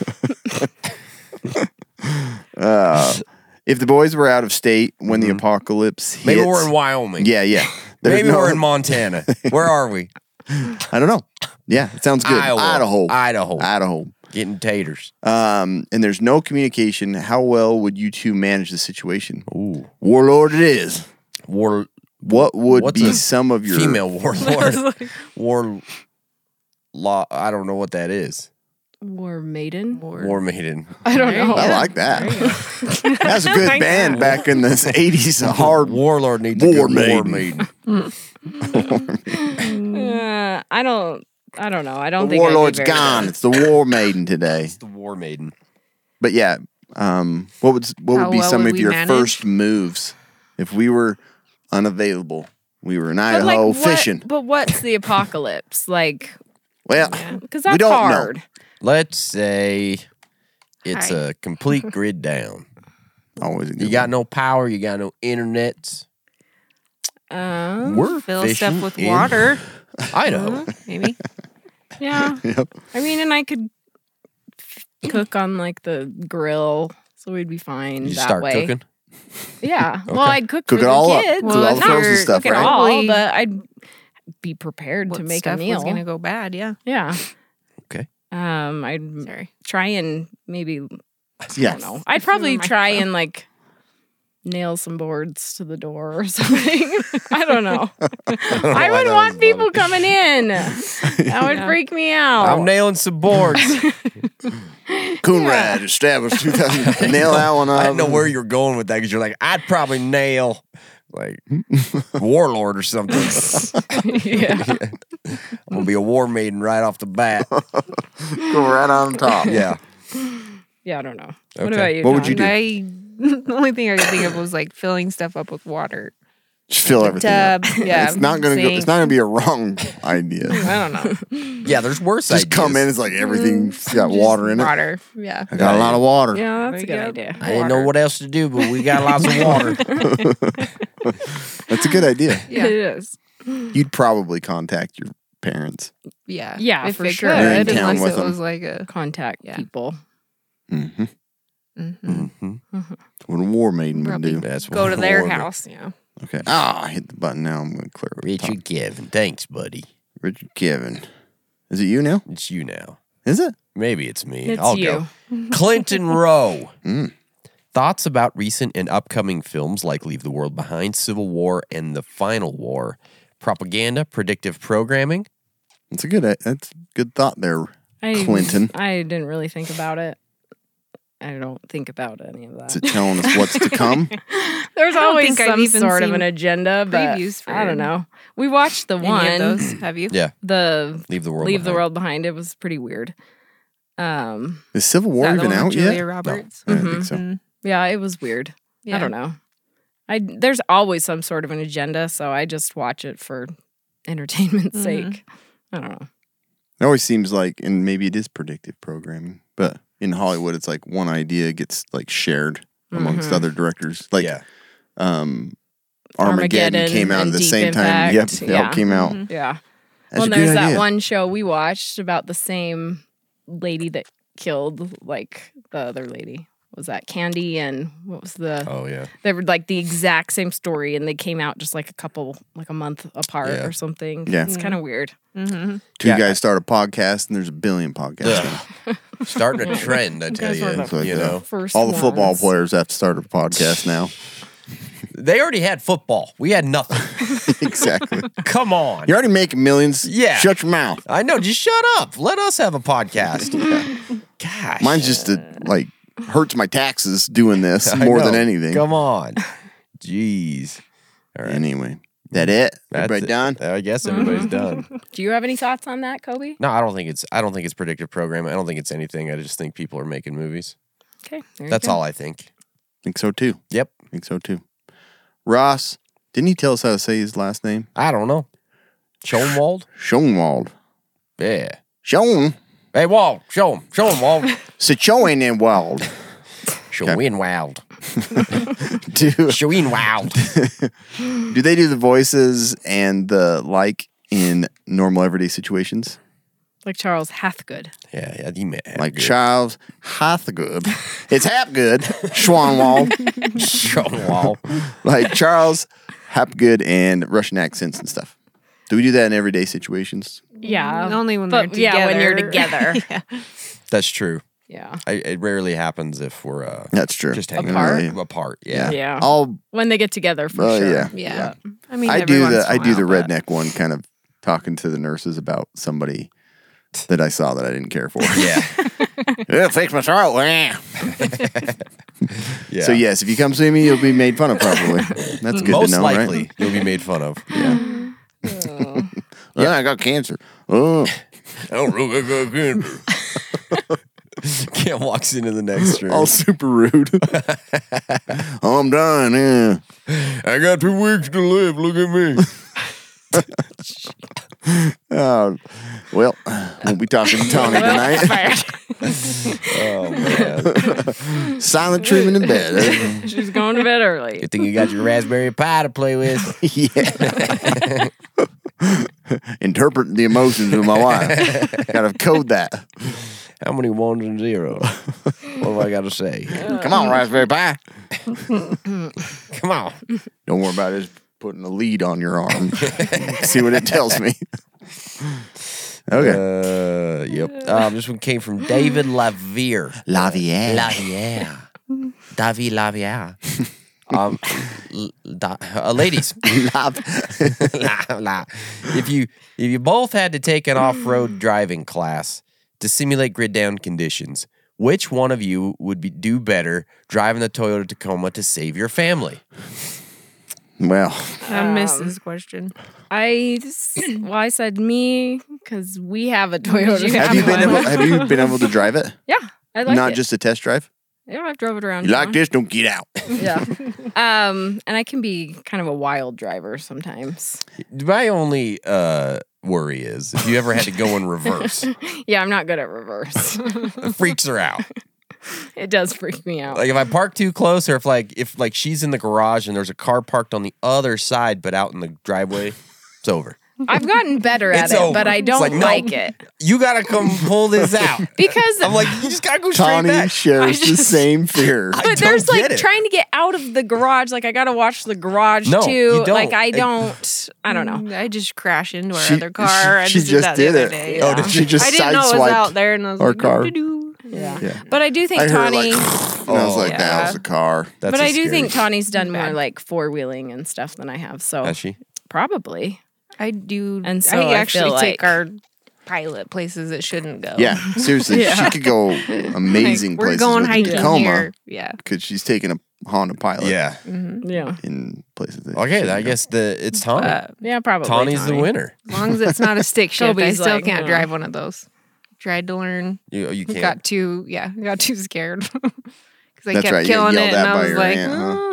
Speaker 4: if the boys were out of state when the apocalypse hits,
Speaker 5: Mm-hmm. Maybe we're in Wyoming.
Speaker 4: yeah, yeah. There's
Speaker 5: Maybe
Speaker 4: no-
Speaker 5: we're in Montana. Where are we?
Speaker 4: I don't know. Yeah, it sounds good.
Speaker 5: Iowa.
Speaker 4: Idaho.
Speaker 5: Idaho.
Speaker 4: Idaho.
Speaker 5: Getting taters.
Speaker 4: Um, and there's no communication. How well would you two manage the situation?
Speaker 5: Ooh.
Speaker 4: Warlord, it is.
Speaker 5: War
Speaker 4: What would
Speaker 5: What's
Speaker 4: be
Speaker 5: a
Speaker 4: some of your
Speaker 5: female warlord. war law I don't know what that is.
Speaker 6: War maiden.
Speaker 5: War maiden.
Speaker 6: I don't know.
Speaker 4: I like that. That's a good
Speaker 7: Thank
Speaker 4: band
Speaker 7: you.
Speaker 4: back in the 80s. A hard
Speaker 5: warlord needs a
Speaker 4: War
Speaker 5: good war
Speaker 4: maiden.
Speaker 5: maiden.
Speaker 6: Uh, I don't. I don't know. I don't
Speaker 4: The
Speaker 6: think I'd be
Speaker 4: warlord's
Speaker 6: very
Speaker 4: gone.
Speaker 6: good.
Speaker 4: It's the war maiden today.
Speaker 5: the war maiden.
Speaker 4: But yeah, um, what would what
Speaker 7: How
Speaker 4: would be
Speaker 7: well
Speaker 4: some
Speaker 7: would
Speaker 4: of
Speaker 7: we
Speaker 4: your
Speaker 7: manage?
Speaker 4: first moves if we were unavailable? We were in
Speaker 6: But, like,
Speaker 4: Idaho
Speaker 6: what-
Speaker 4: fishing.
Speaker 6: but what's the apocalypse like?
Speaker 4: Well,
Speaker 6: Because
Speaker 4: We don't
Speaker 6: that's
Speaker 4: know.
Speaker 6: hard.
Speaker 5: Let's say it's
Speaker 7: Hi.
Speaker 5: a complete grid down.
Speaker 4: always a good
Speaker 5: You got no power. You got no internet.
Speaker 6: Um,
Speaker 5: We're
Speaker 7: Fill
Speaker 5: fishing
Speaker 7: stuff with
Speaker 5: in
Speaker 7: water.
Speaker 6: Mm-hmm.
Speaker 5: Idaho.
Speaker 7: Maybe.
Speaker 6: yeah.
Speaker 4: one. Yep.
Speaker 6: I mean, and I could f- cook on like the grill, so we'd be fine
Speaker 5: You
Speaker 6: that
Speaker 5: start
Speaker 6: way.
Speaker 5: cooking.
Speaker 6: Yeah. Well, I'd cook,
Speaker 4: Cook
Speaker 6: for
Speaker 4: it
Speaker 6: the
Speaker 4: all up.
Speaker 6: kids.
Speaker 4: Cook all the
Speaker 6: not
Speaker 4: frozen
Speaker 6: cook
Speaker 4: stuff,
Speaker 6: it
Speaker 4: right?
Speaker 6: all,
Speaker 7: Probably
Speaker 6: but I'd be prepared to make a
Speaker 7: stuff
Speaker 6: meal.
Speaker 7: was gonna go bad? Yeah.
Speaker 6: yeah.
Speaker 5: Okay.
Speaker 6: Um, I'd m-
Speaker 7: Sorry.
Speaker 6: try and maybe I
Speaker 4: Yeah.
Speaker 6: don't know. I'd probably
Speaker 7: my
Speaker 6: try and like nail some boards to the door or something. I don't know. I would want people coming in. That would
Speaker 7: Yeah.
Speaker 6: freak me out.
Speaker 5: I'm nailing some boards.
Speaker 4: Coonrad established 2000. Nail that one up.
Speaker 5: I didn't know where you're going with that because you're like, I'd probably nail like warlord or something.
Speaker 6: yeah.
Speaker 5: I'm gonna be a war maiden right off the bat.
Speaker 4: Go right on top.
Speaker 5: Yeah.
Speaker 6: Yeah, I don't know. What
Speaker 5: Okay.
Speaker 6: about you?
Speaker 4: What would
Speaker 6: John?
Speaker 4: you do?
Speaker 7: I the only thing I could think of was like filling stuff up with water.
Speaker 4: Just fill everything. up.
Speaker 7: Tub. Yeah.
Speaker 4: It's not gonna. Go,
Speaker 7: sink.
Speaker 4: it's not gonna be a wrong idea.
Speaker 6: uh, I don't know.
Speaker 5: Yeah, there's worse
Speaker 4: Just
Speaker 5: ideas.
Speaker 4: come in. It's like everything's got
Speaker 7: Just
Speaker 4: water in it.
Speaker 7: Water. Yeah.
Speaker 4: I got a lot of water.
Speaker 6: Yeah, that's a
Speaker 7: There
Speaker 6: good
Speaker 7: you go.
Speaker 6: idea.
Speaker 5: I didn't know what else to do, but we got lots of water.
Speaker 4: That's a good idea.
Speaker 7: Yeah.
Speaker 6: It is.
Speaker 4: You'd probably contact your parents.
Speaker 7: Yeah.
Speaker 6: Yeah,
Speaker 7: If
Speaker 6: for
Speaker 7: they
Speaker 6: sure.
Speaker 7: could,
Speaker 6: You're in
Speaker 4: town
Speaker 7: unless
Speaker 4: with
Speaker 7: it
Speaker 4: them.
Speaker 7: was like a
Speaker 6: Contact
Speaker 7: Yeah.
Speaker 6: people.
Speaker 4: Mm-hmm.
Speaker 7: mhm.
Speaker 4: What a war maiden would
Speaker 7: Probably
Speaker 4: do.
Speaker 5: That's
Speaker 7: go
Speaker 5: what
Speaker 7: to their
Speaker 5: we're-
Speaker 7: house. Yeah.
Speaker 4: Okay. Ah, I hit the button now. I'm gonna clear it.
Speaker 5: Richard Kevin. Thanks, buddy.
Speaker 4: Richard Kevin. Is it you now?
Speaker 5: It's you now.
Speaker 4: Is it?
Speaker 5: Maybe it's me.
Speaker 6: It's
Speaker 5: I'll
Speaker 6: you.
Speaker 5: go. Clinton Rowe.
Speaker 4: Mm.
Speaker 5: Thoughts about recent and upcoming films like Leave the World Behind, Civil War, and The Final War. Propaganda, predictive programming.
Speaker 4: That's a good. uh, That's a good thought there.
Speaker 6: I,
Speaker 4: Clinton.
Speaker 6: I didn't really think about it. I don't think about any of
Speaker 4: Is
Speaker 6: that.
Speaker 4: it telling us what's to come?
Speaker 6: There's
Speaker 7: I don't
Speaker 6: always
Speaker 7: think I've
Speaker 6: some
Speaker 7: even
Speaker 6: sort of an
Speaker 7: seen
Speaker 6: agenda, but
Speaker 7: previews for
Speaker 6: I don't know. We watched the
Speaker 7: One. Any of
Speaker 6: one,
Speaker 7: those? Have you?
Speaker 5: Yeah.
Speaker 6: the
Speaker 5: Leave the World
Speaker 6: Leave the
Speaker 5: Behind.
Speaker 6: World Behind. It was pretty weird. Um,
Speaker 4: Is Civil
Speaker 7: Is
Speaker 4: War
Speaker 7: that the
Speaker 4: even
Speaker 7: one
Speaker 4: out
Speaker 7: with Julia
Speaker 4: yet?
Speaker 7: Roberts.
Speaker 4: I don't think so.
Speaker 7: Mhm.
Speaker 6: yeah, it was weird. I don't know. I there's always some sort of an agenda, so I just watch it for entertainment's
Speaker 7: Mhm.
Speaker 6: sake. I don't know.
Speaker 4: It always seems like, and maybe it is predictive programming, but in Hollywood, it's like one idea gets like shared amongst
Speaker 6: Mhm.
Speaker 7: Mm-hmm.
Speaker 4: other directors. Like,
Speaker 5: yeah.
Speaker 4: um, Armageddon,
Speaker 6: Armageddon
Speaker 4: came out at
Speaker 6: and
Speaker 4: the
Speaker 6: Deep
Speaker 4: same time. Yep,
Speaker 6: Impact,
Speaker 4: they all
Speaker 6: yeah.
Speaker 4: came out.
Speaker 7: Mhm.
Speaker 6: Yeah.
Speaker 4: That's
Speaker 6: well,
Speaker 4: a good
Speaker 6: there's that
Speaker 4: idea.
Speaker 6: one show we watched about the same lady that killed like the other lady. What Was that Candy and what was the?
Speaker 5: Oh yeah.
Speaker 6: They were like the exact same story, and they came out just like a couple, like a month apart
Speaker 5: Yeah.
Speaker 6: or something.
Speaker 4: Yeah.
Speaker 6: it's kind of weird.
Speaker 7: Mhm.
Speaker 4: Two
Speaker 5: Yeah.
Speaker 4: guys start a podcast, and there's a billion podcasts. now.
Speaker 5: Starting a trend, I tell
Speaker 6: guys
Speaker 5: you.
Speaker 6: were the
Speaker 5: you know,
Speaker 6: First,
Speaker 4: All the football
Speaker 6: ones.
Speaker 4: players have to start a podcast now.
Speaker 5: they already had football. We had nothing.
Speaker 4: exactly.
Speaker 5: Come on.
Speaker 4: You're already making millions.
Speaker 5: Yeah.
Speaker 4: Shut your mouth.
Speaker 5: I know. Just shut up. Let us have a podcast. Gosh.
Speaker 4: Mine's just a, like hurts my taxes doing this
Speaker 5: I
Speaker 4: more than
Speaker 5: know.
Speaker 4: anything.
Speaker 5: Come on. Jeez. All right.
Speaker 4: Anyway, that it?
Speaker 5: That's
Speaker 4: Everybody
Speaker 5: it.
Speaker 4: done?
Speaker 5: I guess everybody's done.
Speaker 6: Do you have any thoughts on that, Kobe?
Speaker 5: No, I don't think it's. I don't think it's predictive programming. I don't think it's anything. I just think people are making movies.
Speaker 6: Okay, there you
Speaker 5: That's
Speaker 6: go.
Speaker 5: all I think.
Speaker 4: Think so too.
Speaker 5: Yep.
Speaker 4: Think so too. Ross, didn't he tell us how to say his last name?
Speaker 5: I don't know. Schoenwald.
Speaker 4: Schoenwald.
Speaker 5: Yeah.
Speaker 4: Schoen.
Speaker 5: Hey, Wald. Show him. Show him, Wald.
Speaker 4: Sichoen and Wald.
Speaker 5: Schoenwald.
Speaker 4: Do,
Speaker 5: Schoenwald.
Speaker 4: do they do the voices and the like in normal everyday situations?
Speaker 6: Like Charles Hathgood.
Speaker 5: Yeah, yeah. He may have
Speaker 4: Like
Speaker 5: good-
Speaker 4: Charles Hathgood. It's Hapgood. Schwanwald.
Speaker 5: Schoenwald.
Speaker 4: like Charles Hapgood and Russian accents and stuff. Do we do that in everyday situations?
Speaker 6: Yeah,
Speaker 7: Mm, Only when
Speaker 6: but
Speaker 7: they're
Speaker 6: yeah, when you're
Speaker 7: together.
Speaker 6: together.
Speaker 5: That's true.
Speaker 6: yeah.
Speaker 5: I, it rarely happens if we're uh,
Speaker 4: That's true.
Speaker 5: just hanging
Speaker 4: Apart?
Speaker 5: out apart. Yeah.
Speaker 6: Yeah.
Speaker 4: I'll
Speaker 6: When they get together, for
Speaker 4: Oh,
Speaker 6: sure.
Speaker 4: yeah.
Speaker 7: Yeah. I mean,
Speaker 4: I
Speaker 7: every
Speaker 4: do
Speaker 7: once
Speaker 4: the I
Speaker 7: in a
Speaker 4: do the
Speaker 7: while, but-
Speaker 4: redneck one kind of talking to the nurses about somebody that I saw that I didn't care for.
Speaker 5: Yeah.
Speaker 4: yeah, fix my throat. eh.
Speaker 5: yeah.
Speaker 4: So yes, if you come see me, you'll be made fun of probably. That's good
Speaker 5: Most
Speaker 4: to know,
Speaker 5: likely
Speaker 4: right?
Speaker 5: you'll be made fun of.
Speaker 6: Oh.
Speaker 4: Yeah, I got cancer. Oh,
Speaker 5: Oh, Ruger Gagander. Cam walks into the next room.
Speaker 4: all super rude. I'm done. Yeah.
Speaker 5: I got two weeks to live. Look at me.
Speaker 4: Uh, well, we'll be talking to Tony tonight.
Speaker 5: Oh man!
Speaker 4: Silent treatment in bed. eh?
Speaker 6: She's going to bed early.
Speaker 5: Good thing you got your raspberry pie to play with.
Speaker 4: yeah. Interpret the emotions of my wife. Gotta code that.
Speaker 5: How many ones and zeros? What do I got to say?
Speaker 4: Come on, Raspberry Pi.
Speaker 5: Come on.
Speaker 4: Don't worry about it. It's putting a lead on your arm. See what it tells me. Okay.
Speaker 5: Uh, yep. Um, this one came from David Lavier.
Speaker 4: Lavier.
Speaker 5: Lavier. David Lavier. Um, l- da- uh, ladies, La- la. if you if you both had to take an off road driving class to simulate grid down conditions, which one of you would be, do better driving the Toyota Tacoma to save your family?
Speaker 4: Well,
Speaker 6: Um,
Speaker 7: I missed this question.
Speaker 6: I s- well, I said me because we have a Toyota.
Speaker 7: you
Speaker 4: have
Speaker 7: Have
Speaker 4: you been
Speaker 7: one.
Speaker 4: able? Have you been able to drive it?
Speaker 6: Yeah, I like
Speaker 4: Not
Speaker 6: it.
Speaker 4: just a test drive.
Speaker 6: yeah, I've drove it around.
Speaker 4: You like
Speaker 6: town.
Speaker 4: this? Don't get out.
Speaker 6: Yeah. um, and I can be kind of a wild driver sometimes.
Speaker 5: My only uh, worry is if you ever had to go in reverse,
Speaker 6: Yeah, I'm not good at reverse.
Speaker 5: it freaks her out.
Speaker 6: it does freak me out.
Speaker 5: Like if I park too close, or if like if like she's in the garage and there's a car parked on the other side but out in the driveway, it's over.
Speaker 6: I've gotten better at
Speaker 5: It's
Speaker 6: it,
Speaker 5: over.
Speaker 6: but I
Speaker 5: It's
Speaker 6: don't
Speaker 5: like,
Speaker 6: like,
Speaker 5: no.
Speaker 6: it
Speaker 5: You gotta come pull this out.
Speaker 6: because
Speaker 5: I'm like, you just gotta go straight
Speaker 4: Tawny
Speaker 5: back.
Speaker 4: shares the same fear.
Speaker 6: but
Speaker 5: don't
Speaker 6: there's
Speaker 5: get
Speaker 6: like
Speaker 5: it.
Speaker 6: trying to get out of the garage. Like I gotta watch the garage
Speaker 5: No,
Speaker 6: too.
Speaker 5: you don't.
Speaker 6: Like I
Speaker 5: It-
Speaker 6: don't. I don't know.
Speaker 7: I just crashed into our
Speaker 4: She-
Speaker 7: other car. I
Speaker 4: she- she
Speaker 7: did
Speaker 4: just
Speaker 7: that the
Speaker 4: did
Speaker 7: other
Speaker 4: it.
Speaker 7: day,
Speaker 5: Oh,
Speaker 7: yeah.
Speaker 5: did
Speaker 4: she just
Speaker 7: I didn't know it was
Speaker 4: sideswiped
Speaker 7: out there, and I was
Speaker 4: our
Speaker 7: like,
Speaker 4: car?
Speaker 7: doo-doo-doo.
Speaker 6: Yeah.
Speaker 4: Yeah.
Speaker 6: But I do think
Speaker 4: I heard
Speaker 6: Tawny.
Speaker 4: like, and I was like,
Speaker 7: Oh,
Speaker 4: that
Speaker 7: yeah.
Speaker 4: was a car.
Speaker 5: That's
Speaker 6: but
Speaker 5: a
Speaker 6: I do
Speaker 5: scary-
Speaker 6: think Tawny's done more
Speaker 7: Bad.
Speaker 6: like four wheeling and stuff than I have. So
Speaker 5: Has she?
Speaker 6: probably.
Speaker 7: I do.
Speaker 6: And so
Speaker 7: I
Speaker 6: I
Speaker 7: actually
Speaker 6: feel
Speaker 7: take
Speaker 6: like-
Speaker 7: our pilot places it shouldn't go.
Speaker 4: Yeah, seriously, she could go
Speaker 7: Like,
Speaker 4: amazing
Speaker 7: we're
Speaker 4: places
Speaker 7: going
Speaker 4: with the
Speaker 7: hiking
Speaker 4: Tacoma
Speaker 7: here. Yeah.
Speaker 4: because she's taking a Honda Pilot.
Speaker 5: Yeah.
Speaker 6: Yeah.
Speaker 4: in places. That she
Speaker 5: Okay, I
Speaker 4: shouldn't
Speaker 5: guess the it's Tawny.
Speaker 7: Uh,
Speaker 6: Yeah, probably.
Speaker 5: Tawny's the
Speaker 6: Tawny.
Speaker 5: winner.
Speaker 7: as long as it's not a stick shift, I
Speaker 6: Shelby's
Speaker 7: still
Speaker 6: like,
Speaker 7: can't
Speaker 6: "No."
Speaker 7: drive one of those. Tried to learn.
Speaker 5: You oh, you can't.
Speaker 7: Got too. Yeah. Got too scared because I
Speaker 4: That's
Speaker 7: kept
Speaker 4: right, you got
Speaker 7: killing it,
Speaker 4: yelled
Speaker 7: and
Speaker 4: at by
Speaker 7: I was
Speaker 4: your
Speaker 7: like,
Speaker 4: aunt,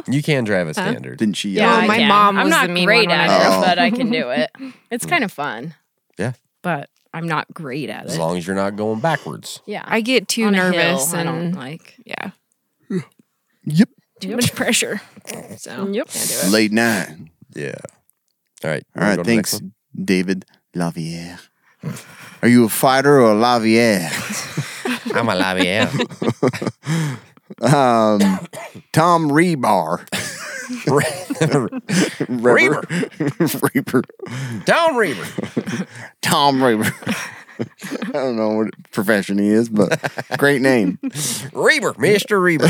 Speaker 4: huh?
Speaker 5: you can drive a standard.
Speaker 4: go. Didn't she?
Speaker 6: Yeah,
Speaker 4: yell
Speaker 7: Oh,
Speaker 6: I
Speaker 4: at
Speaker 7: my
Speaker 6: can.
Speaker 7: mom
Speaker 6: I'm
Speaker 7: was
Speaker 6: not
Speaker 7: the mean
Speaker 6: great
Speaker 7: one when
Speaker 6: at
Speaker 4: I
Speaker 6: it,
Speaker 4: did it.
Speaker 6: but I can do it. It's kind of fun.
Speaker 5: Yeah.
Speaker 6: But I'm not great at
Speaker 5: As
Speaker 6: it.
Speaker 5: long as you're not going backwards.
Speaker 6: Yeah.
Speaker 7: I get too
Speaker 6: On a hill,
Speaker 7: nervous
Speaker 6: I don't
Speaker 7: and
Speaker 6: like
Speaker 7: yeah.
Speaker 4: Yep.
Speaker 6: too much pressure. So yep.
Speaker 4: Late night.
Speaker 5: Yeah. All right.
Speaker 4: All right, thanks, David Lavier. Are you a fighter or a Lavier?
Speaker 5: I'm a Lavier.
Speaker 4: Um, Tom Rebar. Reber. Reber.
Speaker 5: Down Reaver.
Speaker 4: Tom Reber. I don't know what profession he is, but great name.
Speaker 5: Reaver. Mr. Reaver.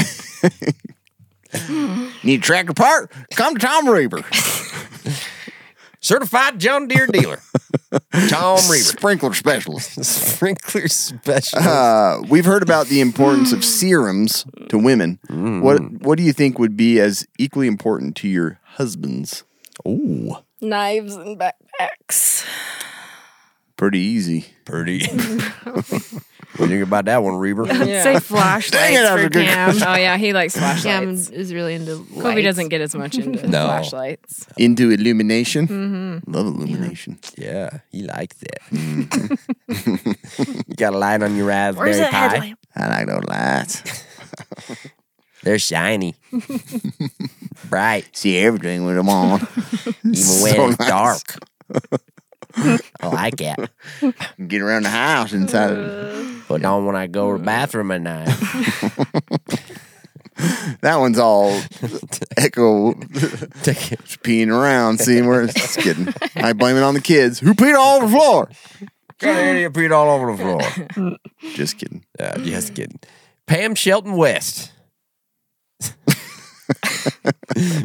Speaker 4: Need a tractor part? Come to Tom Reber.
Speaker 5: Certified John Deere dealer. Tom Reaver.
Speaker 4: Sprinkler specialist.
Speaker 5: Sprinkler specialist.
Speaker 4: Uh, we've heard about the importance of serums to women. What
Speaker 5: Mm.
Speaker 4: What do you think would be as equally important to your husbands?
Speaker 5: Ooh.
Speaker 6: Knives and backpacks.
Speaker 4: Pretty easy.
Speaker 5: Pretty. what do you think about that one, Reaver?
Speaker 6: Yeah.
Speaker 7: Say flashlights
Speaker 4: that was
Speaker 7: for
Speaker 4: a good
Speaker 7: Cam.
Speaker 6: Oh yeah, he likes flashlights.
Speaker 7: Cam is really into. Lights.
Speaker 6: Kobe doesn't get as much into
Speaker 5: No.
Speaker 6: flashlights.
Speaker 4: Into illumination. Love illumination.
Speaker 5: Yeah, he likes that. Mm-hmm. you got a light on your raspberry Pi.
Speaker 4: I like those lights.
Speaker 5: They're shiny, bright,
Speaker 4: See everything with them on.
Speaker 5: even when
Speaker 4: So
Speaker 5: it's
Speaker 4: nice.
Speaker 5: dark. I like it,
Speaker 4: Get around the house inside. of-
Speaker 5: but not when I go to the bathroom at night.
Speaker 4: That one's all echo peeing around, seeing where it's just kidding. I blame it on the kids who peed all over the floor.
Speaker 5: Idiot peed all over the floor.
Speaker 4: Just kidding.
Speaker 5: Yeah, just kidding. Pam Shelton West.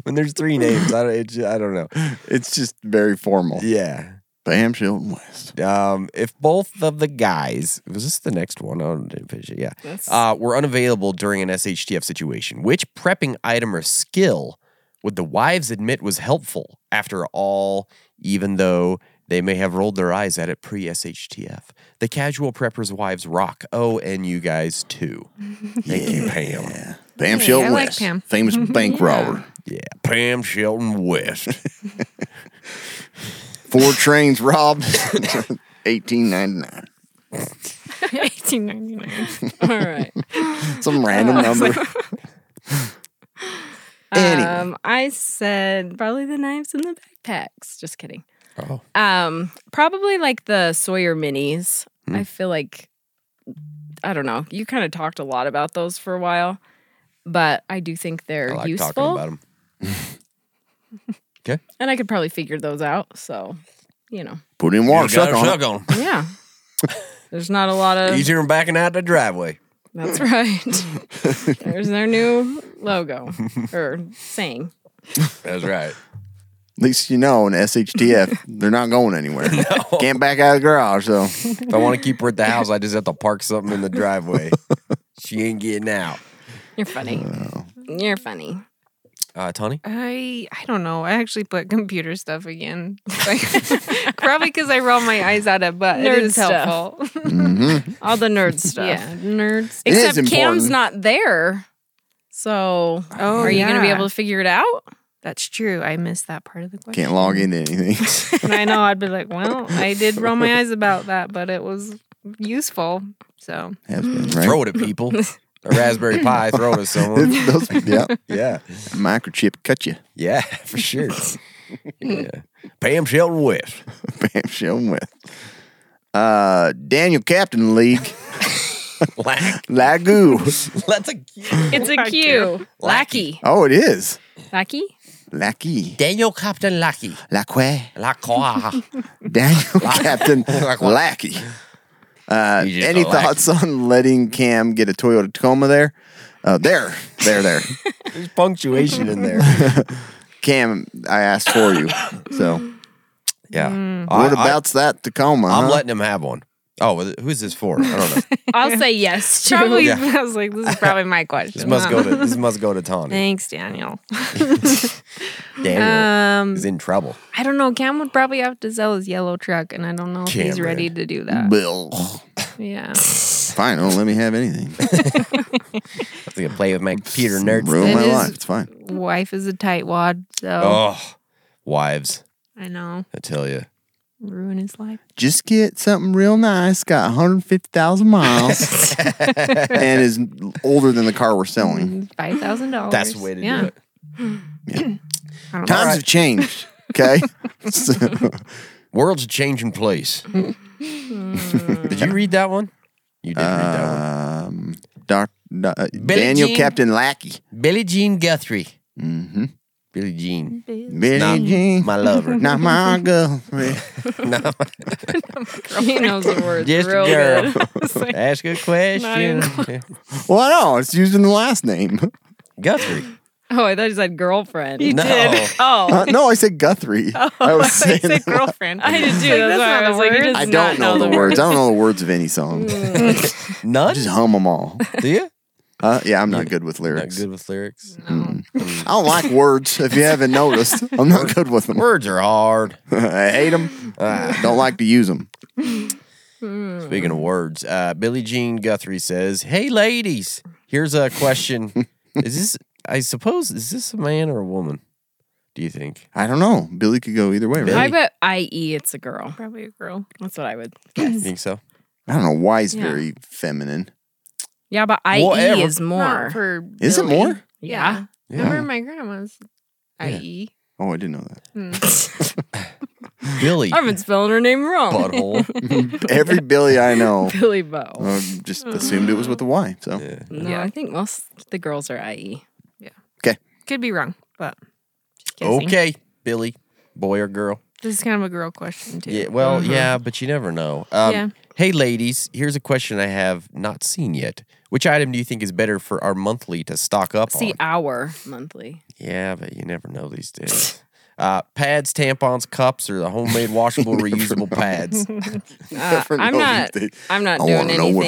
Speaker 5: when there's three names, I don't, it's, I don't know.
Speaker 4: It's just very formal.
Speaker 5: Yeah.
Speaker 4: Bam Shelton West.
Speaker 5: Um, if both of the guys was this the next one? I don't know, if it- yeah, uh, were unavailable during an SHTF situation, which prepping item or skill would the wives admit was helpful after all? Even though they may have rolled their eyes at it pre SHTF, the casual preppers' wives rock. Oh, and you guys too. Thank you, Pam.
Speaker 4: Pam Shelton
Speaker 7: I like
Speaker 4: West,
Speaker 7: Pam.
Speaker 4: famous bank robber,
Speaker 5: Yeah, Pam Shelton West.
Speaker 4: Four trains robbed. Eighteen ninety nine.
Speaker 7: 1899.
Speaker 6: All right.
Speaker 4: Some random number. Anyway.
Speaker 6: Um, I said probably the knives in the backpacks. Just kidding.
Speaker 5: Oh.
Speaker 6: Um, probably like the Sawyer minis.
Speaker 5: Hmm.
Speaker 6: I feel like I don't know. You kind of talked a lot about those for a while, but I do think they're
Speaker 5: I like
Speaker 6: useful,
Speaker 5: talking about them.
Speaker 6: and I could probably figure those out. So, you know,
Speaker 4: Put in water truck on. it.
Speaker 5: on.
Speaker 6: yeah. There's not a lot of
Speaker 5: Easier than backing out the driveway.
Speaker 6: That's right. There's their new logo or saying.
Speaker 5: That's right.
Speaker 4: At least you know in SHTF they're not going anywhere. Can't back out of the garage though.
Speaker 5: If I want to keep her at the house, I just have to park something in the driveway. she ain't getting out.
Speaker 6: You're funny. You're funny.
Speaker 5: Uh, Tony?
Speaker 7: I I don't know. I actually put computer stuff again. Like, probably because I roll my eyes at it, but
Speaker 6: Nerd
Speaker 7: it is
Speaker 6: stuff.
Speaker 7: helpful.
Speaker 6: All the nerd stuff.
Speaker 7: yeah, nerds.
Speaker 4: It Mm-hmm. is
Speaker 6: Except Cam's
Speaker 4: important.
Speaker 6: not there. So
Speaker 7: Oh,
Speaker 6: are you going to be
Speaker 7: yeah.
Speaker 6: able to figure it out?
Speaker 7: That's true. I missed that part of the question.
Speaker 4: Can't log into anything.
Speaker 7: And I know. I'd be like, well, I did roll my eyes about that, but it was useful. So
Speaker 4: Has been, right?
Speaker 5: Throw it at people. A raspberry pie, throw it at someone.
Speaker 4: Those, yeah,
Speaker 5: Yeah.
Speaker 4: microchip cut you.
Speaker 5: Yeah, for sure. yeah. Pam Shelton West.
Speaker 4: Bam, show 'em with. Uh, Daniel Captain League
Speaker 5: Lack.
Speaker 4: Lagoo.
Speaker 5: That's a
Speaker 6: It's a Q. Lackey.
Speaker 4: Oh, it is
Speaker 6: Lackey?
Speaker 4: Lackey
Speaker 5: Daniel Captain Lackey.
Speaker 4: Lacquay
Speaker 5: Lacroix.
Speaker 4: Daniel Captain
Speaker 5: Lacroix.
Speaker 4: Lackey. Uh,
Speaker 5: He's just
Speaker 4: any
Speaker 5: a lackey.
Speaker 4: thoughts on letting Cam get a Toyota Tacoma there? Uh, there, there, there.
Speaker 5: There's punctuation in there.
Speaker 4: Cam, I asked for you. So,
Speaker 5: Yeah.
Speaker 4: Mm. what about's that Tacoma?
Speaker 5: I, am
Speaker 4: huh?
Speaker 5: letting him have one. Oh, well, who's this for? I don't know.
Speaker 6: I'll say yes to
Speaker 7: probably
Speaker 5: Yeah.
Speaker 7: I was like, this is probably my question.
Speaker 5: This must go to this must go to Tawny.
Speaker 7: Thanks, Daniel.
Speaker 5: Daniel
Speaker 7: Um,
Speaker 5: is in trouble.
Speaker 7: I don't know. Cam would probably have to sell his yellow truck, and I don't know if he's
Speaker 5: Cameron.
Speaker 7: ready to do that.
Speaker 4: Bill.
Speaker 7: yeah.
Speaker 4: Fine, don't let me have anything.
Speaker 5: I think I play with my computer nerds.
Speaker 4: Ruin
Speaker 7: It
Speaker 4: my
Speaker 7: is-
Speaker 4: life. It's fine.
Speaker 7: Wife is a tightwad, so
Speaker 5: Oh, wives,
Speaker 7: I know.
Speaker 5: I tell you.
Speaker 7: Ruin his life.
Speaker 4: just get something real nice, got 150,000 miles, and is older than the car we're selling.
Speaker 7: Five thousand dollars.
Speaker 5: That's the way to do it.
Speaker 7: Times
Speaker 4: Times have changed. Okay. So,
Speaker 5: World's a changing place. Did you read that one? You did read that one.
Speaker 4: um, doc, doc- uh, Daniel
Speaker 5: Jean.
Speaker 4: Captain Lackey.
Speaker 5: Billie Jean Guthrie.
Speaker 4: Mm-hmm.
Speaker 5: Billie Jean.
Speaker 4: Billie
Speaker 5: Not
Speaker 4: Jean.
Speaker 5: my lover.
Speaker 4: Not my girlfriend.
Speaker 5: no,
Speaker 6: He knows the words
Speaker 5: just a
Speaker 6: real
Speaker 5: girl.
Speaker 6: good.
Speaker 5: Ask a question.
Speaker 4: well, no, it's using the last name.
Speaker 5: Guthrie.
Speaker 6: Oh, I thought he Oh, said girlfriend.
Speaker 5: no.
Speaker 4: Uh, no, I said Guthrie. I was saying.
Speaker 7: Say girlfriend.
Speaker 6: I did too. That's, why I was like, he does
Speaker 4: I don't know,
Speaker 6: not
Speaker 4: the words. I don't know the words of any song.
Speaker 5: None?
Speaker 4: Just hum them all.
Speaker 5: Do you?
Speaker 4: Uh, yeah, I'm not good with
Speaker 5: Not
Speaker 4: lyrics.
Speaker 5: good with lyrics.
Speaker 6: Mm.
Speaker 4: I don't like words. If you haven't noticed, I'm not good with them.
Speaker 5: Words are hard.
Speaker 4: I hate them. Don't like to use them.
Speaker 7: Hmm.
Speaker 5: Speaking of words, uh, Billie Jean Guthrie says, "Hey, ladies, here's a question: Is this? I suppose is this a man or a woman? Do you think?
Speaker 4: I don't know. Billy could go either way, right?
Speaker 6: I
Speaker 5: Billy.
Speaker 6: bet IE it's a girl.
Speaker 7: Probably a girl.
Speaker 6: That's what I would
Speaker 5: You think so?
Speaker 4: I don't know why he's
Speaker 6: Yeah.
Speaker 4: very feminine.
Speaker 6: Yeah, but IE
Speaker 5: Whatever.
Speaker 6: is more.
Speaker 7: Not for
Speaker 4: Is it
Speaker 7: Billy.
Speaker 4: more?
Speaker 7: Yeah.
Speaker 6: yeah.
Speaker 7: E.
Speaker 5: Yeah,
Speaker 7: Remember my grandma's IE.
Speaker 4: Oh, I didn't know that.
Speaker 5: Billy
Speaker 6: I've been spelling her name wrong.
Speaker 5: butthole.
Speaker 4: Every Billy I know
Speaker 6: Billy Bo.
Speaker 4: uh, just assumed it was with a Y. So
Speaker 5: Yeah.
Speaker 6: no,
Speaker 7: yeah.
Speaker 6: I think most of the girls are E. IE.
Speaker 7: Could be wrong, but just guessing.
Speaker 5: Okay, Billy, boy or girl?
Speaker 7: This is kind of a girl question too.
Speaker 5: Yeah. Well, yeah, but you never know. Um,
Speaker 7: Mm-hmm. Yeah.
Speaker 5: Hey, ladies, here's a question I have not seen yet. Which item do you think is better for our monthly to stock up
Speaker 6: See,
Speaker 5: on?
Speaker 6: our monthly.
Speaker 5: Yeah, but you never know these days. Uh, pads, tampons, cups, or the homemade washable reusable pads.
Speaker 6: Uh,
Speaker 4: Never
Speaker 6: I'm
Speaker 4: know
Speaker 6: not.
Speaker 4: these days.
Speaker 6: I'm not
Speaker 4: I
Speaker 6: doing
Speaker 4: wanna know what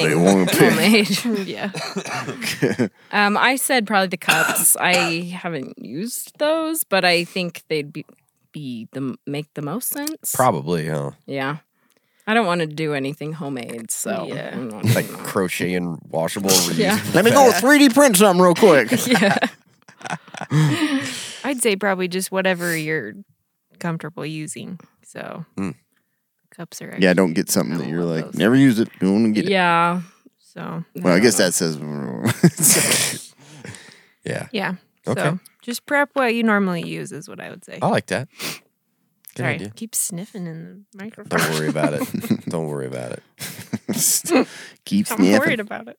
Speaker 4: they
Speaker 6: anything
Speaker 4: wanna pick.
Speaker 6: homemade.
Speaker 7: Yeah.
Speaker 6: um, I said probably the cups. I haven't used those, but I think they'd be be the make the most sense.
Speaker 5: Probably, huh?
Speaker 6: Yeah. I don't want to do anything homemade, so
Speaker 7: Yeah.
Speaker 6: I'm not
Speaker 5: Like
Speaker 6: doing that.
Speaker 5: crochet and washable reusable.
Speaker 6: Yeah.
Speaker 4: let me go 3D print something real quick.
Speaker 6: yeah.
Speaker 7: I'd say probably just whatever your comfortable using. So
Speaker 5: Mm.
Speaker 7: cups are
Speaker 4: Yeah,
Speaker 7: extra
Speaker 4: don't get something
Speaker 7: I
Speaker 4: that
Speaker 7: don't
Speaker 4: you're
Speaker 7: love
Speaker 4: like,
Speaker 7: those.
Speaker 4: never use it. Don't wanna get it.
Speaker 6: Yeah.
Speaker 7: So
Speaker 4: Well, I
Speaker 6: don't
Speaker 4: guess
Speaker 6: know.
Speaker 4: that says.
Speaker 5: Yeah.
Speaker 7: yeah.
Speaker 5: Okay.
Speaker 7: So just prep what you normally use is what I would say.
Speaker 5: I like that. Good
Speaker 7: Sorry,
Speaker 5: idea.
Speaker 7: keep sniffing in the microphone.
Speaker 5: Don't worry about it. Don't worry about it.
Speaker 4: Keep
Speaker 7: I'm
Speaker 4: sniffing.
Speaker 7: worried about it.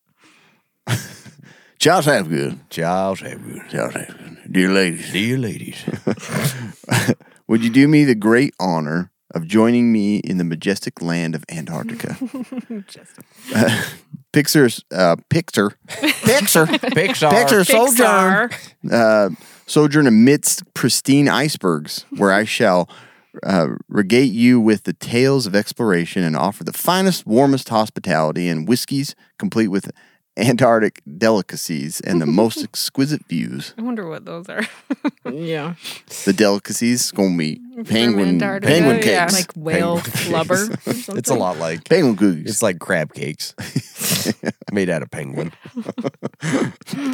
Speaker 4: Josh Hapgood.
Speaker 5: Giles Haywood.
Speaker 4: Josh Hapgood. Dear ladies,
Speaker 5: Dear ladies.
Speaker 4: would you do me the great honor of joining me in the majestic land of Antarctica? Uh,
Speaker 7: Just
Speaker 4: Pixar, uh, Pixar, Pixar,
Speaker 5: Pixar.
Speaker 4: Pixar sojourn,
Speaker 7: Pixar.
Speaker 4: uh, sojourn amidst pristine icebergs, where I shall uh, regate you with the tales of exploration and offer the finest, warmest hospitality and whiskeys, complete with Antarctic delicacies and the most exquisite views.
Speaker 7: I wonder what those are.
Speaker 6: Yeah.
Speaker 4: The delicacies gonna be penguin,
Speaker 7: Antarctica,
Speaker 4: penguin cakes,
Speaker 7: yeah.
Speaker 6: Like whale flubber. or
Speaker 5: It's a
Speaker 6: something.
Speaker 5: lot like
Speaker 4: penguin cookies,
Speaker 5: it's like crab cakes made out of penguin.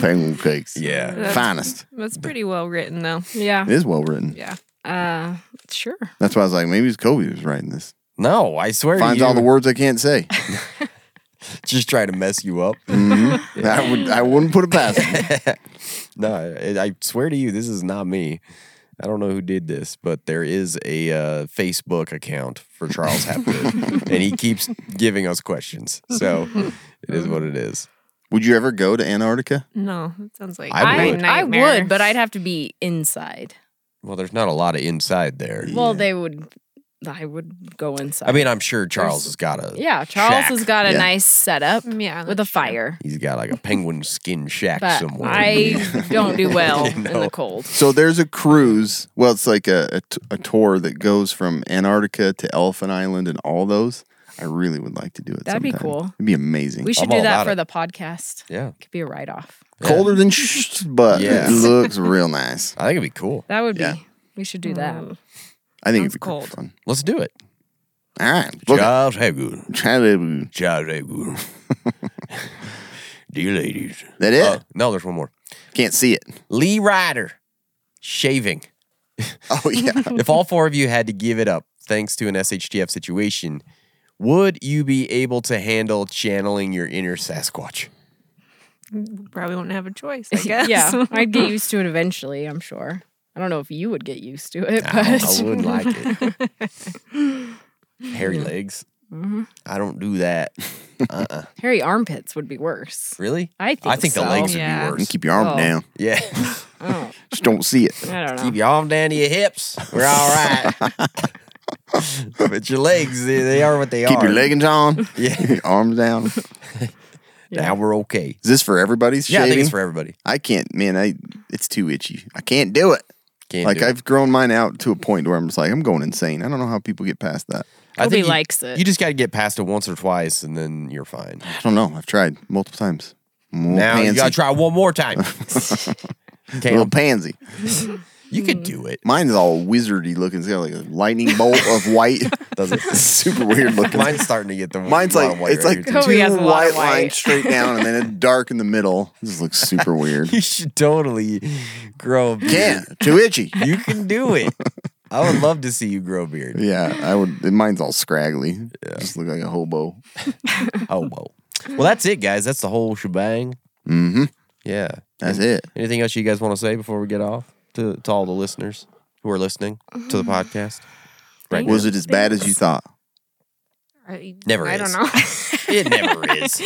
Speaker 4: penguin cakes.
Speaker 5: Yeah.
Speaker 4: finest.
Speaker 7: That's pretty well written though.
Speaker 6: Yeah.
Speaker 4: It is well written.
Speaker 7: Yeah.
Speaker 6: Uh, sure.
Speaker 4: That's why I was like, maybe it's Kobe who's writing this.
Speaker 5: No, I swear
Speaker 4: Finds
Speaker 5: to you,
Speaker 4: all the words I can't say.
Speaker 5: just trying to mess you up.
Speaker 4: Mm-hmm. I would I wouldn't put it past him.
Speaker 5: No, I, I swear to you, this is not me. I don't know who did this, but there is a uh, Facebook account for Charles Hapgood, and he keeps giving us questions. So it is what it is.
Speaker 4: Would you ever go to Antarctica?
Speaker 7: No, that sounds like
Speaker 5: I
Speaker 7: my
Speaker 5: would.
Speaker 6: I
Speaker 7: nightmare.
Speaker 6: would, but I'd have to be inside.
Speaker 5: Well, there's not a lot of inside there.
Speaker 6: Well, they would. I would go inside.
Speaker 5: I mean, uh, I'm sure Charles has got a
Speaker 6: yeah, Charles
Speaker 5: shack.
Speaker 6: has got a
Speaker 4: Yeah.
Speaker 6: nice setup
Speaker 7: Mm, Yeah,
Speaker 6: with a
Speaker 7: that's true.
Speaker 6: fire,
Speaker 5: He's got like a penguin skin shack
Speaker 6: but
Speaker 5: somewhere.
Speaker 6: I don't do well
Speaker 5: You
Speaker 6: in
Speaker 5: know.
Speaker 6: the cold.
Speaker 4: So there's a cruise. Well, it's like a, a t- a tour that goes from Antarctica to Elephant Island and all those. I really would like to do it.
Speaker 6: That'd be
Speaker 4: sometime.
Speaker 6: cool.
Speaker 4: It'd be amazing.
Speaker 6: We should
Speaker 5: I'm all
Speaker 6: do that
Speaker 5: about
Speaker 6: for
Speaker 5: it.
Speaker 6: the podcast.
Speaker 5: yeah,
Speaker 6: Could be a write off.
Speaker 4: Colder than sh- but
Speaker 5: Yeah.
Speaker 4: it looks real nice.
Speaker 5: I think it'd be cool.
Speaker 6: That would
Speaker 4: Yeah.
Speaker 6: be. We should do that.
Speaker 4: I think
Speaker 7: Sounds
Speaker 4: it'd be cold.
Speaker 7: cold.
Speaker 4: fun.
Speaker 5: Let's do it.
Speaker 4: All right. Look,
Speaker 5: Charles Hapgood.
Speaker 4: try to-
Speaker 5: Charles Hapgood. Dear ladies.
Speaker 4: that it?
Speaker 5: Oh, no, there's one more.
Speaker 4: Can't see it.
Speaker 5: Lee Ryder shaving.
Speaker 4: Oh yeah.
Speaker 5: if all four of you had to give it up thanks to an SHTF situation, would you be able to handle channeling your inner Sasquatch?
Speaker 7: Probably won't have a choice, I guess.
Speaker 6: yeah, I'd get used to it eventually. I'm sure. I don't know if you would get used to it,
Speaker 5: I,
Speaker 6: but
Speaker 5: don't- I wouldn't like it. Hairy legs.
Speaker 6: Mm-hmm.
Speaker 5: I don't do that.
Speaker 6: hairy armpits would be worse.
Speaker 5: Really?
Speaker 6: I think.
Speaker 5: I think
Speaker 6: so.
Speaker 5: the legs
Speaker 7: Yeah.
Speaker 5: would be
Speaker 4: You
Speaker 5: worse.
Speaker 4: keep your arm
Speaker 6: Oh.
Speaker 4: down.
Speaker 5: Yeah.
Speaker 6: Oh,
Speaker 4: Just don't see it.
Speaker 6: I don't know.
Speaker 5: keep your arm down to your hips. We're all right. but your legs, they, they are what they are.
Speaker 4: Keep your leggings on.
Speaker 5: Yeah.
Speaker 4: Your arms down. Is
Speaker 5: Now we're okay.
Speaker 4: this for everybody's
Speaker 5: Yeah, I think
Speaker 4: shaving?
Speaker 5: it's for everybody.
Speaker 4: I can't, man. I it's too itchy. I can't do it.
Speaker 5: Can't
Speaker 4: like
Speaker 5: do it.
Speaker 4: I've grown mine out to a point where I'm just like I'm going insane. I don't know how people get past that.
Speaker 5: I
Speaker 6: Kobe
Speaker 5: think you-
Speaker 6: likes it.
Speaker 5: You just got to get past it once or twice, and then you're fine.
Speaker 4: I don't know. I've tried multiple times. I'm a little
Speaker 5: Now you
Speaker 4: pansy.
Speaker 5: got to try one more time.
Speaker 4: A little
Speaker 5: Cam,
Speaker 4: pansy.
Speaker 5: you
Speaker 6: Hmm.
Speaker 5: could do it.
Speaker 4: Mine's all wizardy looking. It's got like a lightning bolt of white.
Speaker 5: Does it?
Speaker 4: Super weird looking.
Speaker 5: Mine's starting to get the
Speaker 4: Mine's
Speaker 5: lot
Speaker 4: like
Speaker 5: of white
Speaker 4: it's
Speaker 5: right
Speaker 4: like
Speaker 5: here,
Speaker 4: two
Speaker 5: too.
Speaker 6: Kobe has a lot
Speaker 4: white,
Speaker 6: of white.
Speaker 4: lines straight down, and then it's dark in the middle. This looks super weird.
Speaker 5: you should totally grow a beard.
Speaker 4: Yeah, too itchy.
Speaker 5: You can do it. I would love to see you grow a beard.
Speaker 4: Yeah, I would. Mine's all scraggly. Just look like a hobo.
Speaker 5: Oh well. Well, that's it, guys. That's the whole shebang.
Speaker 4: Mm-hmm.
Speaker 5: Yeah.
Speaker 4: That's it.
Speaker 5: Anything else you guys want to say before we get off to, to all the listeners who are listening to the
Speaker 6: Mm-hmm.
Speaker 5: podcast? Right.
Speaker 4: Was it as bad as you thought?
Speaker 7: I,
Speaker 5: Never
Speaker 7: I
Speaker 5: is.
Speaker 7: don't know.
Speaker 5: It never is.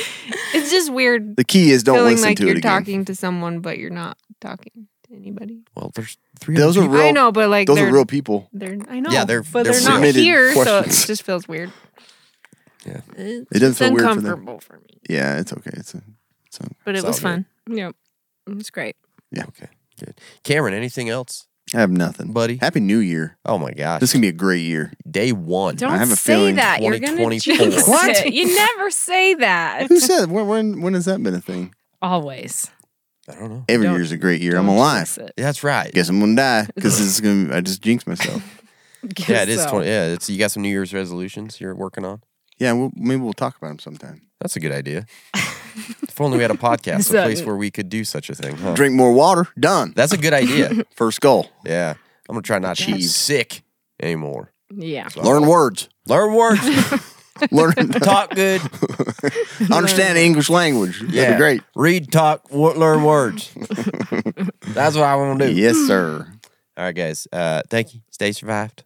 Speaker 7: it's just weird
Speaker 4: The key is don't
Speaker 7: feeling
Speaker 4: listen
Speaker 7: like
Speaker 4: to
Speaker 7: you're
Speaker 4: it again.
Speaker 7: talking to someone, but you're not talking to anybody.
Speaker 5: Well, there's three.
Speaker 4: Those are real.
Speaker 7: I know, but like
Speaker 4: those
Speaker 7: they're
Speaker 4: are real people.
Speaker 7: They're I know.
Speaker 5: Yeah, they're-
Speaker 7: but
Speaker 5: they're
Speaker 7: they're, not
Speaker 4: submitted
Speaker 7: here, so
Speaker 4: questions.
Speaker 7: it just feels weird.
Speaker 5: Yeah.
Speaker 7: It's
Speaker 4: It doesn't
Speaker 7: just
Speaker 4: feel weird for them.
Speaker 7: uncomfortable for, me.
Speaker 4: Yeah, it's okay. It's a, it's a,
Speaker 7: But it
Speaker 5: It's
Speaker 7: was
Speaker 5: all good.
Speaker 7: fun.
Speaker 6: Yep. It's great.
Speaker 5: Okay. Good. Cameron, anything else?
Speaker 4: I have nothing,
Speaker 5: Buddy.
Speaker 4: Happy New Year.
Speaker 5: Oh my gosh.
Speaker 4: This is gonna be a great year.
Speaker 5: Day one.
Speaker 6: Don't
Speaker 4: have a
Speaker 6: say
Speaker 4: feeling
Speaker 6: that. You're gonna
Speaker 5: 2024.
Speaker 6: jinx
Speaker 5: What?
Speaker 6: it. You never say that.
Speaker 4: Who said when, when? When has that been a thing?
Speaker 6: Always.
Speaker 5: I don't know.
Speaker 4: Every
Speaker 6: Don't-
Speaker 4: year's a great year. I'm
Speaker 6: Don't
Speaker 4: alive.
Speaker 6: jinx it.
Speaker 5: Yeah, That's right.
Speaker 4: Guess I'm gonna die because this is gonna. Be, I just jinxed myself.
Speaker 5: yeah, it is.
Speaker 6: So,
Speaker 5: 20, yeah, it's, you got some New Year's resolutions you're working on.
Speaker 4: Yeah, we'll, maybe we'll talk about them sometime.
Speaker 5: That's a good idea. if only we had a podcast,
Speaker 6: So-
Speaker 5: a place where we could do such a thing. Huh?
Speaker 4: Drink more water. Done.
Speaker 5: That's a good idea.
Speaker 4: First goal.
Speaker 5: yeah. I'm going to try not to be
Speaker 4: Jeez.
Speaker 5: sick anymore.
Speaker 6: Yeah.
Speaker 4: Learn words.
Speaker 5: Learn words,
Speaker 4: Learn.
Speaker 5: talk good.
Speaker 4: understand the English language. That'd be great.
Speaker 5: Read, talk, w- learn words. That's what I want to do.
Speaker 4: Yes, sir.
Speaker 5: All right, guys. Uh, thank you. Stay survived.